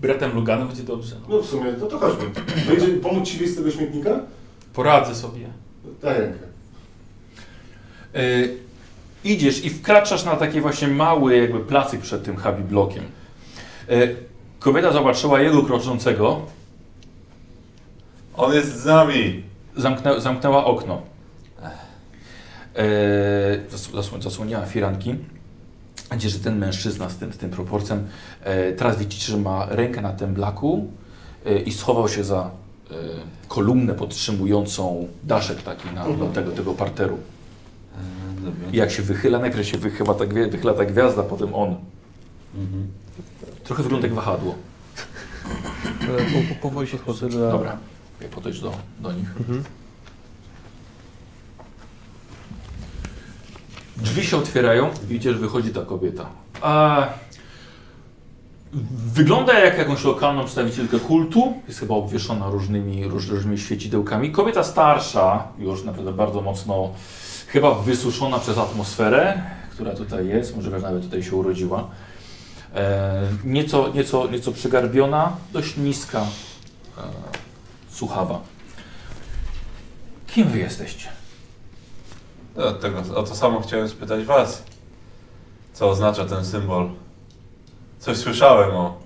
bratem Luganem, będzie dobrze. No w sumie, no to chodźmy. Będzie pomóc ci wyjść z tego śmietnika? Poradzę sobie. Daj rękę. E, idziesz i wkraczasz na taki właśnie mały jakby placyk przed tym habi blokiem. E, kobieta zobaczyła jego kroczącego. On jest z nami! Zamknę, zamknęła okno. E, zasu- zasłon, zasłoniła firanki. Widzicie, że ten mężczyzna z tym, z tym proporcem, e, teraz widzicie, że ma rękę na tym blaku e, i schował się za e, kolumnę podtrzymującą daszek taki na, do tego, tego parteru. I jak się wychyla, najpierw się wychyla ta, gwie- wychyla ta gwiazda, potem on. Trochę wygląda jak wahadło. E, Po, po, powoli się podchodzę do... Dobra, jak podejść do, do nich. Drzwi się otwierają i widzisz, wychodzi ta kobieta. A... Wygląda jak jakąś lokalną przedstawicielkę kultu. Jest chyba obwieszona różnymi, róż- różnymi świecidełkami. Kobieta starsza, już naprawdę bardzo mocno chyba wysuszona przez atmosferę, która tutaj jest, może nawet tutaj się urodziła. E, nieco, nieco, nieco przygarbiona, dość niska, e, suchawa. Kim wy jesteście? No, tego, o to samo chciałem spytać was. Co oznacza ten symbol? Coś słyszałem o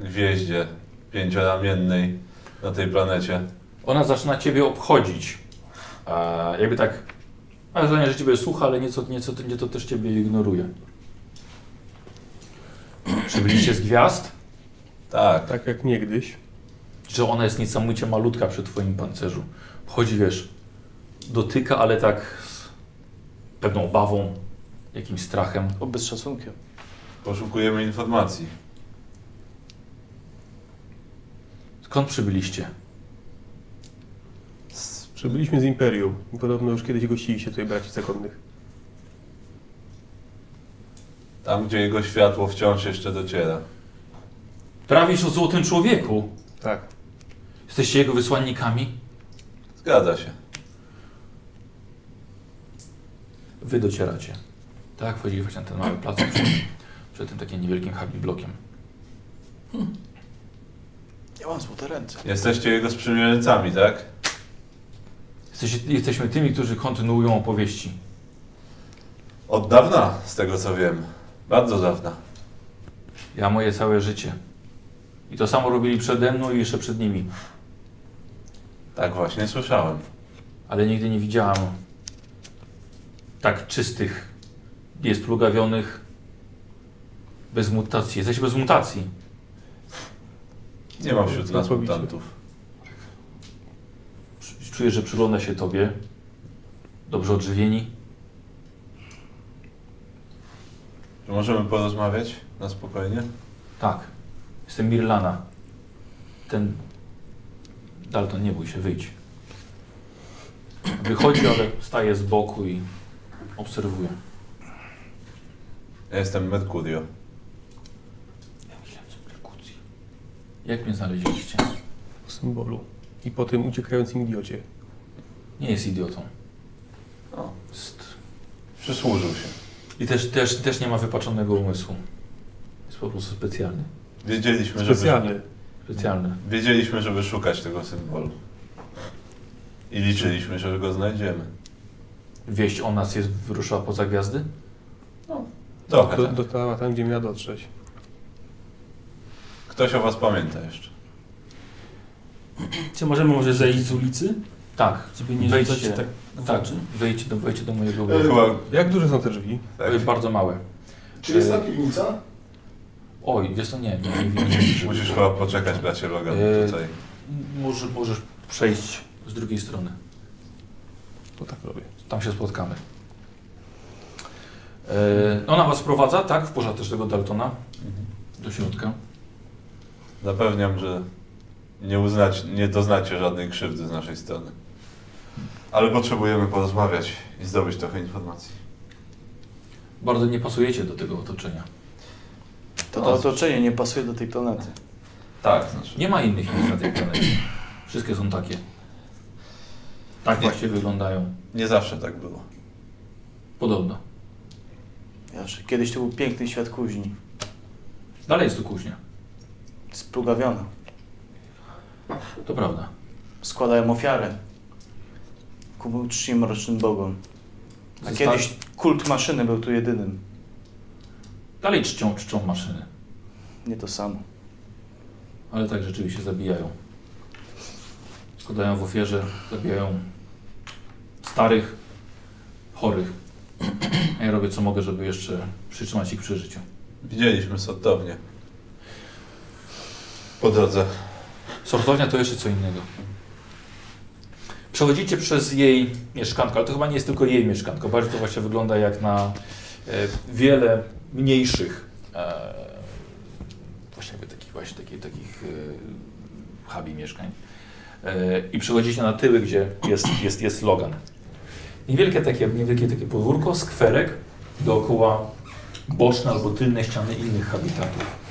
gwieździe pięcioramiennej na tej planecie. Ona zaczyna ciebie obchodzić. E, jakby tak. Mam wrażenie, że ciebie słucha, ale nieco, nieco, nieco też ciebie ignoruje. Przybyliście z gwiazd? Tak. Tak jak niegdyś. Że ona jest niesamowicie malutka przy twoim pancerzu. Chodzi, wiesz, dotyka, ale tak z pewną obawą, jakimś strachem. O, bez szacunkiem. Poszukujemy informacji. Skąd przybyliście? Przybyliśmy z Imperium. i Podobno już kiedyś gościliście tutaj braci zakonnych. Tam, gdzie jego światło wciąż jeszcze dociera. Prawisz o złotym człowieku. Tak. Jesteście jego wysłannikami? Zgadza się. Wy docieracie. Tak, wchodzili właśnie na ten mały plac przed, przed tym takim niewielkim happy blokiem. Ja mam złote ręce. Jesteście jego sprzymierzeńcami, tak? Jesteś, jesteśmy tymi, którzy kontynuują opowieści. Od dawna, z tego co wiem. Bardzo dawna. Ja moje całe życie. I to samo robili przede mną i jeszcze przed nimi. Tak właśnie słyszałem. Ale nigdy nie widziałam tak czystych, niesplugawionych, bez mutacji. Jesteś bez mutacji. Nie ma wśród nas mutantów. Czuję, że przygląda się Tobie. Dobrze odżywieni. Czy możemy porozmawiać na spokojnie? Tak. Jestem Mirlana. Ten... Dalton, nie bój się, wyjdź. Wychodzi, ale staje z boku i obserwuje. Ja jestem Mercurio. Jak mnie znaleźliście? Symbolu. I po tym uciekającym idiocie. Nie jest idiotą. O. Jest... Przysłużył się. I też, też, też nie ma wypaczonego umysłu. Jest po prostu specjalny. Wiedzieliśmy, żeby- Specjalny. Specjalny. Wiedzieliśmy, żeby szukać tego symbolu. I liczyliśmy, że go znajdziemy. Wieść o nas jest wyruszyła poza gwiazdy? Trochę Do, tak. dotarła tam, gdzie miała dotrzeć. Ktoś o was pamięta jeszcze. Czy możemy może zejść z ulicy? Tak. Żeby nie Wejdźcie. rzucać tak w Tak, oczy? wejdźcie do, wejdźcie do mojego E, biura. Jak duże są te drzwi? Tak. E, Bardzo małe. Czy jest E, ta piwnica? Oj, wiesz to nie, nie, nie widzę. Musisz chyba poczekać, bracie Logan, E, tutaj. Możesz, możesz przejść z drugiej strony. To tak robię. Tam się spotkamy. E, ona was prowadza, tak? Wpuszcza też tego Daltona Mhm. do środka. Zapewniam, że nie, uznać, nie doznacie żadnej krzywdy z naszej strony. Ale potrzebujemy porozmawiać i zdobyć trochę informacji. Bardzo nie pasujecie do tego otoczenia. To, to otoczenie nie pasuje do tej planety. Tak, znaczy. Nie ma innych miejsc na tej planecie. Wszystkie są takie. Tak właśnie wyglądają. Nie zawsze tak było. Podobno. Wiesz, kiedyś to był piękny świat kuźni. Dalej jest tu kuźnia. Splugawiona. To prawda. Składałem ofiarę. Ku czci mrocznym bogom. A Zosta- kiedyś kult maszyny był tu jedynym. Dalej czcią, czczą maszyny. Nie to samo. Ale tak rzeczywiście zabijają. Składają w ofierze, zabijają starych, chorych. A ja robię co mogę, żeby jeszcze przytrzymać ich przy życiu. Widzieliśmy sodownię. Po drodze. Sortownia to jeszcze co innego. Przechodzicie przez jej mieszkanko, ale to chyba nie jest tylko jej mieszkanko. Bardziej to właśnie wygląda jak na e, wiele mniejszych e, właśnie jakby takich właśnie takich, takich e, hubi mieszkań. E, I przechodzicie na tyły, gdzie jest, jest, jest Logan. Niewielkie takie, niewielkie takie podwórko, skwerek dookoła boczne albo tylne ściany innych habitatów.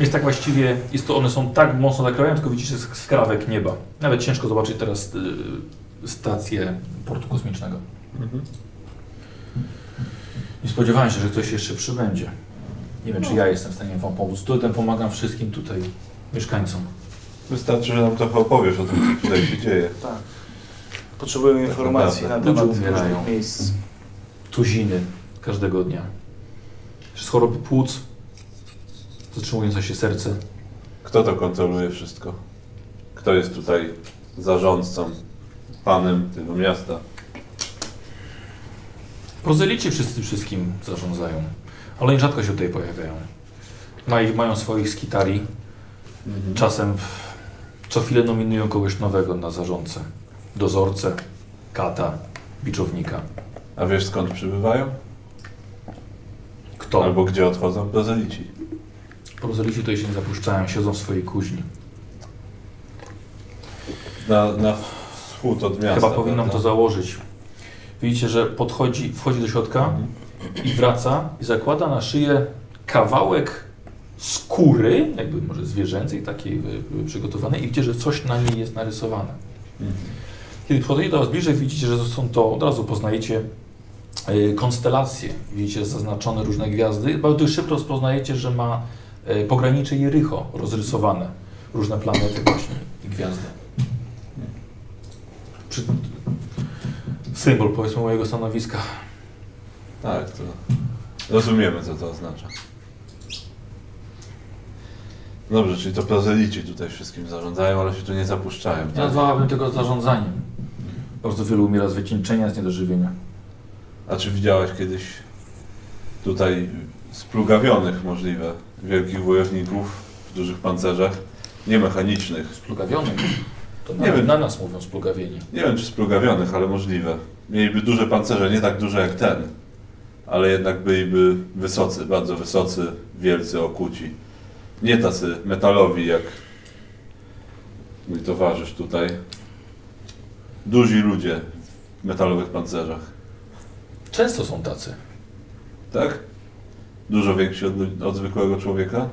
Jest tak właściwie, jest to, one są tak mocno zakrawione, tylko widzicie sk- skrawek nieba. Nawet ciężko zobaczyć teraz y, stację portu kosmicznego. Nie spodziewałem się, że ktoś jeszcze przybędzie. Nie wiem, czy ja jestem w stanie wam pomóc. Tutaj pomagam wszystkim tutaj mieszkańcom. Wystarczy, że nam trochę opowiesz o tym, co tutaj się dzieje. Tak. Potrzebujemy Tak informacji na naprawdę. temat Ludzie umierają. różnych miejsc. Tuziny każdego dnia. Z choroby płuc, zatrzymujące się serce. Kto to kontroluje wszystko? Kto jest tutaj zarządcą, panem tego miasta? Prozelici wszyscy wszystkim zarządzają, ale oni rzadko się tutaj pojawiają. Mają, mają swoich skitari. Czasem w, co chwilę nominują kogoś nowego na zarządcę. Dozorcę, kata, biczownika. A wiesz skąd przybywają? Kto? Albo gdzie odchodzą? Prozelici. Prozelici tutaj się nie zapuszczają, siedzą w swojej kuźni. Na, na wschód od miasta. Chyba powinnam prawda? to założyć. Widzicie, że podchodzi, wchodzi do środka i wraca i zakłada na szyję kawałek skóry, jakby może zwierzęcej, takiej y, y, przygotowanej i widzicie, że coś na niej jest narysowane. Kiedy podchodzicie do Was bliżej, widzicie, że to są to, od razu poznajecie y, konstelacje. Widzicie zaznaczone różne gwiazdy. Bardzo szybko rozpoznajecie, że ma y, pogranicze Jericho rozrysowane. Różne planety właśnie i gwiazdy. Przy... Symbol powiedzmy mojego stanowiska. Tak, to rozumiemy, co to oznacza. Dobrze, czyli to prozelici tutaj wszystkim zarządzają, ale się tu nie zapuszczają. tak? Ja nazwałabym tego zarządzaniem. Bardzo wielu umiera z wycieńczenia, z niedożywienia. A czy widziałeś kiedyś tutaj splugawionych możliwe wielkich wojowników w dużych pancerzach? Nie mechanicznych. Splugawionych? To nie nawet wiem, na nas mówią splugawieni. nie wiem, czy splugawionych, ale możliwe. Mieliby duże pancerze, nie tak duże jak ten, ale jednak byliby wysocy, bardzo wysocy, wielcy, okuci. Nie tacy metalowi jak mój towarzysz tutaj. Duzi ludzie w metalowych pancerzach. Często są tacy. Tak? Dużo większy od, lud- od zwykłego człowieka?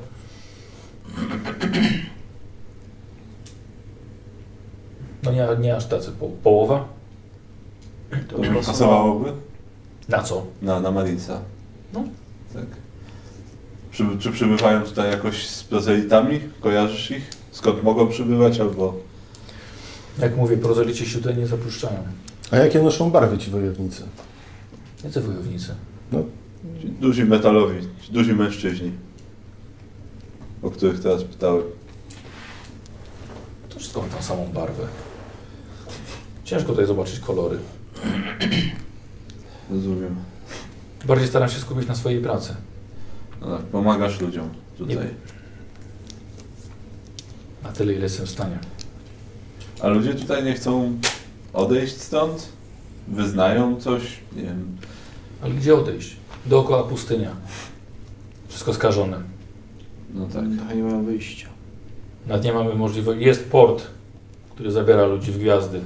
No nie, nie aż tacy. Po, połowa? To by pasowałoby? Na co? Na, na Marinsa. No. Tak. Czy, czy przybywają tutaj jakoś z prozelitami? Kojarzysz ich? Skąd mogą przybywać albo... Jak mówię, prozelici się tutaj nie zapuszczają. A jakie noszą barwy ci wojownicy? Jacy wojownicy? Ci Duzi metalowi, ci duzi mężczyźni, o których teraz pytałem. To wszystko ma tą samą barwę. Ciężko tutaj zobaczyć kolory. Rozumiem. Bardziej staram się skupić na swojej pracy. No tak, pomagasz ludziom tutaj. Na tyle, ile jestem w stanie. A ludzie tutaj nie chcą odejść stąd? Wyznają coś? Nie wiem. Ale gdzie odejść? Dookoła pustynia. Wszystko skażone. No tak. Trochę nie mają wyjścia. Nad nie mamy możliwości. Jest port, który zabiera ludzi w gwiazdy.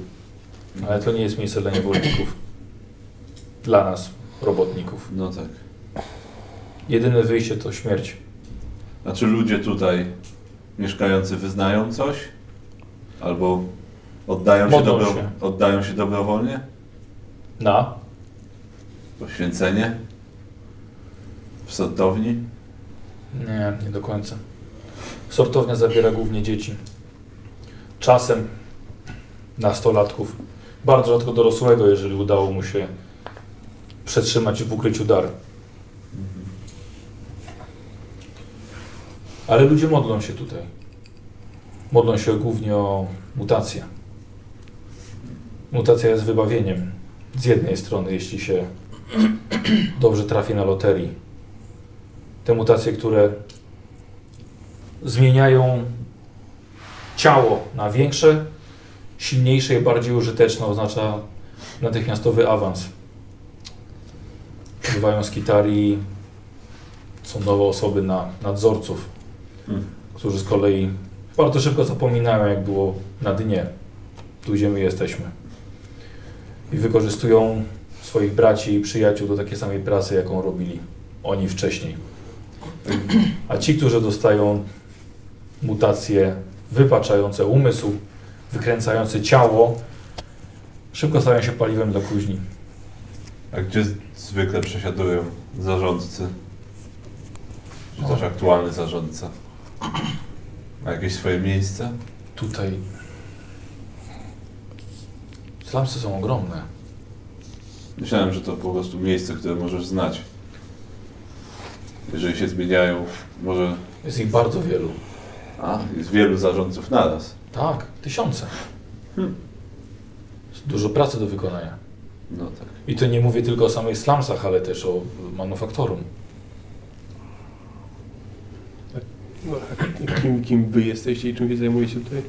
Ale to nie jest miejsce dla niewolników. Dla nas, robotników. No tak. Jedyne wyjście to śmierć. A czy Znaczy, ludzie tutaj mieszkający wyznają coś? Albo oddają się, Modlą dobro... się. oddają się dobrowolnie? Na? Poświęcenie? W sądowni? Nie, nie do końca. Sortownia zabiera głównie dzieci. Czasem nastolatków. Bardzo rzadko dorosłego, jeżeli udało mu się przetrzymać w ukryciu dar. Ale ludzie modlą się tutaj. Modlą się głównie o mutację. Mutacja jest wybawieniem. Z jednej strony, jeśli się dobrze trafi na loterii. Te mutacje, które zmieniają ciało na większe, silniejsze i bardziej użyteczne, oznacza natychmiastowy awans. Używają skitari, są nowe osoby na nadzorców, Hmm. którzy z kolei bardzo szybko zapominają, jak było na dnie, tu gdzie my jesteśmy. I wykorzystują swoich braci i przyjaciół do takiej samej pracy, jaką robili oni wcześniej. A ci, którzy dostają mutacje wypaczające umysł, wykręcające ciało, szybko stają się paliwem dla kuźni. A gdzie z- zwykle przesiadują zarządcy? Czy też aktualny zarządca? Ma jakieś swoje miejsce? Tutaj slamsy są ogromne. Myślałem, że to po prostu miejsce, które możesz znać. Jeżeli się zmieniają, może... Jest ich bardzo wielu. A, jest wielu zarządców naraz. Tak, tysiące. Jest Dużo pracy do wykonania. No tak. I to nie mówię tylko o samej slamsach, ale też o manufaktorum. No, a kim, kim wy jesteście i czym się zajmujecie tutaj?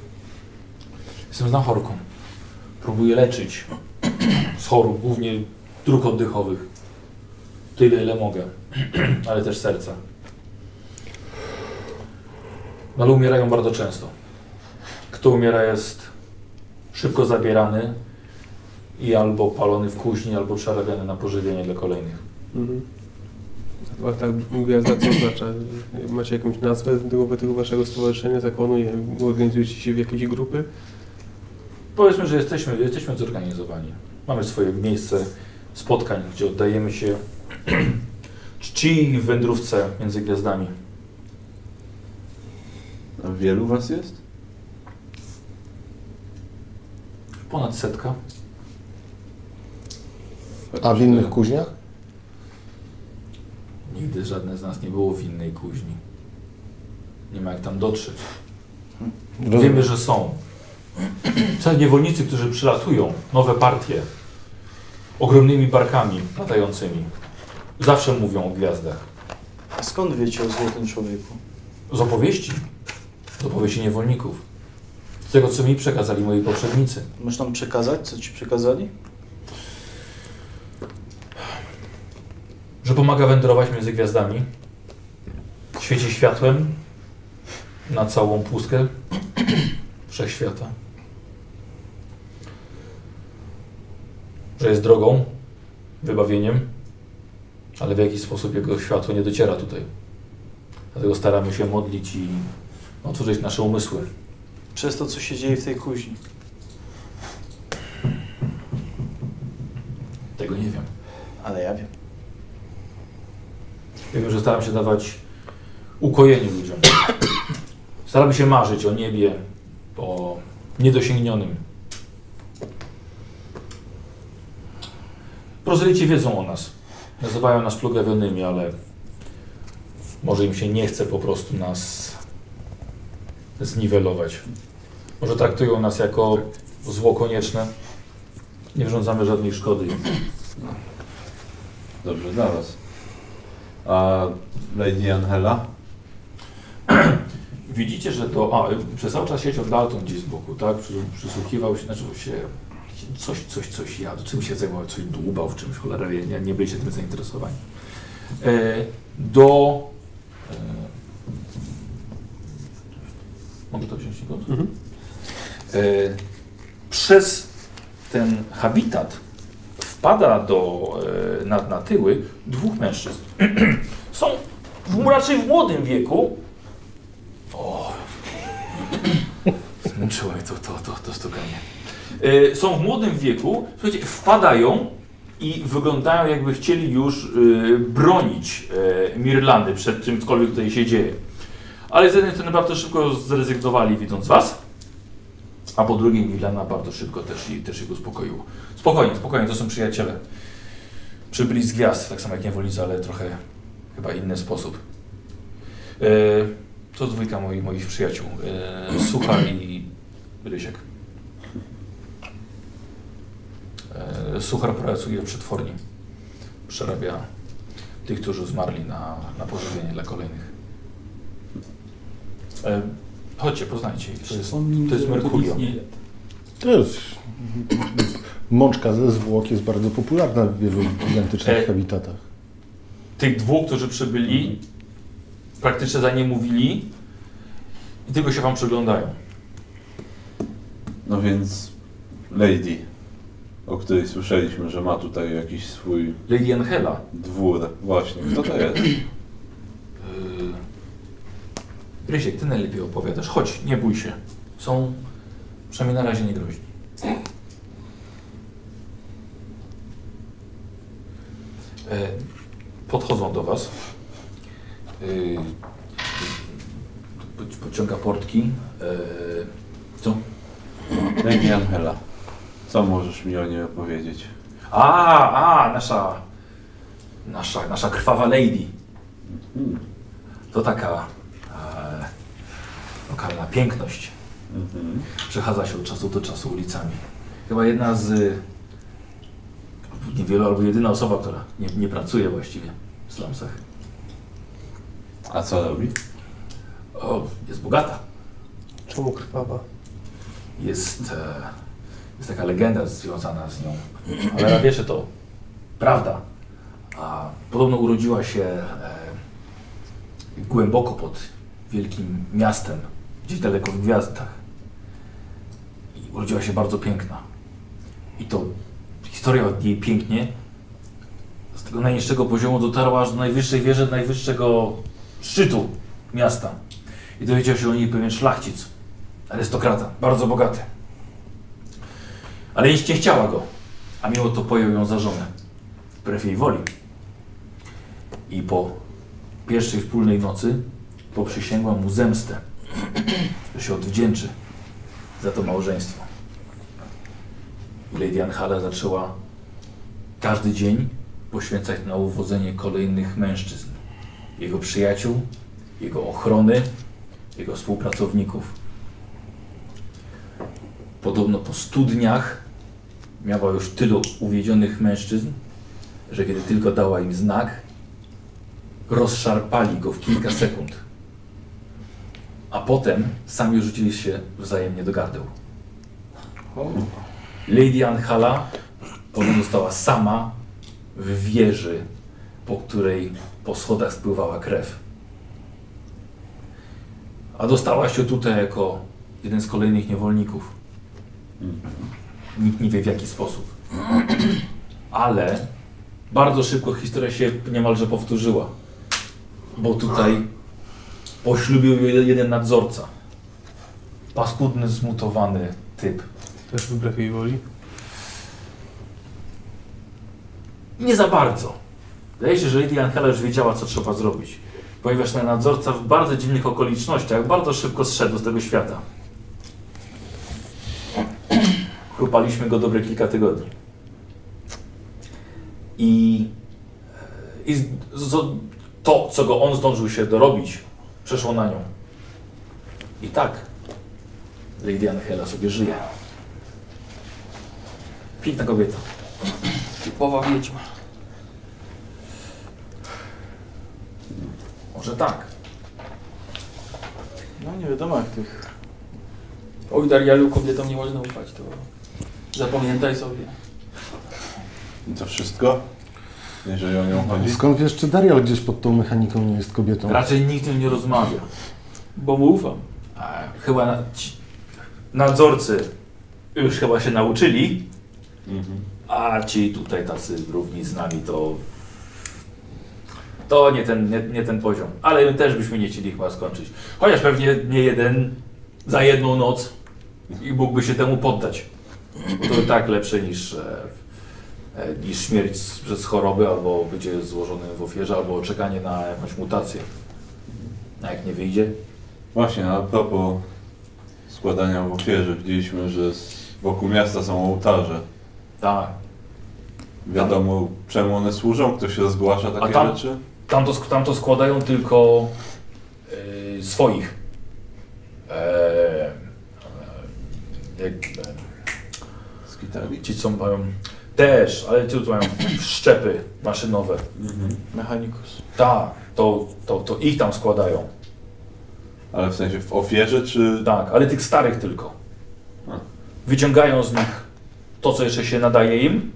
Jestem znachorką. Próbuję leczyć z chorób, głównie dróg oddechowych. Tyle, ile mogę, ale też serca. No, Ale umierają bardzo często. Kto umiera jest szybko zabierany i albo palony w kuźni, albo przerabiany na pożywienie dla kolejnych. Mhm. A tak gwiazda co oznacza? Macie jakąś nazwę tego, tego waszego stowarzyszenia, zakonu? Nie wiem, Organizujecie się w jakiejś grupy? Powiedzmy, że jesteśmy, jesteśmy zorganizowani. Mamy swoje miejsce spotkań, gdzie oddajemy się czci wędrówce między gwiazdami. A wielu was jest? Ponad setka. A w innych kuźniach? Nigdy żadne z nas nie było w innej kuźni. Nie ma jak tam dotrzeć. Wiemy, że są. Są niewolnicy, którzy przylatują, nowe partie, ogromnymi barkami latającymi. Zawsze mówią o gwiazdach. A skąd wiecie o złotym człowieku? Z opowieści. Z opowieści niewolników. Z tego, co mi przekazali moi poprzednicy. Możesz nam przekazać, co ci przekazali? że pomaga wędrować między gwiazdami, świeci światłem na całą pustkę wszechświata, że jest drogą, wybawieniem, ale w jakiś sposób jego światło nie dociera tutaj. Dlatego staramy się modlić i otworzyć nasze umysły. Przez to, co się dzieje w tej kuźni. Tego nie wiem. Ale ja wiem. Wiem, że staram się dawać ukojenie ludziom. Staram się marzyć o niebie, o niedosięgnionym. Prozelici wiedzą o nas. Nazywają nas plugawionymi, ale może im się nie chce po prostu nas zniwelować. Może traktują nas jako zło konieczne. Nie wyrządzamy żadnej szkody. Dobrze dla was. A Lady Angela? Widzicie, że to. A, przez cały czas siedział Dalton gdzieś z boku, tak? Przy- Przysłuchiwał się, znaczy się. Coś, coś, coś jadł, czym się zajmował, coś dłubał w czymś, cholera wie, nie, nie byliście tym zainteresowani. E, do. E, mogę to wziąć Nikot? E, Przez ten habitat wpada do, e, na, na tyły dwóch mężczyzn. Są w, raczej w młodym wieku, o! Zmęczyło mnie to, to, to, to stukanie. E, Są w młodym wieku, słuchajcie, wpadają i wyglądają jakby chcieli już e, bronić e, Mirlandy przed czymkolwiek tutaj się dzieje. Ale z jednej strony bardzo szybko zrezygnowali widząc was, a po drugiej Mirlana bardzo szybko też, i- też ich uspokoiło. Spokojnie, spokojnie, to są przyjaciele. Przybyli z gwiazd, tak samo jak niewolnicy, ale trochę chyba inny sposób. E, to dwójka moich, moich przyjaciół. E, Suchar i Rysiek. E, Suchar pracuje w przetworni. Przerabia tych, którzy zmarli na, na pożywienie dla kolejnych. E, chodźcie, poznajcie ich. To jest, to jest Merkulio. To jest... Mączka ze zwłok jest bardzo popularna w wielu gigantycznych E. habitatach. Tych dwóch, którzy przybyli, praktycznie za nie mówili i tylko się wam przyglądają. No więc Lady, o której słyszeliśmy, że ma tutaj jakiś swój... Lady Angela. Dwór, właśnie. Kto to jest? Y, Rysiek, ty najlepiej opowiadasz. Chodź, nie bój się. Są przynajmniej na razie nie groźni. E, Podchodzą do was. Y, po- Pociąga portki. E, Co? Lady Angela. Co możesz mi o niej opowiedzieć? A, a, nasza, nasza, nasza krwawa lady. To taka e, lokalna piękność. Przechadza się od czasu do czasu ulicami. Chyba jedna z y, niewielu albo jedyna osoba, która nie, nie pracuje właściwie w slumsach. A co robi? O, jest bogata. Czemu krwawa? Jest, e, jest taka legenda związana z nią. Ale wiesz, że to prawda. A podobno urodziła się e, głęboko pod wielkim miastem, gdzieś daleko w gwiazdach. I urodziła się bardzo piękna. I to historia od niej pięknie z tego najniższego poziomu dotarła aż do najwyższej wieży, najwyższego szczytu miasta. I dowiedział się o niej pewien szlachcic, arystokrata, bardzo bogaty. Ale nie nie chciała go, a mimo to pojął ją za żonę. wbrew jej woli. I po pierwszej wspólnej nocy poprzysięgła mu zemstę, że się odwdzięczy za to małżeństwo. Lady Anhala zaczęła każdy dzień poświęcać na uwodzenie kolejnych mężczyzn. Jego przyjaciół, jego ochrony, jego współpracowników. Podobno po 100 dniach miała już tylu uwiedzionych mężczyzn, że kiedy tylko dała im znak, rozszarpali go w kilka sekund. A potem sami rzucili się wzajemnie do gardeł. Lady Anhala pozostała sama w wieży, po której po schodach spływała krew. A dostała się tutaj jako jeden z kolejnych niewolników. Nikt nie wie w jaki sposób. Ale bardzo szybko historia się niemalże powtórzyła. Bo tutaj poślubił ją jeden nadzorca. Paskudny, zmutowany typ. Też wbrew jej woli? Nie za bardzo. Wydaje się, że Lady Angela już wiedziała, co trzeba zrobić. Ponieważ ten nadzorca w bardzo dziwnych okolicznościach bardzo szybko zszedł z tego świata. Chrupaliśmy go dobre kilka tygodni. I, i z, z, to, co go on zdążył się dorobić, przeszło na nią. I tak Lady Angela sobie żyje. Piękna kobieta. Typowa wiedźma. Może tak. No nie wiadomo jak tych. Oj, Darialu, kobietom nie można ufać, to zapamiętaj sobie. I to wszystko? Jeżeli o nią chodzi. Skąd wiesz, czy Darial gdzieś pod tą mechaniką nie jest kobietą? Raczej nikt z nim nie rozmawia. Bo mu ufam. E, Chyba na, ci, nadzorcy już chyba się nauczyli, a ci tutaj tacy równi z nami to to nie ten, nie, nie ten poziom. Ale my też byśmy nie chcieli chyba skończyć. Chociaż pewnie nie jeden za jedną noc i mógłby się temu poddać. Bo to i tak lepsze niż, e, e, niż śmierć z- przez choroby albo bycie złożonym w ofierze albo czekanie na jakąś mutację. A jak nie wyjdzie, Właśnie, a propos składania w ofierze, widzieliśmy, że z- wokół miasta są ołtarze. Tak. Wiadomo, czemu one służą, kto się zgłasza A takie tam, rzeczy. tam, to, sk- tam to składają tylko yy, swoich. Eee, e, jak, Skitali? Ci co mają... Też, ale ci co mają szczepy maszynowe. Mechanikus. Tak, to, to, to ich tam składają. Ale w sensie w ofierze, czy... Tak, ale tych starych tylko. Wyciągają z nich to, co jeszcze się nadaje im,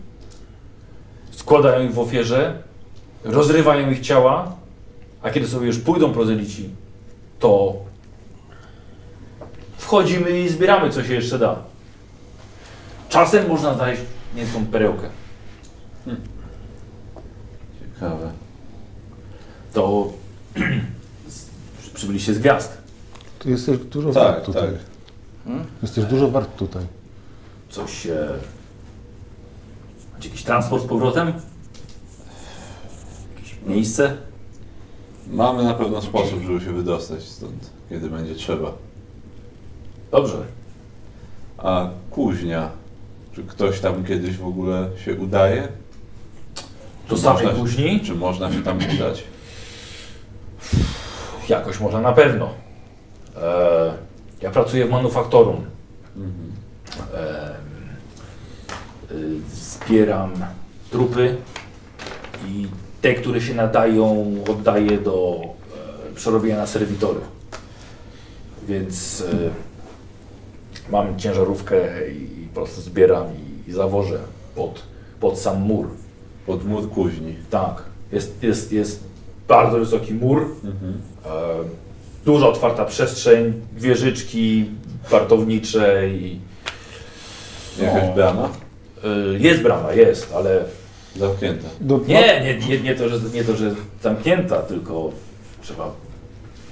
składają ich w ofierze, rozrywają ich ciała, a kiedy sobie już pójdą prozelici, to wchodzimy i zbieramy, co się jeszcze da. Czasem można znaleźć niezłą perełkę. Ciekawe. To z- przybyliście z gwiazd. Ty jesteś dużo Tak, wart tutaj. tak. Hmm? Jesteś dużo wart tutaj. Coś się... Macie jakiś transport z powrotem? Miejsce? Mamy na pewno sposób, żeby się wydostać stąd, kiedy będzie trzeba. Dobrze. A kuźnia, czy ktoś tam kiedyś w ogóle się udaje? Do samej można się- kuźni? Czy można się tam udać? Jakoś można na pewno. E, ja pracuję w manufaktorum. E, y, zbieram trupy i te, które się nadają, oddaję do e, przerobienia na serwitory. Więc e, mam ciężarówkę i, i po prostu zbieram i, i zawożę pod, pod sam mur. Pod mur kuźni. Tak. Jest, jest, jest bardzo wysoki mur. E, duża otwarta przestrzeń, wieżyczki wartownicze i. Jakaś brama? Y, Jest brama, jest, ale. Zamknięta. Nie, nie, nie, nie, to, że, nie to, że jest zamknięta, tylko trzeba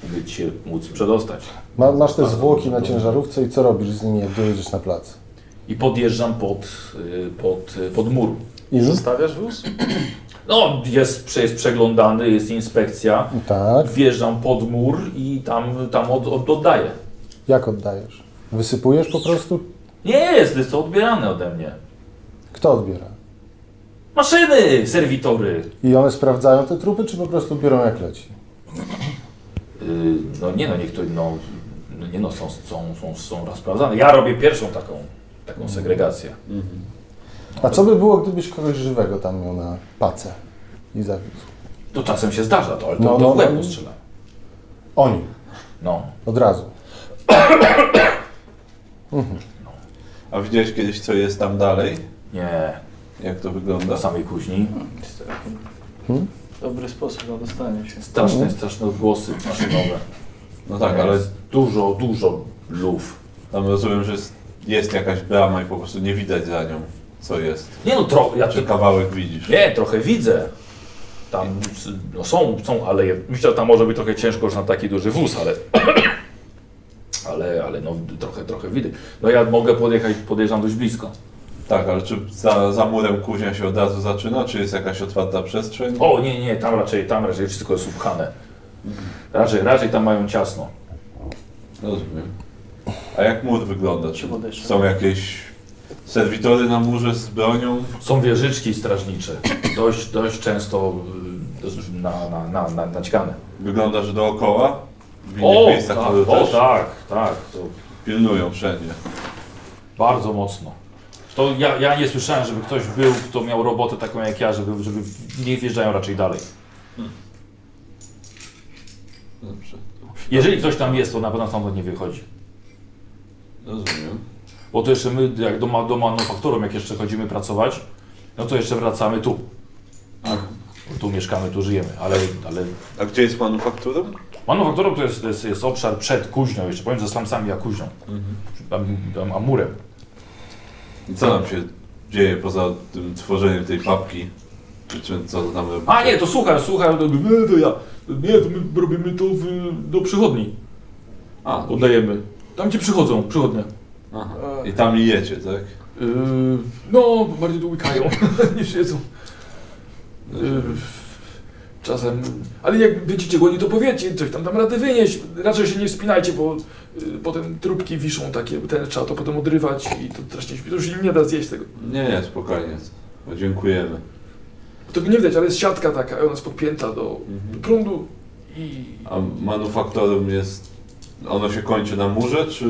być się móc przedostać. Ma, masz te zwłoki na ciężarówce i co robisz z nimi, jak dojedziesz na plac? I podjeżdżam e, pod, y, pod, y, pod mur. I I? Zostawiasz wóz? No, jest, jest przeglądany, jest inspekcja. Tak. Wjeżdżam pod mur i tam, tam od, od, oddaję. Jak oddajesz? Wysypujesz po prostu? Nie jest, jest to odbierane ode mnie. Kto odbiera? Maszyny, serwitory. I one sprawdzają te trupy, czy po prostu biorą jak leci? Yy, no nie no, niektóre, no, no nie no, są, są, są, są rozprawdzane. Ja robię pierwszą taką, taką segregację. A co by było, gdybyś kogoś żywego tam miał na pace i zawiózł? To czasem się zdarza, to, ale to, No, to no, w łeb no. mu strzela. Oni. No. Od razu. A widziałeś kiedyś, co jest tam dalej? Nie. Jak to wygląda? Samej później. Dobry sposób na dostanie się. Straszne, straszne odgłosy maszynowe. No tak, ale Jest Dużo, dużo luf. Tam rozumiem, że jest, jest jakaś brama i po prostu nie widać za nią, co jest. Nie no, tro- ja Czy tu- kawałek widzisz? Nie, trochę widzę. Tam no są, są aleje. Myślę, że tam może być trochę ciężko już na taki duży wóz, ale. Ale, ale no trochę, trochę widać. No ja mogę podjechać, podjeżdżam dość blisko. Tak, ale czy za, za murem kuźnia się od razu zaczyna, czy jest jakaś otwarta przestrzeń? O nie, nie, tam raczej, tam raczej wszystko jest upchane. Raczej, raczej tam mają ciasno. Rozumiem. A jak mur wygląda? Czy są jakieś serwitory na murze z bronią? Są wieżyczki strażnicze. Dość, dość często y, na, na, na, na, naćkane. Wygląda, że dookoła? W innych O, miejscach tak, może o też? tak, tak. To Pilnują wszędzie. bardzo mocno. To ja, ja nie słyszałem, żeby ktoś był, kto miał robotę taką jak ja, żeby, żeby nie wjeżdżają raczej dalej. Dobrze. Jeżeli ktoś tam jest, to na pewno stamtąd nie wychodzi. Rozumiem. Bo to jeszcze my, jak do, ma- do manufakturum, jak jeszcze chodzimy pracować, no to jeszcze wracamy tu. Bo Tu mieszkamy, tu żyjemy, ale... ale... A gdzie jest manufakturum? Manufakturum to jest, to jest, jest obszar przed kuźnią, jeszcze powiem ze slamsami, a kuźnią. Tam, tam, a murem. I co nam się dzieje poza tym tworzeniem tej papki? Czy- Czy co tam robicie? A nie, to słuchaj, słuchaj, to, nie, to ja, nie, to my robimy to w, do przychodni. A, Oddajemy. Tam ci przychodzą, przychodnia. Aha. I tam lijecie, tak? Yy, no, bardziej tu łykają niż jedzą. Yy, czasem, ale jak będziecie głodni, to powiedzcie, coś tam dam radę wynieść. Raczej się nie wspinajcie, bo yy, potem trupki wiszą takie, ten, trzeba to potem odrywać i to strasznie śpi. To już nie da zjeść tego. Nie, nie, spokojnie. O, dziękujemy. Tego nie widać, ale jest siatka taka, ona jest podpięta do Mhm. prądu i A manufaktorum jest... Ono się kończy na murze, czy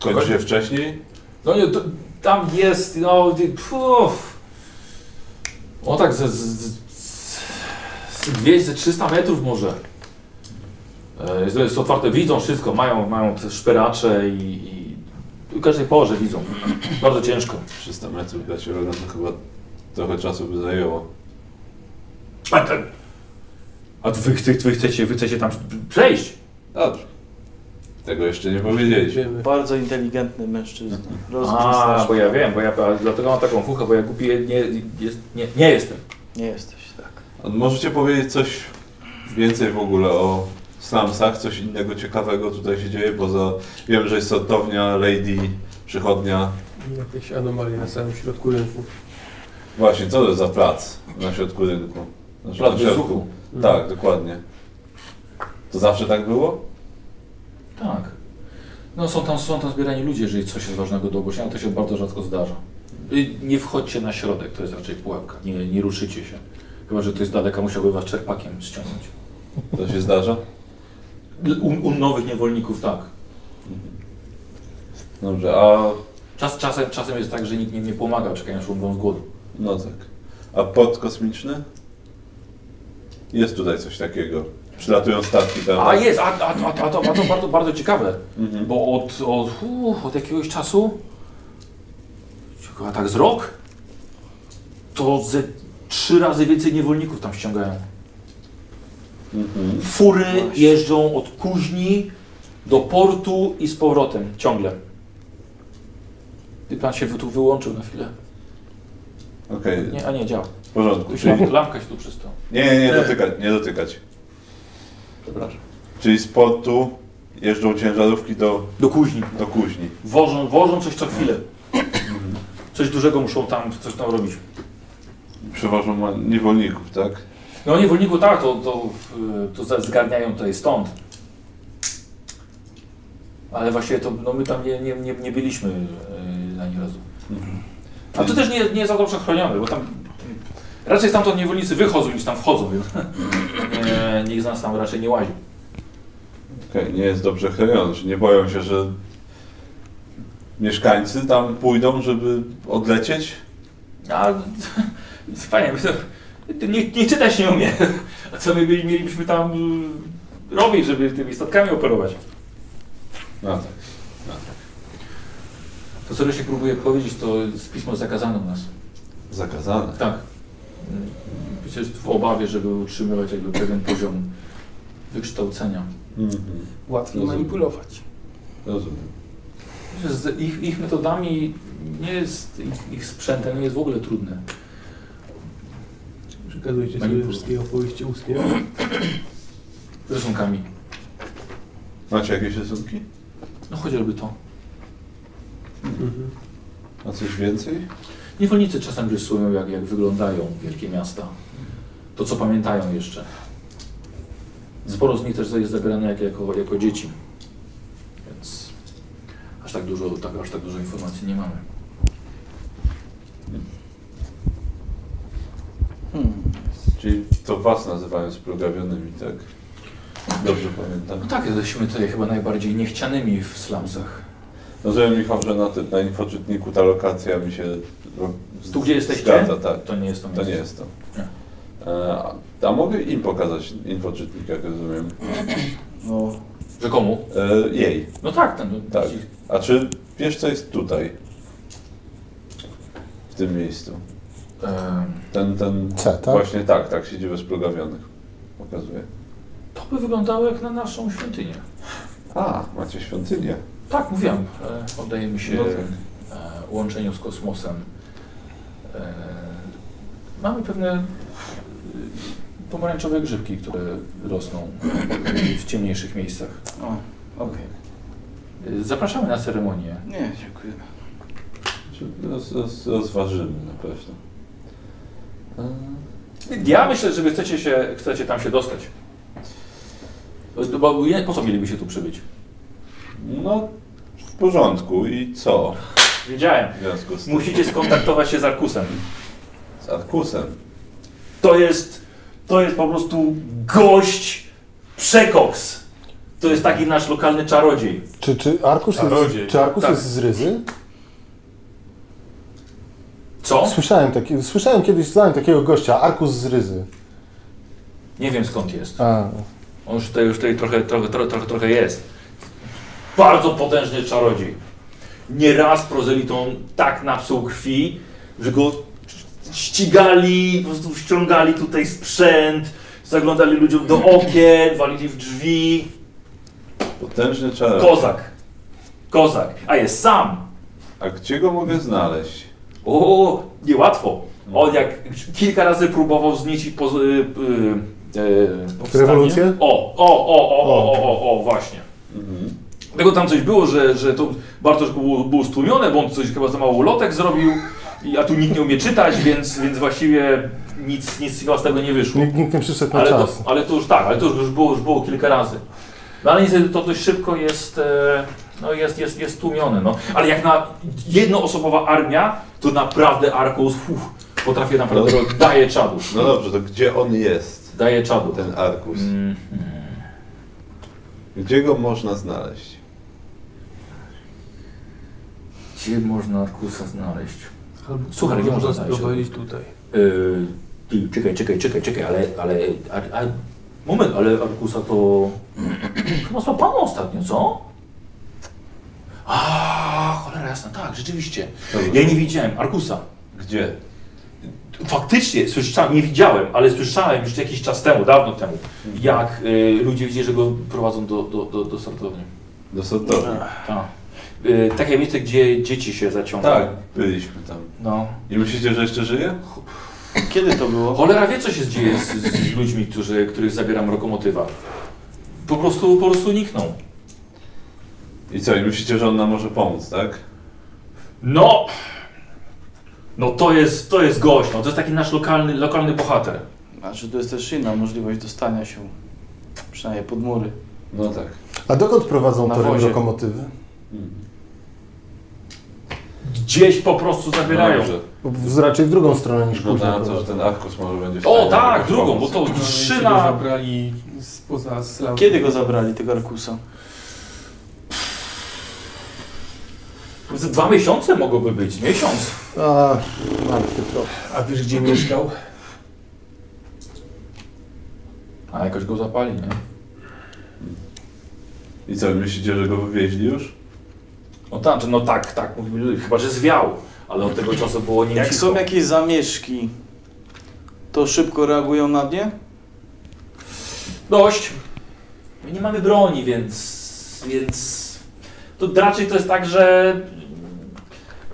kończy się wcześniej? No nie, to, tam jest, no, ty- puf. O tak, ze, z, z, z 200, 300 metrów może. E, Jest, jest otwarte, widzą wszystko, mają, mają te szperacze i, i w każdej porze widzą. Bardzo ciężko. 300 metrów dla Ciebie to chyba trochę czasu by zajęło. A, te, a wy, wy, wy, chcecie, wy chcecie tam przejść? Dobrze. Tego jeszcze nie powiedzieliśmy. Bardzo inteligentny mężczyzna. Rozum Mhm. A, straszny. bo ja wiem, bo ja, a dlatego mam taką fuchę, bo ja głupi nie, jest, nie, nie jestem. Nie jesteś, tak. A Możecie powiedzieć coś więcej w ogóle o slamsach? Coś innego ciekawego tutaj się dzieje? Poza wiem, że jest sortownia, lady, przychodnia. Jakieś anomalie na samym środku rynku. Właśnie, co to jest za plac na środku rynku? Znaczy, Plac na środku. Wysuchu. Tak, dokładnie. To zawsze tak było? Tak. No są tam, są tam zbierani ludzie, jeżeli coś jest ważnego do ogłoszenia, to się bardzo rzadko zdarza. I nie wchodźcie na środek, to jest raczej pułapka. Nie, nie ruszycie się. Chyba, że ktoś z daleka musiałby was czerpakiem ściągnąć. To się zdarza? U, u nowych niewolników tak. Dobrze, a Czas, czasem, czasem jest tak, że nikt im nie pomaga, czekają aż umrą z głodu. no tak. A port kosmiczny? Jest tutaj coś takiego. Przylatują statki, prawda? A jest, a, a, a, a, to, a to bardzo, bardzo ciekawe, bo od, od, uff, od jakiegoś czasu, chyba tak z rok, to ze trzy razy więcej niewolników tam ściągają. Fury jeżdżą od kuźni do portu i z powrotem ciągle. Ty pan się wy- tu wyłączył na chwilę. Okej, Nie, a nie działa. w porządku. Jakoś Czyli... lam- Lampka się tu przystała. Nie, nie, nie dotykać, nie dotykać. Przepraszam. Czyli z portu jeżdżą ciężarówki do... Do kuźni. Do kuźni. Wożą, wożą coś co chwilę. Coś dużego muszą tam, coś tam robić. Przeważą ma- niewolników, tak? No niewolniku tak, to, to, y, to za- zgarniają tutaj stąd. Ale właśnie to, no my tam nie, nie, nie, nie byliśmy yy, ani razu. A to też nie, nie za dobrze chronione, bo tam raczej stamtąd niewolnicy wychodzą niż tam wchodzą, więc nie, nikt z nas tam raczej nie łazi. Okej, nie jest dobrze chroniony, że nie boją się, że mieszkańcy tam pójdą, żeby odlecieć? A, panie, to nie, nie czytać nie umie. A co my byli- mielibyśmy tam y, robić, żeby tymi statkami operować? No tak. To, co się próbuje powiedzieć, to jest pismo zakazane u nas. Zakazane? Tak. Przecież w obawie, żeby utrzymywać jakby pewien poziom wykształcenia. Mhm. Łatwiej Rozumiem. manipulować. Rozumiem. Z ich, ich metodami nie jest, ich, ich sprzętem nie jest w ogóle trudne. Przekazujcie sobie Manipulować. wszystkie opowieści ustnie. Rysunkami. Macie jakieś rysunki? No chociażby to. A coś więcej? Niewolnicy czasem rysują, jak, jak wyglądają wielkie miasta. To, co pamiętają jeszcze. Sporo z nich też jest zabrane jak, jako, jako dzieci. Więc aż tak, dużo, tak, aż tak dużo informacji nie mamy. Czyli to was nazywają splugawionymi, tak? Dobrze pamiętam. No tak, jesteśmy tutaj chyba najbardziej niechcianymi w slumsach. Rozumiem, Michał, że na, tym- na infoczytniku ta lokacja mi się ro- z- Tu, gdzie jesteście? Mhm. Zgadza, tak. To nie jest to To miejsce. nie jest to. E, a- A mogę im pokazać infoczytnik, jak rozumiem? No. Że komu? E, jej. No tak, ten. Tak. A czy wiesz, co jest tutaj? W tym miejscu. e, Ten, ten... C, tak? Właśnie tak, tak, siedzibę splugawionych. Pokazuję. To by wyglądało jak na naszą świątynię. A, macie świątynię. Tak, mówiłem. E, Poddajemy się No e, łączeniu z kosmosem. E, Mamy pewne e, pomarańczowe grzybki, które rosną w ciemniejszych miejscach. O, okej. E, Zapraszamy na ceremonię. Nie, dziękujemy. Roz, roz, rozważymy na pewno. E, Ja myślę, że wy chcecie, się, chcecie tam się dostać. E, Bo je- po co mieliby się tu przybyć? No, w porządku. I co? Wiedziałem. W związku z tym? Musicie skontaktować się z Arkusem. Z Arkusem. To jest, to jest po prostu gość przekoks. To jest taki nasz lokalny czarodziej. Czy, czy Arkus, Czarodziej. jest, czy Arkus Tak. jest z Ryzy? Co? Słyszałem, taki, słyszałem kiedyś, znałem takiego gościa, Arkus z Ryzy. Nie wiem skąd jest. A, On już tutaj, już tutaj trochę, trochę, trochę, trochę, trochę jest. Bardzo potężny czarodziej. Nieraz prozelitom tak napsuł krwi, że go ścigali, po prostu ściągali tutaj sprzęt, zaglądali ludziom do okien, walili w drzwi. Potężny czar. Kozak. Kozak. A jest sam. A gdzie go mogę znaleźć? O, niełatwo. On jak kilka razy próbował zniecić poz, y, y, y, powstanie. Rewolucję? O, o, o, o, o, o, o, o właśnie. Mhm. Tego tam coś było, że, że to Bartosz było, było stłumione, bo on coś chyba za mało lotek zrobił, i- a tu nikt nie umie czytać, więc, więc właściwie nic, nic chyba z tego nie wyszło. nikt, nikt nie przyszedł na Ale to, czas. ale to już tak, ale to już było, już było kilka razy. No ale niestety to dość szybko jest, e, no jest, jest, jest tłumione. No. Ale jak na jednoosobowa armia, to naprawdę Arkus uff, potrafi naprawdę, No. daje czadu. No dobrze, to gdzie on jest? Daje czadu. Ten Arkus. Mm. Gdzie go można znaleźć? Gdzie można Arkusa znaleźć? Albo Słuchaj, nie można znaleźć. sprowadzić tutaj. Yy, ty, czekaj, czekaj, czekaj, czekaj, ale, ale, a, a, moment, ale Arkusa to chyba złapano ostatnio, co? A, cholera jasna, tak, rzeczywiście. Ja nie widziałem Arkusa. Gdzie? Faktycznie słyszałem, nie widziałem, ale słyszałem już jakiś czas temu, dawno temu, jak y, ludzie widzieli, że go prowadzą do, do, do, do sortowni. Do Sotowi. Tak. Y, takie miejsce, gdzie dzieci się zaciągają. Tak, byliśmy tam. No. I myślicie, że jeszcze żyje? Kiedy to było? Cholera wie, co się dzieje z, z ludźmi, którzy, których zabieram lokomotywa. Po prostu, po prostu nikną. I co, i myślicie, że on nam może pomóc, tak? No! No to jest, to jest gość, no to jest taki nasz lokalny, lokalny bohater. Znaczy, tu jest też inna możliwość dostania się, przynajmniej pod mury. No tak. A dokąd prowadzą Na tory wozie. lokomotywy? Gdzieś po prostu No, zabierają. Dobrze. W- Raczej w drugą stronę niż Wygląda kurna. na to, że ten Arkus może będzie w O, stanie tak, jakoś drugą, pomóc. No, bo to go szyna. zabrali spoza Slawy. Kiedy go zabrali, tego Arkusa? Za dwa miesiące mogłoby być, miesiąc. A, martwy trop. A wiesz gdzie mieszkał? A jakoś go zapali, nie? I co, myślicie, że go wywieźli już? No tak, no tak, tak, mówimy, chyba że zwiał, ale od tego czasu było nie Jak cicho. są jakieś zamieszki, to szybko reagują na nie? Dość. My nie mamy broni, więc. Więc. To raczej to jest tak, że.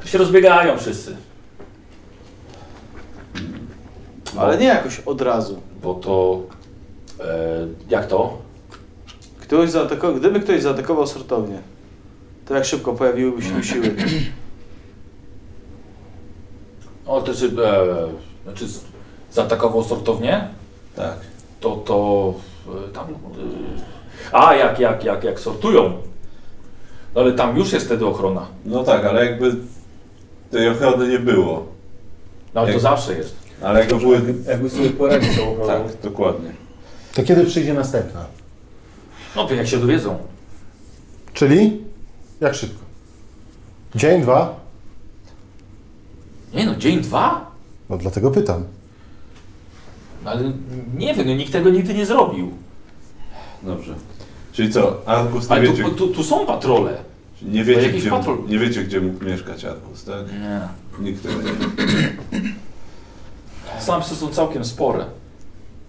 się rozbiegają wszyscy. Ale nie jakoś od razu. Bo to. E, jak to? Ktoś zaatakował, gdyby ktoś zaatakował sortownię, to jak szybko pojawiłyby się siły. O, to czy. E, znaczy, z- zaatakował sortownię? Tak. To to. E, tam. E, a, jak, jak, jak, jak sortują. No ale tam już jest wtedy ochrona. No tak, ale jakby tej ochrony nie było. No ale to Jak- zawsze jest. Ale jakby były... jakby sobie poradzili z tą ochroną. Tak, dokładnie. To kiedy przyjdzie następna? No to jak się dowiedzą. Czyli? Jak szybko? Dzień, dwa? Nie no, dzień, dwa? No dlatego pytam. No ale nie wiem, no nikt tego nigdy nie zrobił. Dobrze. Czyli co, Arkus nie Ale wiecie... tu, tu, tu są patrole. Nie To wiecie, jakiś gdzie, patrol. nie wiecie, gdzie mógł mieszkać Arkus, tak? Nie. Nikt tego nie wie. Slumsy są całkiem spore.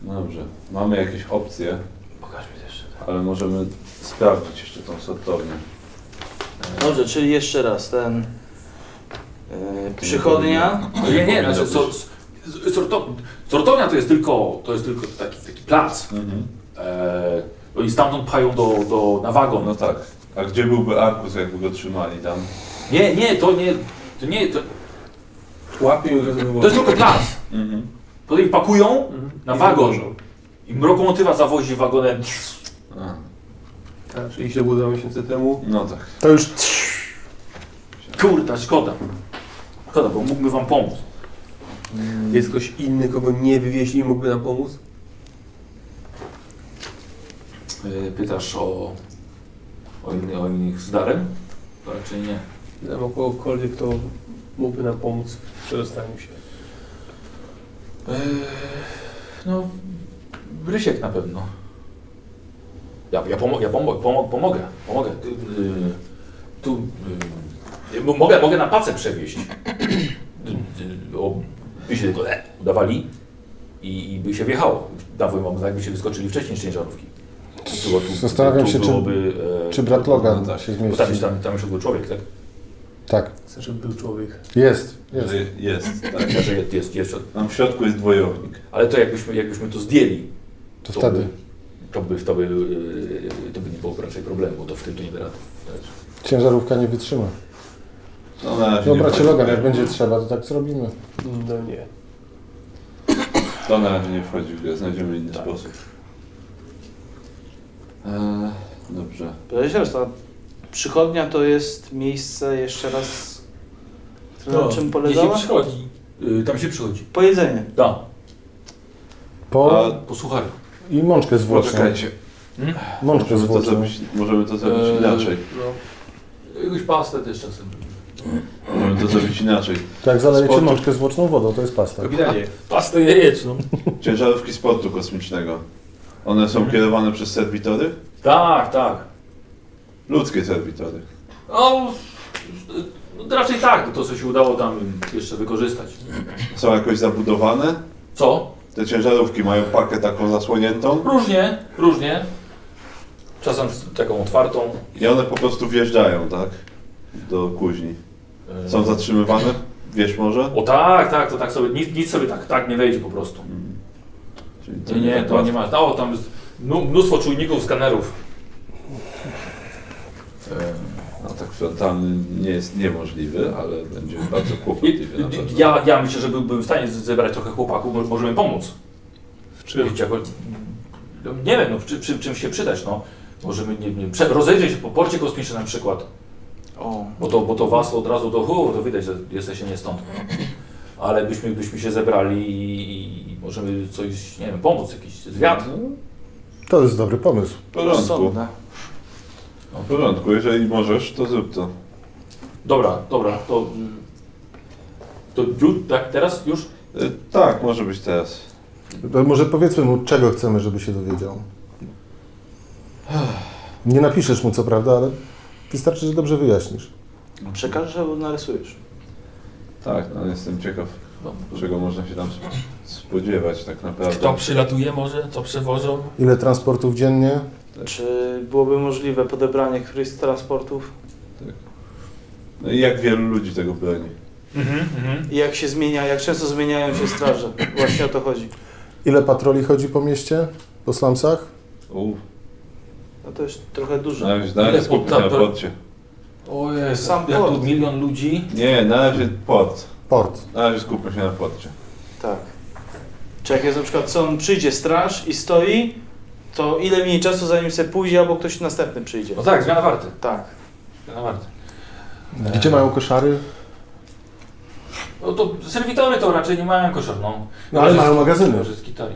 Dobrze. Mamy jakieś opcje. Pokaż mi jeszcze. tak. Ale możemy sprawdzić jeszcze tą sortownię. Dobrze, czyli jeszcze raz ten. e, przychodnia. Nie, nie, znaczy so, so- sorto, sortownia to jest tylko, to jest tylko taki, taki plac. Mhm. E, no I stamtąd pchają do, do, na wagon. No tak. A gdzie byłby Arkus, jakby go trzymali tam? Nie, nie, to nie, to nie, to, Łapię go to jest tylko plac. Mhm. Potem ich pakują na I wagon. zawożą. I mrokomotywa zawozi wagonem. Tak, czyli się budowało miesięcy temu. No tak. To już... Kurta, szkoda. Szkoda, bo mógłby wam pomóc. Jest ktoś inny, kogo nie wywieźli i mógłby nam pomóc? E, Pytasz o, o, inny, o innych z darem? To raczej nie. Znam o kogokolwiek, kto mógłby nam pomóc w przedostaniu się. Eee, No, Rysiek na pewno. Ja, ja, pomo- ja pomo- pomo- pomogę, pomogę. Ty, y, tu, y, mo- mogę, mogę na pacę przewieźć. Y, y, o, By się tylko e, udawali i, i by się wjechało. Dawłem wam, jakby się wyskoczyli wcześniej z ciężarówki. Tu- tu- Zastanawiam tu się, czy- byłoby, e, czy brat Logan się bo Tam, zmieści. tam, tam już był człowiek, tak? Tak. Chcę, żeby był człowiek. Jest. Jest. Jest, tak. Że jest, jest, jest. Tam w środku jest dwojownik. Ale to jakbyśmy, jakbyśmy to zdjęli, To wtedy. By, to, by, to, by, yy, to by nie było raczej problemu, bo to w tym to nie da rady. Ciężarówka nie wytrzyma. No, na razie No nie bracie wchodzi. Logan, jak będzie trzeba, to tak zrobimy. No nie. To na razie nie wchodzi w grę, znajdziemy inny sposób. Eee, dobrze. Powiedziałeś, ta przychodnia to jest miejsce jeszcze raz. No, które Na No, czym Nie polegała? się przychodzi. Yy, tam się przychodzi. Po jedzenie. Da. Po... Posłuchaj. I mączkę z włosem. Poczekajcie. Mączkę z Możemy to włosem. zrobić, możemy to zrobić inaczej. E, No. Jakąś pastę też czasem. Możemy to zrobić inaczej. Tak, zalejecie Sportu- mączkę z włosną wodą, to jest pasta. Pastę no. jajeczną. Ciężarówki sportu kosmicznego. One są kierowane przez serwitory? Tak, tak. Ludzkie serwitory. No, yy, raczej tak, bo to co się udało tam im jeszcze wykorzystać. Są jakoś zabudowane? Co? Te ciężarówki mają pakę taką zasłoniętą Różnie, różnie. Czasem z taką otwartą. i one po prostu wjeżdżają, tak? Do kuźni. Są zatrzymywane? Wiesz może? O tak, tak, to tak sobie, nic, nic sobie tak, tak nie wejdzie po prostu. Czyli Nie, nie, tak to nie ma. O, tam jest mnu- mnóstwo czujników, skanerów. No tak Kwantalny nie jest niemożliwy, ale będzie bardzo kłopotliwy na pewno. Ja, ja myślę, że byłbym w stanie z- zebrać trochę chłopaków, może możemy pomóc. W czym? Jako, no, nie wiem, no, czy, czy, czym się przydać, no. Możemy, nie wiem, prze- rozejrzeć się po porcie kosmicznym na przykład. O. Bo to, bo to was od razu to, hu, to widać, że jesteście nie stąd. Ale byśmy, byśmy się zebrali i, i, i możemy coś, nie wiem, pomóc, jakiś zwiat. To jest dobry pomysł. W porządku. No, Rozsądne. W porządku, jeżeli możesz, to zrób to. Dobra, dobra, to... mm, To ju- tak teraz już? Tak, może być teraz. To może powiedzmy mu, czego chcemy, żeby się dowiedział. Nie napiszesz mu, co prawda, ale wystarczy, że dobrze wyjaśnisz. Przekażesz albo narysujesz. Tak, no jestem ciekaw, czego można się tam sp- spodziewać tak naprawdę. Kto przylatuje może? Co przewożą? Ile transportów dziennie? Czy byłoby możliwe podebranie któryś z transportów? No i jak wielu ludzi tego broni? I jak się zmienia, jak często zmieniają się straże? Właśnie o to chodzi. Ile patroli chodzi po mieście? Po slumsach? Uff, No to jest trochę dużo. na razie, na razie skupmy się na porcie. O Jezu, Sam jak port. tu milion ludzi. Nie, na razie port. Port. Na razie skupmy się na porcie. Tak. Czy jak jest na przykład, co on przyjdzie straż i stoi, to ile mniej czasu zanim se pójdzie, albo ktoś następny przyjdzie? No tak, zmiana warty. Tak. Zmiana warty. Gdzie mają koszary? No to serwitory to raczej nie mają koszar, no. No, ale Może mają z- magazyny. Może z gitary.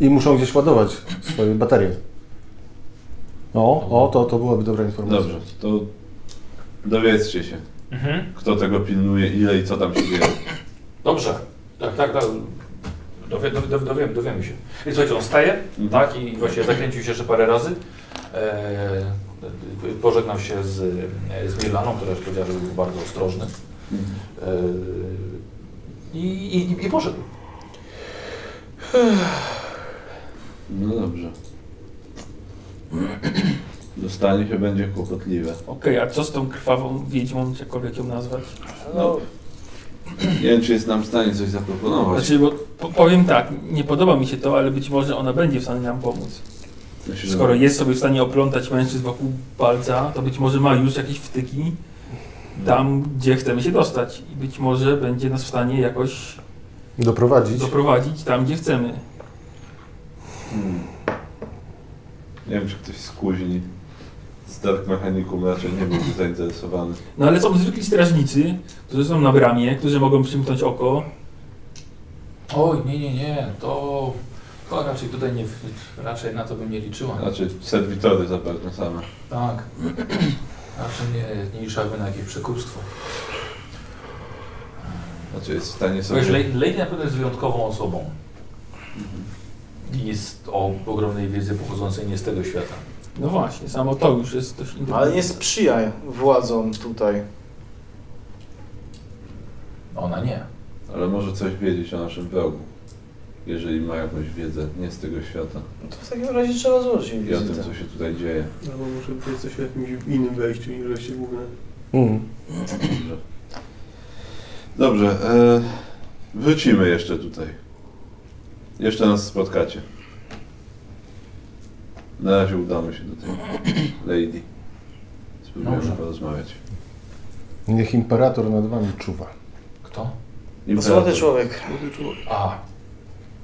I muszą gdzieś ładować swoje baterie. O, o, to, to byłaby dobra informacja. Dobrze, to dowiedzcie się, Mhm. kto tego pilnuje, ile i co tam się dzieje. Dobrze. Tak, tak, tak. Dowie, dowie, dowie, dowiemy, dowiemy się. I słuchajcie, on staje, Mhm. tak, i właśnie zakręcił się jeszcze parę razy. E, pożegnał się z, z Milaną, która już powiedziała, że był bardzo ostrożny. E, i, i, I poszedł. No dobrze. Dostanie się będzie kłopotliwe. Okej, a co z tą krwawą wiedźmą, jakkolwiek ją nazwać? No. Nie wiem, czy jest nam w stanie coś zaproponować. Znaczy, bo po- powiem tak, nie podoba mi się to, ale być może ona będzie w stanie nam pomóc. Myślę, że- Skoro jest sobie w stanie oplątać mężczyzn wokół palca, to być może ma już jakieś wtyki tam, gdzie chcemy się dostać. I być może będzie nas w stanie jakoś Doprowadzić. doprowadzić tam, gdzie chcemy. Hmm. Nie wiem, czy ktoś z kuźni z Dark Mechanicum raczej nie byłby zainteresowany. No ale są zwykli strażnicy, którzy są na bramie, którzy mogą przymknąć oko. Oj, nie, nie, nie, to, to raczej tutaj nie, raczej na to bym nie liczyła. Znaczy, serwitory zapewne same. Tak. Znaczy nie, nie liczyłabym na jakieś przekupstwo. Znaczy, jest w stanie sobie... Wiesz, Lady Lady na pewno jest wyjątkową osobą. I jest o ogromnej wiedzy pochodzącej nie z tego świata. No właśnie, samo to już jest dość indywidualne. Ale nie sprzyjaj władzom tutaj. Ona nie. Ale może coś wiedzieć o naszym wrogu. Jeżeli ma jakąś wiedzę nie z tego świata. To w takim razie trzeba złożyć I o tym, co się tutaj dzieje. Albo może być coś o jakimś innym wejściu niż wejście główne. Dobrze. Dobrze, e, wrócimy jeszcze tutaj. Jeszcze nas spotkacie. Na razie udamy się do tej lady. Spróbujemy Dobrze. porozmawiać. Niech imperator nad wami czuwa. Kto? Złoty człowiek. A,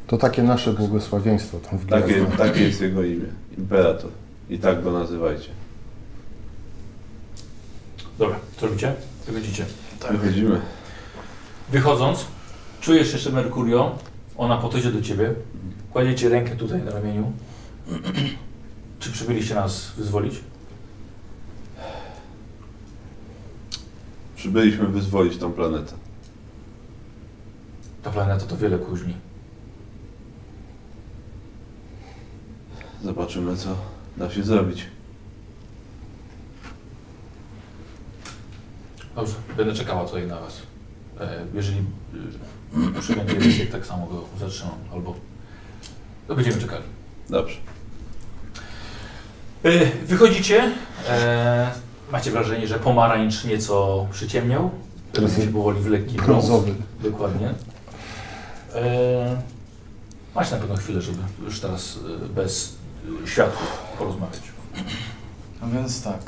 To takie nasze błogosławieństwo tam w Takie, gwiazdach. takie jest jego imię. Imperator. I tak go nazywajcie. dobra, co robicie? Wychodzicie. Tak. Wychodzimy. Wychodząc, czujesz jeszcze Merkurio, ona podejdzie do ciebie, kładzie ci rękę tutaj na ramieniu. Czy przybyliście nas wyzwolić? Przybyliśmy wyzwolić tą planetę. Ta planeta to wiele kuźni. Zobaczymy, co da się zrobić. Dobrze, będę czekała tutaj na Was. E, Jeżeli e, przybędzie rysiek, tak samo go zatrzymam, albo to będziemy czekali. Dobrze. E, Wychodzicie, e, macie wrażenie, że pomarańcz nieco przyciemniał, teraz się powoli w lekki brąz. brązowy. Dokładnie. E, Macie na pewno chwilę, żeby już teraz e, bez e, światła porozmawiać. A więc tak.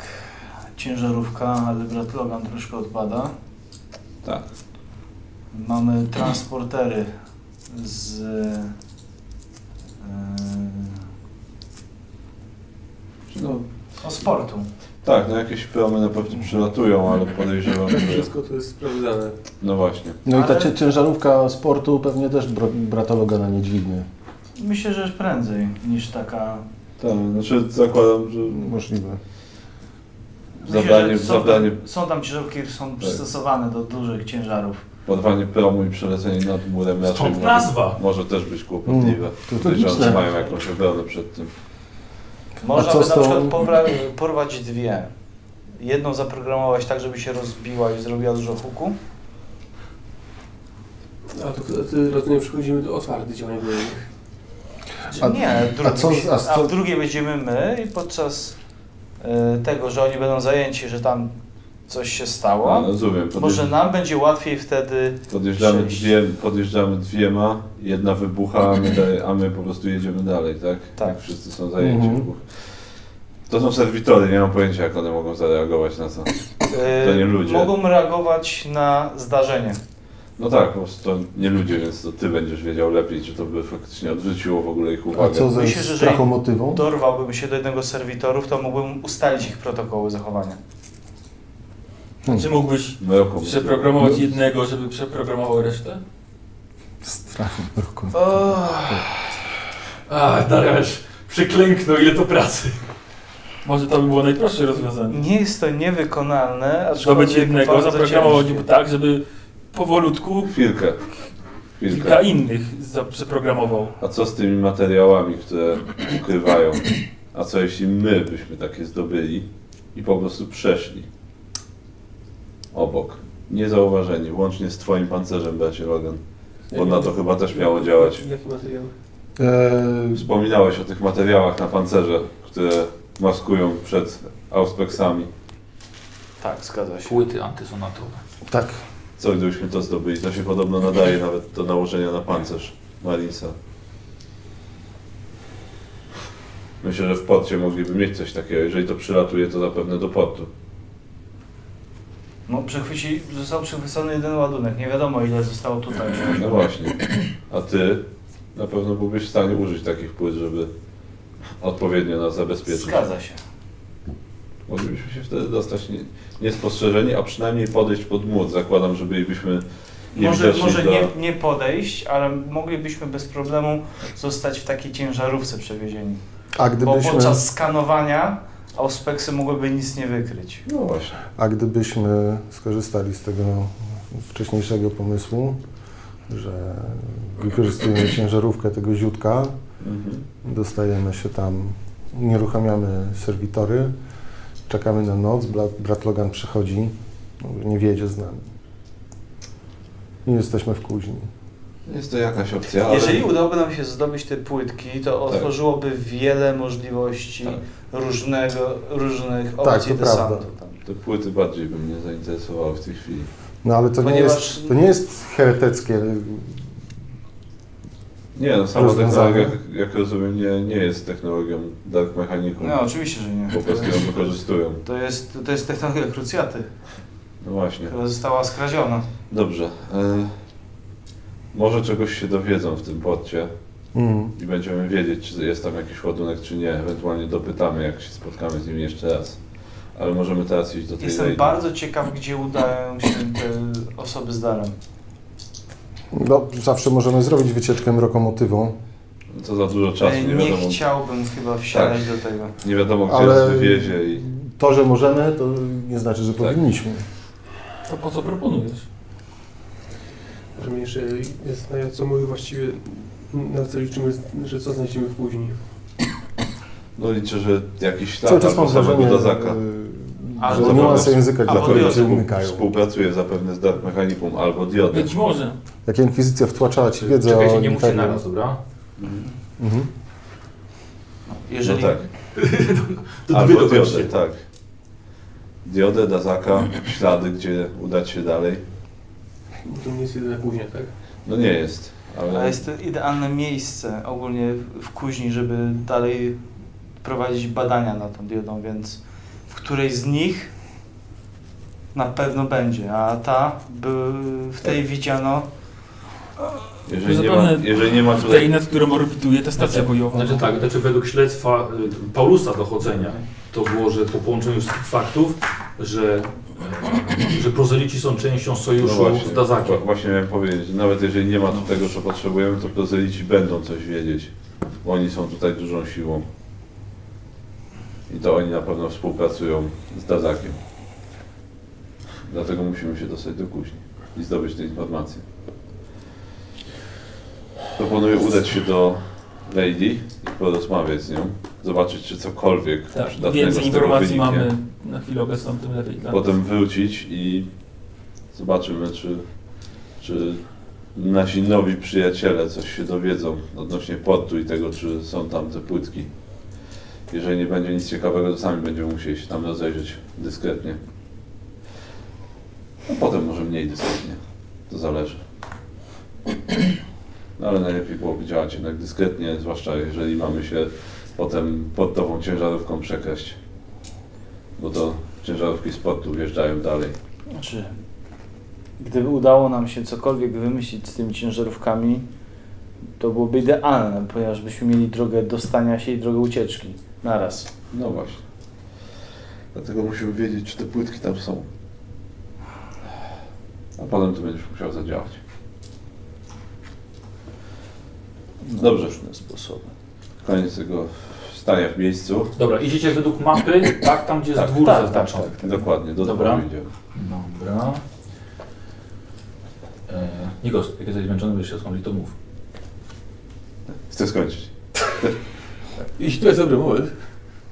ciężarówka, ale brat Logan troszkę odpada. Tak. Mamy transportery z... e, no, o sportu. Tak, no jakieś promy na pewno przylatują, ale podejrzewam, że... Wszystko to jest sprawdzane. No właśnie. No i ta Ale- cie- ciężarówka sportu pewnie też bro- brata Logana nie dźwignie. Myślę, że prędzej niż taka... Tak, znaczy zakładam, że... Możliwe. Myślę, Zabranie, że są, zabranie, są tam ciężarówki, które Tak. są przystosowane do dużych ciężarów. podwanie promu i przelecenie nad murem raczej Stąd może, nazwa. może też być kłopotliwe. Mm, to Podejrzewam, że logiczne. mają jakąś obronę przed tym. Można No co by z na tą- przykład pobra- porwać dwie. Jedną zaprogramować tak, żeby się rozbiła i zrobiła dużo huku. A to ty, rozumiem, przechodzimy do otwartych działań wojennych. A, nie, w drugiej, a co z- a a, co- w drugiej będziemy my i podczas e, tego, że oni będą zajęci, że tam coś się stało, No, rozumiem, podejrz- może nam będzie łatwiej wtedy Podjeżdżamy, przyjść. dwie, podjeżdżamy dwiema, jedna wybucha, a my, dalej, a my po prostu jedziemy dalej, tak? Tak. Jak wszyscy są zajęci. Mhm. dwóch. To są serwitory, nie mam pojęcia jak one mogą zareagować na to. E, To nie ludzie. Mogą reagować na zdarzenie. No tak, po prostu to nie ludzie, więc to ty będziesz wiedział lepiej, czy to by faktycznie odwróciło w ogóle ich uwagę. A co ze Myślę, że jeżeli strachomotywą? dorwałbym się do jednego z serwitorów, to mógłbym ustalić ich protokoły zachowania. Czy mógłbyś Mrokom. przeprogramować jednego, żeby przeprogramował resztę? Strachem roku. Tak. A, Dariusz, przyklęknął, ile to pracy. Może to by było najprostsze rozwiązanie. Nie jest to niewykonalne, aczkolwiek Zdobyć jednego, bardzo zaprogramować ciężkie. go tak, żeby powolutku Chwilkę. Chwilkę. kilka innych za- przeprogramował. A co z tymi materiałami, które ukrywają? A co jeśli my byśmy takie zdobyli i po prostu przeszli obok? Niezauważeni, łącznie z twoim pancerzem, bracie Logan. Bo na to chyba też miało działać. Jaki materiał? Wspominałeś o tych materiałach na pancerze, które maskują przed auspeksami. Tak, zgadza się. Płyty antysonatowe. Tak. Co gdybyśmy to zdobyli? To się podobno nadaje nawet do nałożenia na pancerz Marisa. Myślę, że w porcie mogliby mieć coś takiego. Jeżeli to przylatuje, to zapewne do portu. No, przechwyci, został przechwycony jeden ładunek. Nie wiadomo ile zostało tutaj. No właśnie. A ty na pewno byłbyś w stanie użyć takich płyt, żeby odpowiednio nas zabezpieczyć. Zgadza się. Moglibyśmy się wtedy dostać nie- niespostrzeżeni, a przynajmniej podejść pod młot. Zakładam, że bylibyśmy Może, niewidoczni może dla... nie, nie podejść, ale moglibyśmy bez problemu zostać w takiej ciężarówce przewiezieni. A Bo gdybyśmy- podczas skanowania auspeksy mogłyby nic nie wykryć. No właśnie. A gdybyśmy skorzystali z tego wcześniejszego pomysłu, że wykorzystujemy ciężarówkę tego ziutka, Mhm. dostajemy się tam, unieruchamiamy serwitory, czekamy na noc, brat, brat Logan przychodzi, mówi, nie wiedzie z nami. I jesteśmy w kuźni. Jest to jakaś opcja, ale... Jeżeli udałoby nam się zdobyć te płytki, to Tak. otworzyłoby wiele możliwości różnego, różnych Tak, opcji to prawda. desantu. Te płyty bardziej by mnie zainteresowały w tej chwili. No ale to, nie, Ponieważ- jest, to nie jest heretyckie. Nie, no sama Rozwiązanie. technologia, jak, jak rozumiem, nie, nie jest technologią Dark Mechaniku. No oczywiście, że nie. Po prostu ją wykorzystują. To jest, to jest technologia krucjaty, No właśnie. która została skradziona. Dobrze. E, może czegoś się dowiedzą w tym podcie Mhm. i będziemy wiedzieć, czy jest tam jakiś ładunek, czy nie. Ewentualnie dopytamy, jak się spotkamy z nimi jeszcze raz. Ale możemy teraz iść do tej Jestem rejdy. bardzo ciekaw, gdzie udają się te osoby z darem. No, zawsze możemy zrobić wycieczkę mrokomotywą. To za dużo czasu, Ej, nie E, nie wiadomo. Tak. No chciałbym chyba wsiadać do tego. Nie wiadomo, gdzie Ale- nas wywiezie i... To, że możemy, to nie znaczy, że powinniśmy. To po co proponujesz? Że jeszcze jest na co mówił właściwie, na co liczymy, że co znajdziemy później. No liczę, że jakiś ślad Cały czas Tak, albo mam samego wrażenie, Dazaka. yy, że niuanse języka dla których się umykają. Współpracuje zapewne z Dark Mechanikum albo Diodem. Być może. Jak inkwizycja wtłaczała ci wiedzę Czekajcie, o nie tak. mówcie Imperium. naraz, dobra? Mhm. Jeżeli... No tak. To wy albo to Diodę, weźcie. tak. Diodę, Dazaka, ślady, gdzie udać się dalej. Bo to nie jest jedyne później, tak? No nie jest, ale... A jest to idealne miejsce ogólnie w kuźni, żeby dalej prowadzić badania nad tą diodą, więc w której z nich na pewno będzie, a ta by, w tej Tak. widziano Jeżeli nie ma, jeżeli nie ma w tej, nad którą orbituje ta stacja bojowa. Znaczy tak, znaczy według śledztwa y, Paulusa dochodzenia to było, że po połączeniu z tych faktów, że, e, że prozelici są częścią sojuszu z Dazakiem. wła- No właśnie miałem powiedzieć, nawet jeżeli nie ma tu tego, co potrzebujemy, to prozelici będą coś wiedzieć. Bo Oni są tutaj dużą siłą. I to oni na pewno współpracują z Dazakiem. Dlatego musimy się dostać do kuźni i zdobyć te informacje. Proponuję udać się do Lady i porozmawiać z nią, zobaczyć czy cokolwiek Tak, przydatnego więcej z tego informacji wyniknie. mamy na chwilę obecną, tym lepiej dla Potem nas. wrócić i zobaczymy, czy, czy nasi nowi przyjaciele coś się dowiedzą odnośnie portu i tego, czy są tam te płytki. Jeżeli nie będzie nic ciekawego, to sami będziemy musieli się tam rozejrzeć dyskretnie. A potem może mniej dyskretnie. To zależy. No ale najlepiej byłoby działać jednak dyskretnie, zwłaszcza jeżeli mamy się potem portową ciężarówką przekraść. Bo to ciężarówki z portu wjeżdżają dalej. Znaczy, gdyby udało nam się cokolwiek wymyślić z tymi ciężarówkami, to byłoby idealne, ponieważ byśmy mieli drogę dostania się i drogę ucieczki naraz. No właśnie. Dlatego musimy wiedzieć, czy te płytki tam są. A potem to będziesz musiał zadziałać. Dobrze. Sposoby. Koniec tego stania w miejscu. Dobra, idziecie według mapy, tak tam gdzie jest dwór tak, zaznaczony. tak, tak. Dokładnie, do Dobra. Dobra. idziemy. Dobra. E, Nikos, jak jesteś zmęczony, będziesz się skończyć, to mów. Chcę skończyć. Jeśli to jest dobry moment.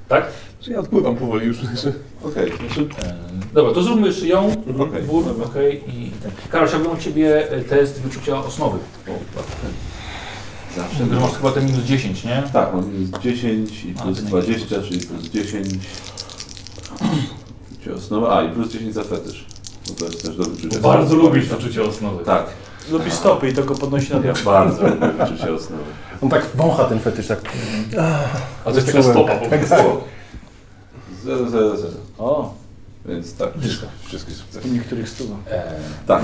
Tak? Że ja odpływam powoli już. Okej, znaczy... E, Dobra, to zróbmy jeszcze ją, Okej. dwór, okej i ten. Karol, chciałbym od Ciebie e, test wyczucia osnowy. Zawsze. Że masz chyba te minus 10, nie? Tak, mam minus 10 i A, plus to nie 20, czyli plus 10. Czucie osnowy. A, i plus 10 za fetysz. Bo to jest też do wyczucia. Bo bardzo lubisz to czucie osnowy. Tak. Lubi stopy i to go podnosi na Ja dół. bardzo lubię wyczucie osnowy. On tak wącha ten fetysz, tak. A to jest taka Wyczułem. stopa po Tak, prostu. tak. 0, 0, 0. O. Więc tak, Dyszka. wszystkie sukcesy. U niektórych stuwa. E, Tak.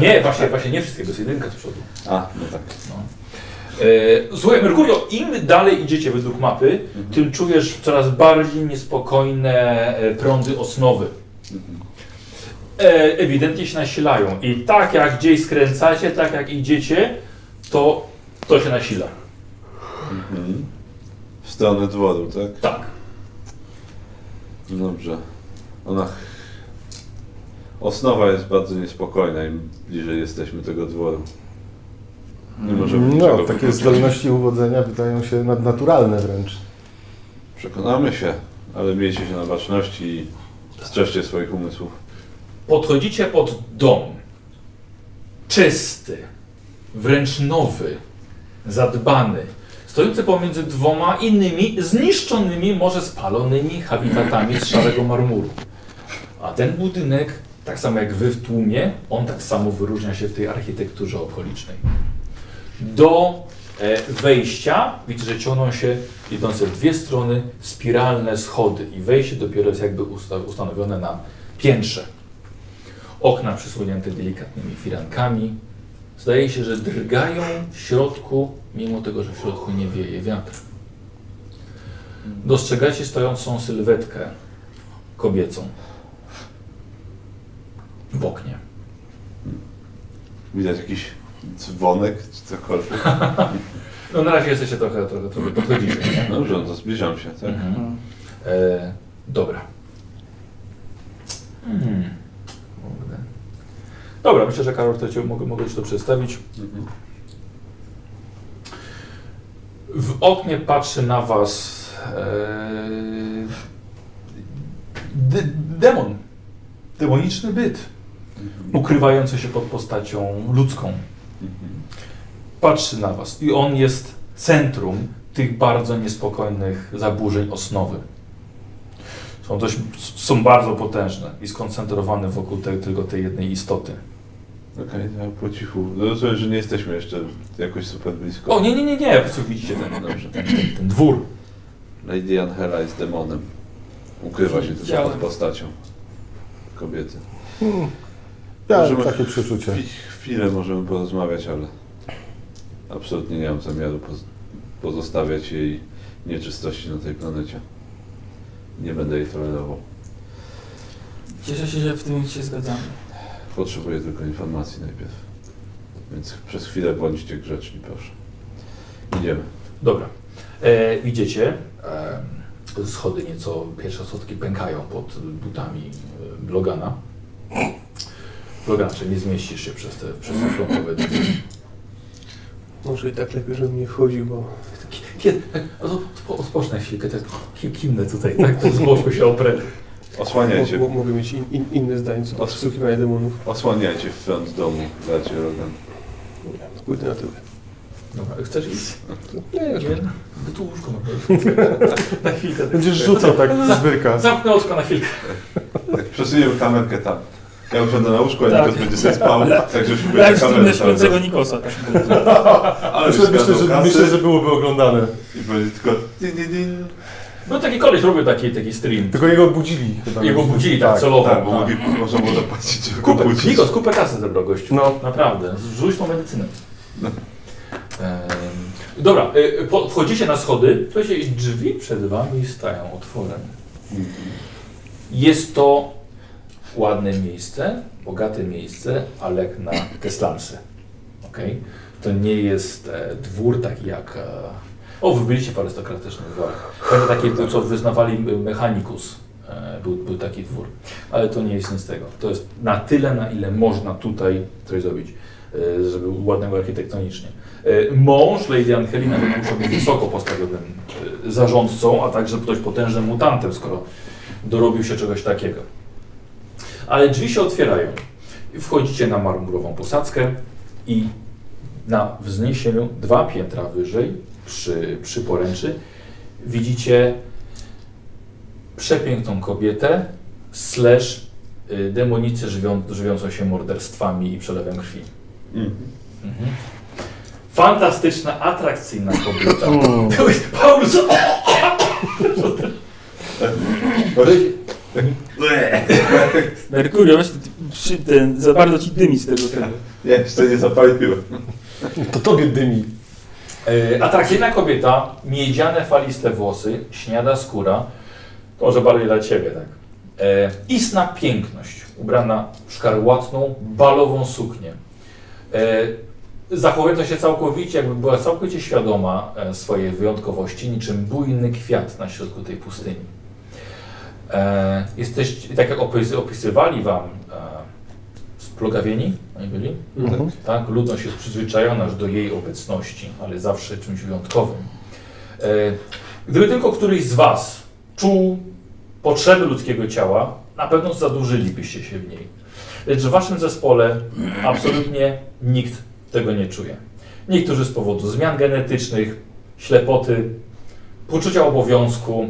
Nie, właśnie, właśnie nie wszystkiego, jest jedynka z przodu. A, no tak. E, słuchaj, Merkurio, im dalej idziecie według mapy, tym czujesz coraz bardziej niespokojne e, prądy osnowy. E, ewidentnie się nasilają. I tak jak gdzieś skręcacie, tak jak idziecie, to to się nasila. Mhm. W stronę dworu, tak? Tak. Dobrze. Ona... Osnowa jest bardzo niespokojna im bliżej jesteśmy tego dworu. Nie możemy niczego No, takie wykluczyć. zdolności uwodzenia wydają się nadnaturalne wręcz. Przekonamy się, ale miejcie się na baczności i strzeżcie swoich umysłów. Podchodzicie pod dom. Czysty, wręcz nowy, zadbany, stojący pomiędzy dwoma innymi, zniszczonymi, może spalonymi habitatami z szarego marmuru. A ten budynek, tak samo jak wy w tłumie, on tak samo wyróżnia się w tej architekturze okolicznej. Do e, wejścia widzicie, że ciągną się idące w dwie strony spiralne schody i wejście dopiero jest jakby usta- ustanowione na piętrze. Okna przysłonięte delikatnymi firankami. Zdaje się, że drgają w środku, mimo tego, że w środku nie wieje wiatr. Dostrzegacie stojącą sylwetkę kobiecą w oknie. Widać jakiś dzwonek czy cokolwiek. No na razie jesteście trochę, trochę, trochę podchodzicie, nie? Dobrze, no to zbliżam się, tak? Mhm. E, dobra. Hmm. Kurde. Dobra, myślę, że Karol, to cię mogę, mogę ci to przedstawić. W oknie patrzy na was e, de, demon. Demoniczny byt. Ukrywający się pod postacią ludzką. Patrzy na was i on jest centrum tych bardzo niespokojnych zaburzeń osnowy. Są, dość, są bardzo potężne i skoncentrowane wokół te, tylko tej jednej istoty. Okej, okay, po cichu. No Rozumiem, że nie jesteśmy jeszcze jakoś super blisko. O, nie, nie, nie, nie, po prostu widzicie ten, Dobrze. ten, ten, ten dwór. Lady Angela jest demonem. Ukrywa się tylko pod postacią kobiety. Hmm. Ja mam takie przeczucie. chwi- Chwilę możemy porozmawiać, ale absolutnie nie mam zamiaru poz- pozostawiać jej nieczystości na tej planecie. Nie będę jej tolerował. Cieszę się, że w tym się zgadzamy. Potrzebuję tylko informacji najpierw. Więc przez chwilę bądźcie grzeczni, proszę. Idziemy. Dobra. E, idziecie. E, schody nieco, pierwsze schodki pękają pod butami e, Logana. Logan, czy nie zmieścisz się przez te przez te frontowe drzwi? Może i tak lepiej, żebym nie wchodził, bo... Kiedy? No to spo- odpocznę chwilkę, tak ki- kimnę tutaj, tak? To zboczmy się oprę. Osłaniajcie. Mo- mo- Mogę mieć in, in, inne zdanie co do obsługiwania demonów. Osłaniajcie front domu, bracie Rogan. Pójdę na tył. Dobra, chcesz iść? Nie, wiem. By tu łóżko na pewno. Na chwilkę. tak. Będziesz rzucał tak z wyrka. Zamknę oczko na chwilkę. Przesuniemy kamerkę tam. Ja usiądę na łóżku, a Nikos będzie sobie spał, tak żebyśmy byli Jak na w sumie kamerze cały czas. śpiącego Nikosa. tak. Ale Myślę, myślę, zgadzał że, kasy myślę, że byłoby oglądane. I będzie tylko... No taki koleś robił taki, taki stream. Tylko jego budzili chyba. Jego budzili tak, celowo. Tak, bo mogli, można było zapłacić. Kupę, budzić. Nikos, kupę kasy zebrał gościu. No. No. Naprawdę, rzuć tą medycynę. Em, dobra, y, po, wchodzicie na schody, to się drzwi przed wami stają otworem. Jest to ładne miejsce, bogate miejsce, ale jak na Teslansy. Okay? To nie jest e, dwór taki jak... E, o, wy byliście w arystokratycznym dworze. Taki był, co wyznawali e, mechanikus. E, był, był taki dwór. Ale to nie jest nic z tego. To jest na tyle, na ile można tutaj coś zrobić, e, żeby ładnego architektonicznie. E, Mąż Lady Angelina był muszę być wysoko postawionym e, zarządcą, a także dość potężnym mutantem, skoro dorobił się czegoś takiego. Ale drzwi się otwierają. I Wchodzicie na marmurową posadzkę i na wzniesieniu dwa piętra wyżej, przy, przy poręczy, widzicie przepiękną kobietę, slash y, demonicę żywią, żywiącą się morderstwami i przelewem krwi. Mhm. Fantastyczna, atrakcyjna kobieta. Mm. Byłeś- Paulus! Merkurio, właśnie ty- przy, ten, za bardzo ci dymi z tego tego. Nie, jeszcze nie zapaliłem. To tobie dymi. E, Atrakcyjna kobieta, miedziane, faliste włosy, śniada skóra, może bardziej dla ciebie, tak. E, Isna piękność, ubrana w szkarłatną, balową suknię. E, zachowująca się całkowicie, jakby była całkowicie świadoma e, swojej wyjątkowości, niczym bujny kwiat na środku tej pustyni. E, jesteście, tak jak opisy, opisywali wam e, splugawieni, oni byli, Mhm. tak, ludność jest przyzwyczajona już do jej obecności, ale zawsze czymś wyjątkowym. E, gdyby tylko któryś z was czuł potrzeby ludzkiego ciała, na pewno zadłużylibyście się w niej. Lecz w waszym zespole absolutnie nikt tego nie czuje. Niektórzy z powodu zmian genetycznych, ślepoty, poczucia obowiązku,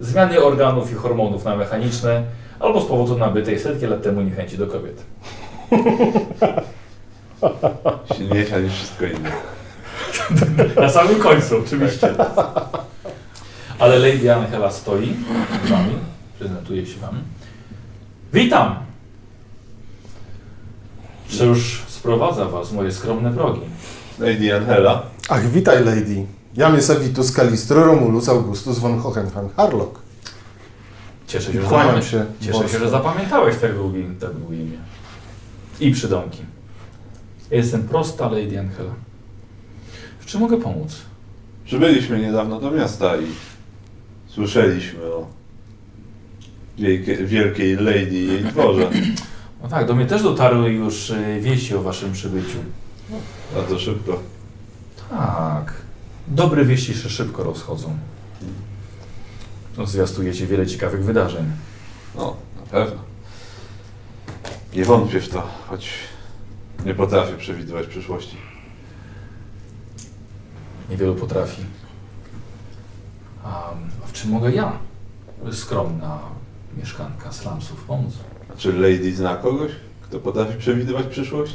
zmiany organów i hormonów na mechaniczne, albo z powodu nabytej setki lat temu niechęci do kobiet. Silniejsza niż wszystko inne. Na samym końcu, oczywiście. Ale Lady Angela stoi z wami, prezentuje się wam. Witam! Czy już sprowadza was moje skromne progi? Lady Angela. Ach, witaj, lady. Jam jest Avitus Calistro Romulus Augustus von Hohenheim Harlock. Cieszę się, że, Kłaniam zapamię- się, Cieszę się, Boże. że zapamiętałeś tak długie, tak długie imię. I przydomki. Jestem prosta Lady Angela. W czym mogę pomóc? Przybyliśmy niedawno do miasta i słyszeliśmy o wielkie, wielkiej lady i jej dworze. No tak, do mnie też dotarły już y, wieści o waszym przybyciu. Bardzo szybko. Tak. Dobre wieści się szybko rozchodzą. No, Zwiastujecie wiele ciekawych wydarzeń. No, na pewno. Nie wątpię w to, choć nie potrafię przewidywać przyszłości. Niewielu potrafi. A w czym mogę ja, skromna mieszkanka slumsów, pomóc? A czy lady zna kogoś, kto potrafi przewidywać przyszłość?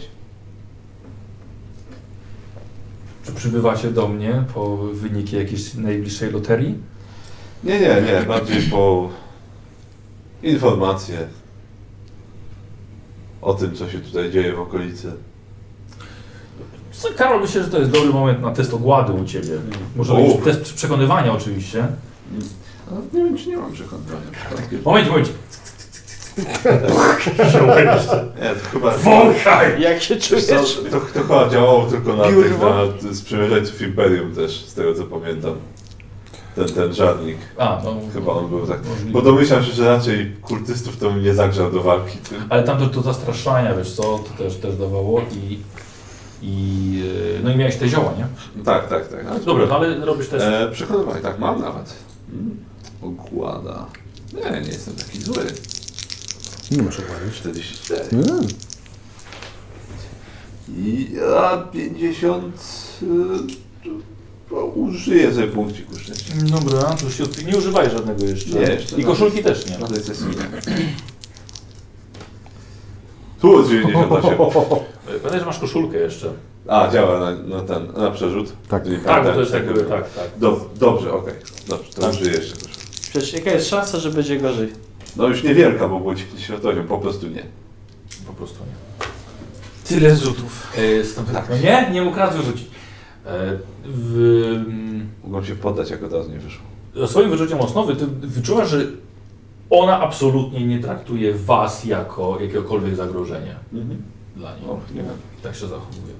Czy przybywacie do mnie po wyniki jakiejś najbliższej loterii? Nie, nie, nie. Bardziej po informacje o tym, co się tutaj dzieje w okolicy. Co, Karol, myślę, że to jest dobry moment na test ogłady u Ciebie. Może O. być test przekonywania oczywiście. No, Nie wiem, czy nie mam przekonywania. Moment, moment. Nie, to chyba... Wąchaj! Jak się czujesz? To, to chyba działało tylko na tych, na sprzymierzeńców Imperium też, z tego co pamiętam. Ten, ten żarnik. A, no, chyba on był tak. Bo domyślam się, że raczej kultystów to bym nie zagrzał do walki. tym. Ale tam też do zastraszania, wiesz co, to też, też dawało i... i e, no i miałeś te zioła, nie? Tak, tak, tak. No Dobra, no ale robisz test. E, przekonywanie, tak, mam nawet. Mm. Ogłada. Nie, nie jestem taki zły. Nie masz ogłady. No. 44. I ja 50. y, to Użyję sobie punkciku szczęścia. Dobra, to się od... nie używaj żadnego jeszcze. Nie, jeszcze I na- koszulki też nie. na tej sesji Tu jest 98. Pamiętaj, że masz koszulkę jeszcze. A, działa na, na ten, na przerzut? Tak. Czyli Tak, pamiętam, bo to jest jakby- jakby- tak, tak. Dob- dobrze, okej. Dobrze, Tak. to użyję jeszcze. Przecież jaka jest szansa, że będzie gorzej? No już niewielka, bo było 98, po prostu nie. Po prostu nie. Tyle rzutów. E, stąd, tak, no nie, nie mógł raz wyrzucić. E, w, mm, Mogą się poddać, jak od razu nie wyszło. ze swoim wyczuciem osnowy ty wyczuwasz, że ona absolutnie nie traktuje was jako jakiegokolwiek zagrożenia Mhm. dla niej. nie wiem. I tak się zachowuje.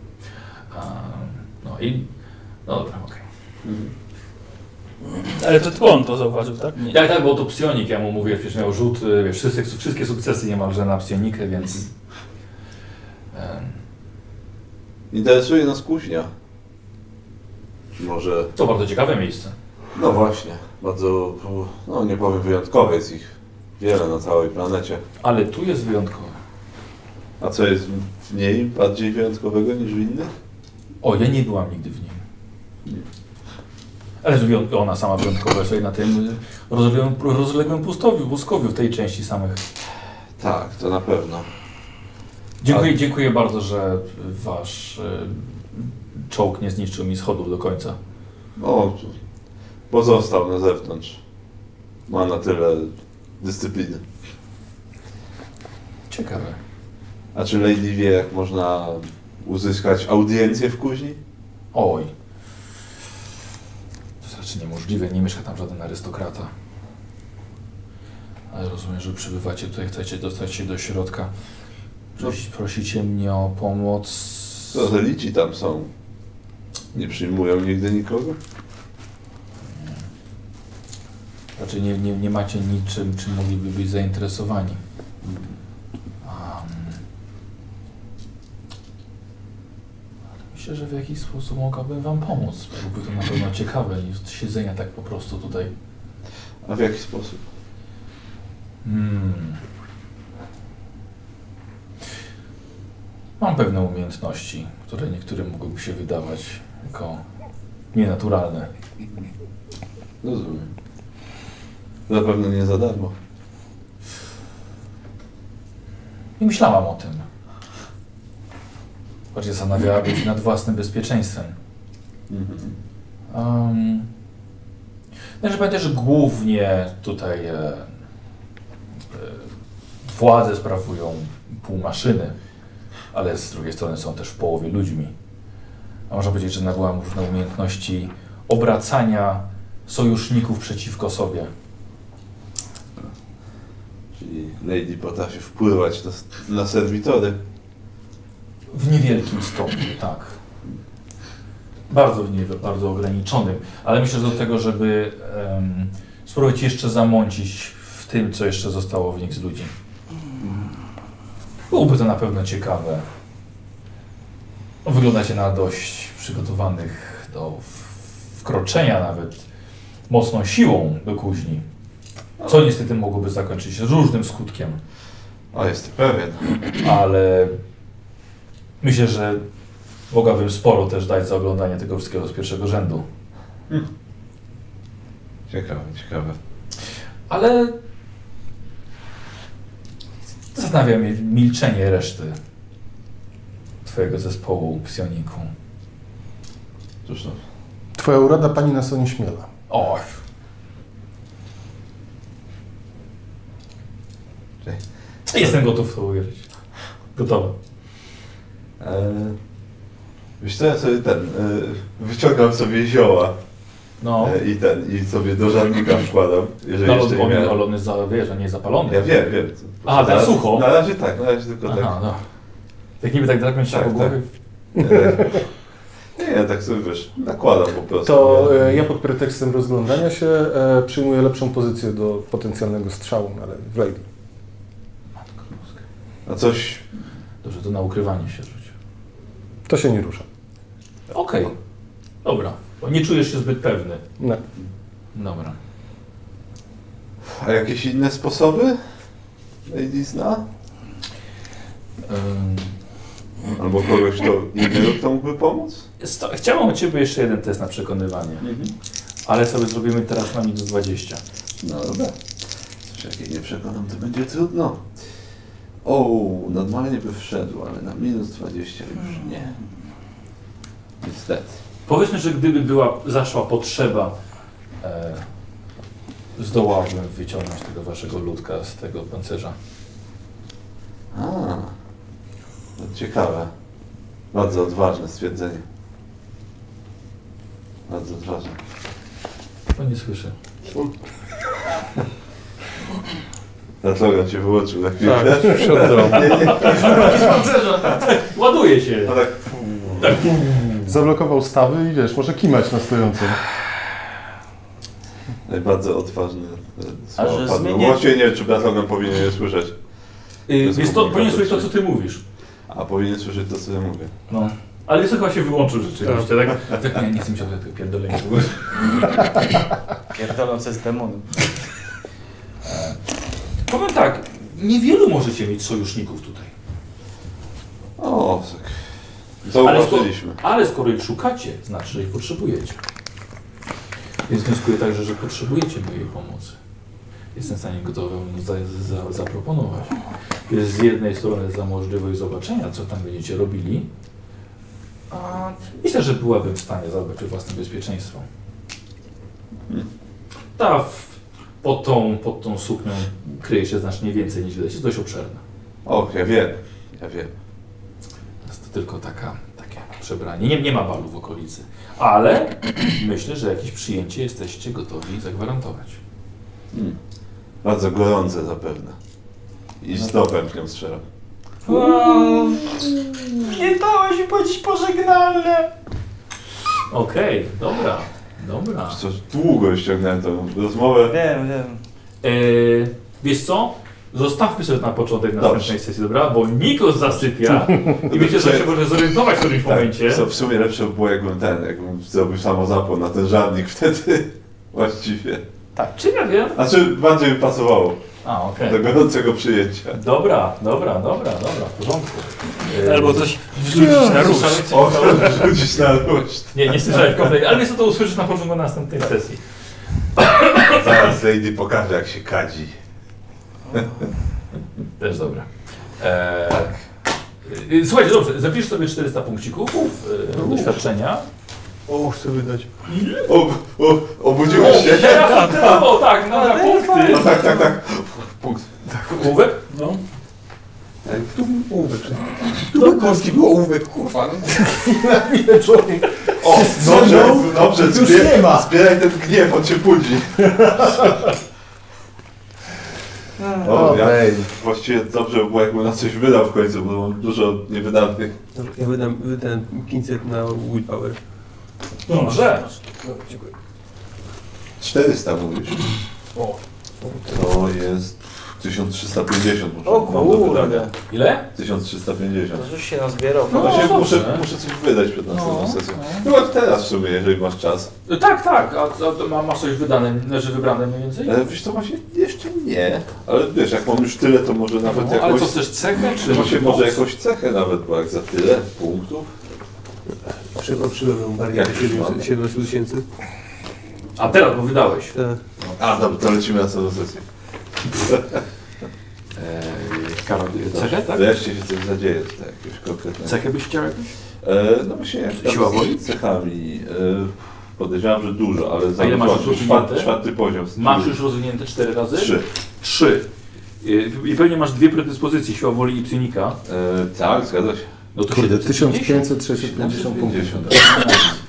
A, no i... No dobra, okej. Ale to tylko on to zauważył, tak? Nie. Jak tak, bo to psionik, ja mu mówię, przecież miał rzut, y, wiesz, wszystkie, wszystkie sukcesy niemalże na psionikę, więc... em, Interesuje nas kuźnia. Może. To bardzo ciekawe miejsce. No właśnie, bardzo, no nie powiem wyjątkowe, jest ich wiele na całej planecie. Ale tu jest wyjątkowe. A co jest w niej bardziej wyjątkowego niż w innych? O, ja nie byłam nigdy w nim. Ale że wyjąt- ona sama wyjątkowa sobie na tym rozległym, rozległym pustowiu, łuskowiu w tej części samych. Tak, to na pewno. Dziękuję, dziękuję bardzo, że wasz e, czołg nie zniszczył mi schodów do końca. O, pozostał na zewnątrz. Ma na tyle dyscypliny. Ciekawe. A czy Lady wie, jak można uzyskać audiencję w kuźni? Oj. To jest raczej niemożliwe, nie mieszka tam żaden arystokrata. Ale rozumiem, że przybywacie tutaj, chcecie dostać się do środka. Prosi, prosicie mnie o pomoc. Satelici tam są. Nie przyjmują nigdy nikogo? Znaczy nie, nie, nie macie niczym, czym mogliby być zainteresowani. Um, myślę, że w jakiś sposób mogłabym wam pomóc. Byłby to na pewno ciekawe, niż siedzenia tak po prostu tutaj. A w jaki sposób? Hmm. Mam pewne umiejętności, które niektórym mogłyby się wydawać jako nienaturalne. Rozumiem. Zapewne nie za darmo. Nie myślałam o tym. Bardziej zastanawiałabym się nad własnym bezpieczeństwem. Um, także pamiętaj, no że głównie tutaj e, e, władzę sprawują pół maszyny, ale z drugiej strony są też w połowie ludźmi. A można powiedzieć, że nabyłam różne umiejętności obracania sojuszników przeciwko sobie. Czyli Lady potrafi wpływać na, na serwitory. W niewielkim stopniu, tak. Bardzo w nie, bardzo ograniczonym, ale myślę, że do tego, żeby em, spróbować jeszcze zamącić w tym, co jeszcze zostało w nich z ludzi. Byłoby to na pewno ciekawe. Wyglądacie na dość przygotowanych do w- wkroczenia nawet mocną siłą do kuźni, co niestety mogłoby zakończyć się różnym skutkiem. A jest pewien. Ale myślę, że mogłabym sporo też dać za oglądanie tego wszystkiego z pierwszego rzędu. Ciekawe, ciekawe. Ale zastanawia mnie milczenie reszty Twojego zespołu psioniku. Cóż no. Twoja uroda pani nas onieśmiela. O, jestem gotów w to uwierzyć. Gotowe. E, Wiesz co, ja sobie ten, e, wyciągam sobie zioła No. e, i ten, i sobie do żarnika wkładam, jeżeli No, jeszcze on, nie miałem. ale on jest, za, wiesz, a nie jest zapalony. Ja wiem, wiem. A, Na- tak sucho. Na razie tak, na razie tylko tak. Aha, no. Tak niby tak drapiąc się Tak, po głowie. Nie, Nie, ja tak sobie wiesz, nakładam po prostu. To e, ja pod pretekstem rozglądania się e, przyjmuję lepszą pozycję do potencjalnego strzału, ale w lady. A coś... Dobrze, to na ukrywanie się rzucił. To się nie rusza. Okej. Dobra. Nie czujesz się zbyt pewny. No. Dobra. A jakieś inne sposoby? Lady zna? Albo kogoś, kto innego, kto mógłby pomóc? Sto- Chciałbym u Ciebie jeszcze jeden test na przekonywanie. Ale sobie zrobimy teraz na minus 20. No dobra. Coś jak jej nie przekonam, to będzie trudno. O, normalnie by wszedł, ale na minus 20 już nie. Niestety. Powiedzmy, że gdyby była, zaszła potrzeba, e, zdołałbym wyciągnąć tego Waszego ludka z tego pancerza. A, no ciekawe. Bardzo odważne stwierdzenie. Bardzo odważne. Bo nie słyszę. Dlatego cię wyłączył na chwilę. Tak, przodrą. Nie, nie. Z pancerza. Ładuje się. A tak, Tak. Zablokował stawy i wiesz, może kimać na stojąco. No i bardzo odważne e, że słowa padły. zmienię- Właśnie nie wiem, czy Blatrogan powinien je słyszeć. Yy, wiesz to, powinien słyszeć to, co czy- Ty mówisz. A powinien słyszeć to, co ja mówię. No. Ale wiesz, co, chyba się wyłączył rzeczywiście. Tak, tak nie, nie chcę mi się odlepić pierdolenia. Pierdolą ze z demonu. Powiem tak, niewielu możecie mieć sojuszników tutaj. O, tak. Ale Zauważyliśmy. skoro, ale skoro ich szukacie, znaczy, że ich potrzebujecie. Więc wnioskuję także, że potrzebujecie mojej pomocy. Jestem w stanie gotowy mu za, za, zaproponować. Jest z jednej strony za możliwość zobaczenia, co tam będziecie robili, a myślę, że byłabym w stanie zadbać o własne bezpieczeństwo. Ta w, pod, tą, pod tą suknią kryje się znacznie więcej niż widać. Jest dość obszerna. Och, ja wiem. Ja wiem. Jest to tylko taka, takie przebranie. Nie, nie ma balu w okolicy. Ale myślę, że jakieś przyjęcie jesteście gotowi zagwarantować. Hmm. Bardzo gorące zapewne. I z dopem w nią strzelam. Nie dałeś mi powiedzieć pożegnalne! Okej, dobra, dobra. Coś długo ściągnąłem tą rozmowę. Wiem, wiem. Eee, wiesz co? Zostawmy sobie na początek następnej sesji, dobra? Bo Nikos zasypia i myślę, że się może zorientować w którymś momencie. Co w sumie lepsze by było, jakbym ten, jakbym zrobił samozapłon na ten żadnik wtedy. Właściwie. Tak, czy ja wiem? Znaczy, bardziej by pasowało. A, okej. Do gorącego przyjęcia. Dobra, dobra, dobra, dobra, w porządku. E, Albo coś wrzucić na ruszt. O, wrzucić na ruszt. Nie, nie słyszałeś kompletnie, ale wiesz co, to usłyszysz na początku następnej sesji. Zaraz Lady pokaże, jak się kadzi. Też dobra. Eee, y, Słuchajcie, dobrze, zapisz sobie 400 punkcików e, doświadczenia. O, chcę wydać. Ob, ob, obudziłeś się? Teraz o, tak, na, na punkty. No tak, tak, tak. Punkt. Tak. Ołówek? No. Tu ołówek. Tu był polski był ołówek, kurwa. Ile człowiek? O, Się dobrze, zsunął, dobrze, już zbie- nie ma. zbieraj ten gniew, on cię budzi. O, ja właściwie dobrze by było, jakbym na coś wydał w końcu, bo mam dużo niewydanych. Dobra, Ja wydam, wydam 500 na willpower. Dobrze. Dobra, dziękuję. 400 mówisz. O. To jest 1350 może. O mam do kurde. wydania. Ile? 1350. To już się nazbierał. No, No, właśnie dobrze. muszę, muszę coś wydać przed następną No, sesją. Chyba teraz w sumie, jeżeli masz czas. E, Tak, tak, a, a to ma- masz coś wydane, znaczy wybrane mniej więcej? Ale E, wiesz co, właśnie jeszcze nie. Ale wiesz, jak mam już tyle, to może nawet No, ale jakąś... co, chcesz cechę, czy Może, moc? może jakąś cechę nawet, bo jak za tyle punktów... Przybył, przybył barierę Jak już 700 mamy? 700 tysięcy. A teraz, bo wydałeś. Tak. A, dobra, to lecimy na samą sesję. E, Karol, cechę, tak? Wreszcie się coś zadzieje tutaj, jakieś konkretne. Cechę byś chciał jakąś? E, no właśnie, jak tam Siła z woli? cechami. E, podejrzewam, że dużo, ale A ile masz już czwarty, rozwinięte? czwarty poziom. Masz już rozwinięte cztery razy? Trzy. Trzy. Y, I pewnie masz dwie predyspozycje, siła woli i cynika. E, tak, zgadza się. No to Kurde, 750. 1550 punktów.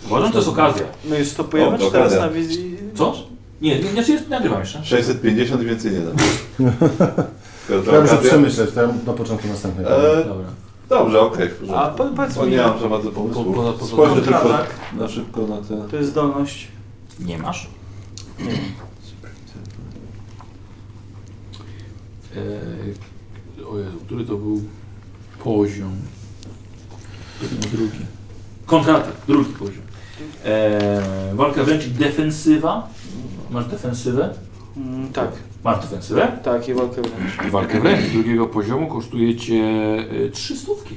Uważam, to jest okazja. No i stopujemy, O, czy teraz okazja. na wizji? Co? Nie, nie, znaczy jest- nagrywam jeszcze. 650 więcej nie da. Ja muszę przemyśleć, to ja na początku następnego. E, Dobrze, okej. w porządku. A po- powiedz Bo mi- nie mam za bardzo Po- pomysłu. po- po- Spojrzę kontra, tylko tak? na szybko na te... To jest zdolność. Nie masz? Eee, o Jezu, który to był poziom? Pewnie drugi. Kontratak, drugi poziom. Eee, walka wręcz i defensywa. Masz defensywę? Mm, tak. Masz defensywę? Tak, i walkę wręcz. I walkę wręcz drugiego poziomu kosztuje cię e, trzy stówki.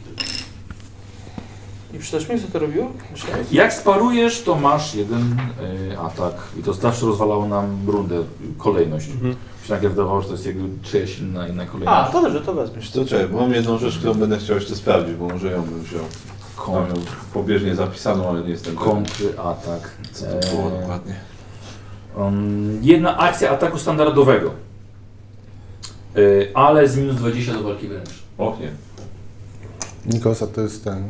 I przytasz mi, co to robiło? Jeszcze raz. Jak sparujesz, to masz jeden e, atak. I to zawsze rozwalało nam rundę, kolejność. Mhm. Się nagle wydawało, że to jest jakby czyjaś silna inna kolejność. A, tak. to dobrze, to wezmę. Wiesz co, czekaj, bo mam jedną rzecz, którą będę chciał jeszcze sprawdzić, bo może ją bym wziął. Mam ją pobieżnie zapisaną, ale nie jestem E, Kontratak. Co to było dokładnie? Um, jedna akcja ataku standardowego. E, ale z minus 20 do walki wręcz. O nie. Nikosa to jest ten.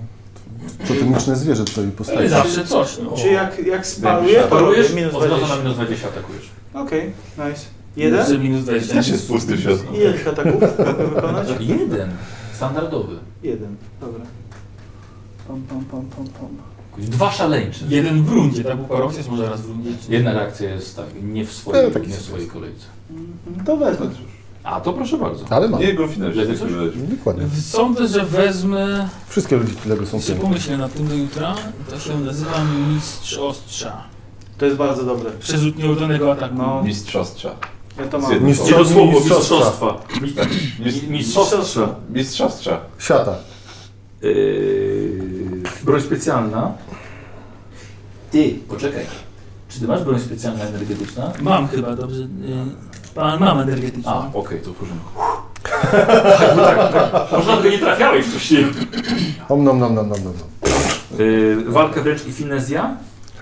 Totemiczne zwierzę twojej postaci. Zawsze coś. No. Tak. Czy jak, jak sparuję, to Sparujesz, robię minus od razu 20. na minus 20 atakujesz. Okej, nice. Jeden? Minus 20. Też jest pusty w środku. Ile tych ataków mogę wykonać? Jeden. Standardowy. Jeden, dobra. Pom, pom, pom, pom, pom. Dwa szaleńcze. Jeden w rundzie, tak? Bo parą jest może raz w rundzie. Jedna reakcja jest tak, nie w swojej, E, No, taki nie w sobie swojej kolejce. No To wezmę. A to proszę bardzo. Ale ma. Nie, Grufina, Lewy że coś? Dokładnie. Sądzę, że wezmę... Wszystkie ludzie Lego są Jeszcze piękne. pomyślę nad tym do jutra. To się nazywa Mistrz Ostrza. To jest bardzo dobre. Przerzut nieudolnego ataku. No, Mistrzostwa. ja to mam. Zjedno- Mistrz- Nie to słowo Mistrzostwa. mistrzostwa. Mis- Mistrzostwa. Mistrzostwa. Siata. Yy, broń specjalna. Ty, poczekaj. Czy ty masz broń specjalna energetyczna? Mam chyba, dobrze. y, Pan, mam energetyczną. A, okej, to w porządku. tak, bo tak, tak. Można tylko nie trafiałeś wcześniej. Om nom nom nom nom nom. nom. Yy, walka wręcz i finezja?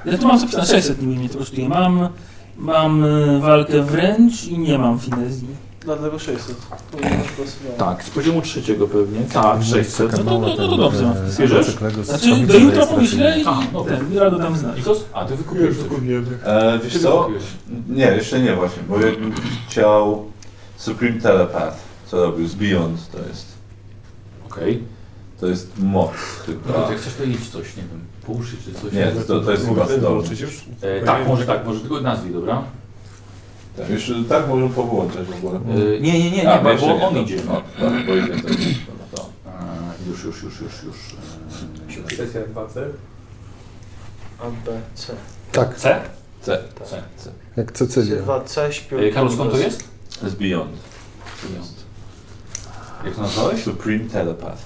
Ja tu mam zapisane 600 niby mnie to kosztuje. Mam, mam y, walkę wręcz i nie mam finezji. Dlatego 600. To nie masz głosowania. Tak, z poziomu trzeciego pewnie. Tak, 600. Taka No to, mała no, no to ten, dobrze. e, Bierzesz? klocek Lego z Znaczy, samicy, do jutra jest pomyślę i A, dobra. ten, rado dam znać. I to? A, ty wykupiłeś coś. E, wiesz Ty co? wykupiłeś. Nie, jeszcze nie właśnie, bo ja bym chciał Supreme Telepath, co robił z Beyond, to jest, Okej. to jest moc No to chyba. jak chcesz to idź coś, nie wiem, połóżcie czy coś. Nie, to, to jest chyba zdolność. E, tak, może tak, może tylko nazwij, dobra? Tak, już tak możemy powłączać w ogóle. E, nie, nie, nie, nie, A, bo, jeszcze bo on to- idzie. O, tak, bo idzie to. no to- to. E, już, już, już, już, już. Sesja 2C. A, B, C. Tak, C? C. C. C. jak Cecylia. 2C śpią. E, Karol, skąd to jest? Z Beyond. Jak to nazwałeś? Supreme Telepath.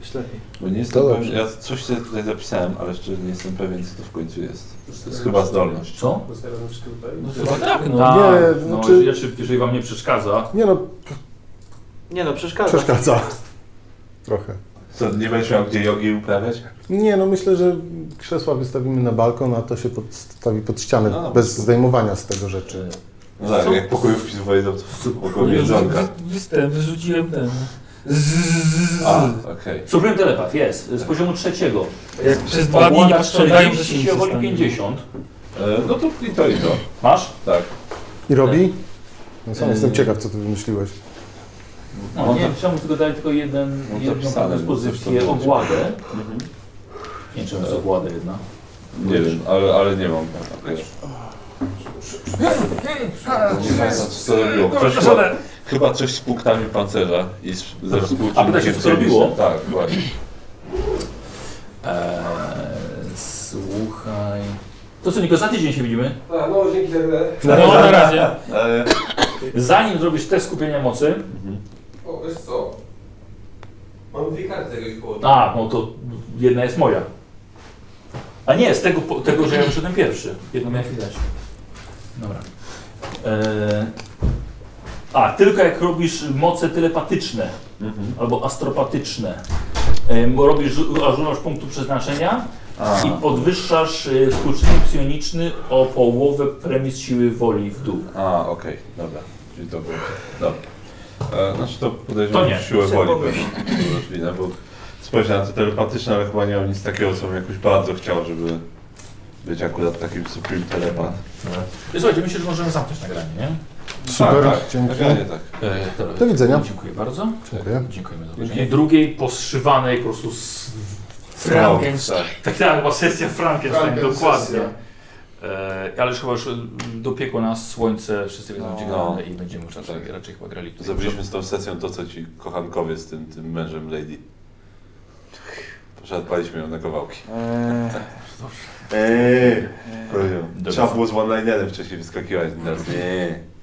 Już lepiej. Bo nie jestem To pewien, dobrze. ja coś sobie tutaj zapisałem, ale jeszcze nie jestem pewien, co to w końcu jest. To jest chyba zdolność. Co? Zostawiamy wszystko tutaj. No chyba tak, no. Nie, no, znaczy- jeżeli- jeżeli, jeżeli wam nie przeszkadza. Nie no, Nie no, przeszkadza. przeszkadza. Trochę. Co, nie będziesz miał gdzie jogi uprawiać? Nie no, myślę, że krzesła wystawimy na balkon, a to się podstawi pod ścianę, No. bez zdejmowania z tego rzeczy. No tak, Co? jak pokojówki z wojedą, to pokoju jedzonka. Występ, wyrzuciłem ten. Z, z, z, z. A, okej. Supreme telepath jest, z poziomu trzeciego. Jak przez dwa dni nie Ogłada posprzątają, to się 40, nic siła nie woli stanie. 50. E, No to i to i to. Masz? Tak. I robi? No sam Yy. jestem ciekaw, co ty wymyśliłeś. No, nie wiem czemu tylko dali tylko jeden, No, jedną zapisane, predyspozycję, zapisane. ogładę. Nie wiem czemu jest ogłada jedna. Nie wiem, ale, ale nie mam. Wiesz. Nie pamiętam, co to robiło. Ktoś chyba, chyba coś z punktami pancerza i z, ze współczynnikiem pytasz się, co to cielistym. robiło? Tak, właśnie. Eee, słuchaj. To co, Niko, za tydzień się widzimy. A, no dzięki za grę. No, na razie. E, Zanim zrobisz test skupienia mocy. O, wiesz co? Mam dwie karty tego koło. A, no to jedna jest moja. A nie, z tego, po- tego że ja wyszedłem pierwszy. Jedną miałeś widać. Dobra. Eee, a, tylko jak robisz moce telepatyczne albo astropatyczne, e, bo robisz ażurasz punktu przeznaczenia A. i podwyższasz e, współczynnik psioniczny o połowę premis siły woli w dół. A, okej, dobra. Czyli to było. Dobra. E, Znaczy to podejrzewam To nie. że siłę Chcę woli pomyśleć. pewnie możliwe, bo spojrzę na to telepatyczne, ale chyba nie mam nic takiego, co bym jakoś bardzo chciał, żeby być akurat takim supreme telepat. Słuchajcie, myślę, że możemy zamknąć nagranie, nie? Super, Tak, tak. No, dzięki. Nagranie, tak. E, dobra. Do widzenia. Dziękuję bardzo. Dziękuję. Dziękujemy za obejrzenie. Drugiej postrzywanej po prostu z... Frankenstein. Tak, tak, chyba sesja Frankenstein, Franken dokładnie. No, sesja. E, ale już chyba już dopiekło nas słońce, wszyscy wiedzą gdzie No. gramy i będziemy już raczej, raczej chyba grali tutaj. Zrobiliśmy z tą sesją to, co ci kochankowie z tym, tym mężem lady. Przerpaliśmy ją na kawałki. Eee, Eee, Dobrze. Trzeba było z one-linerem wcześniej wyskakiwać, teraz Eee. nie.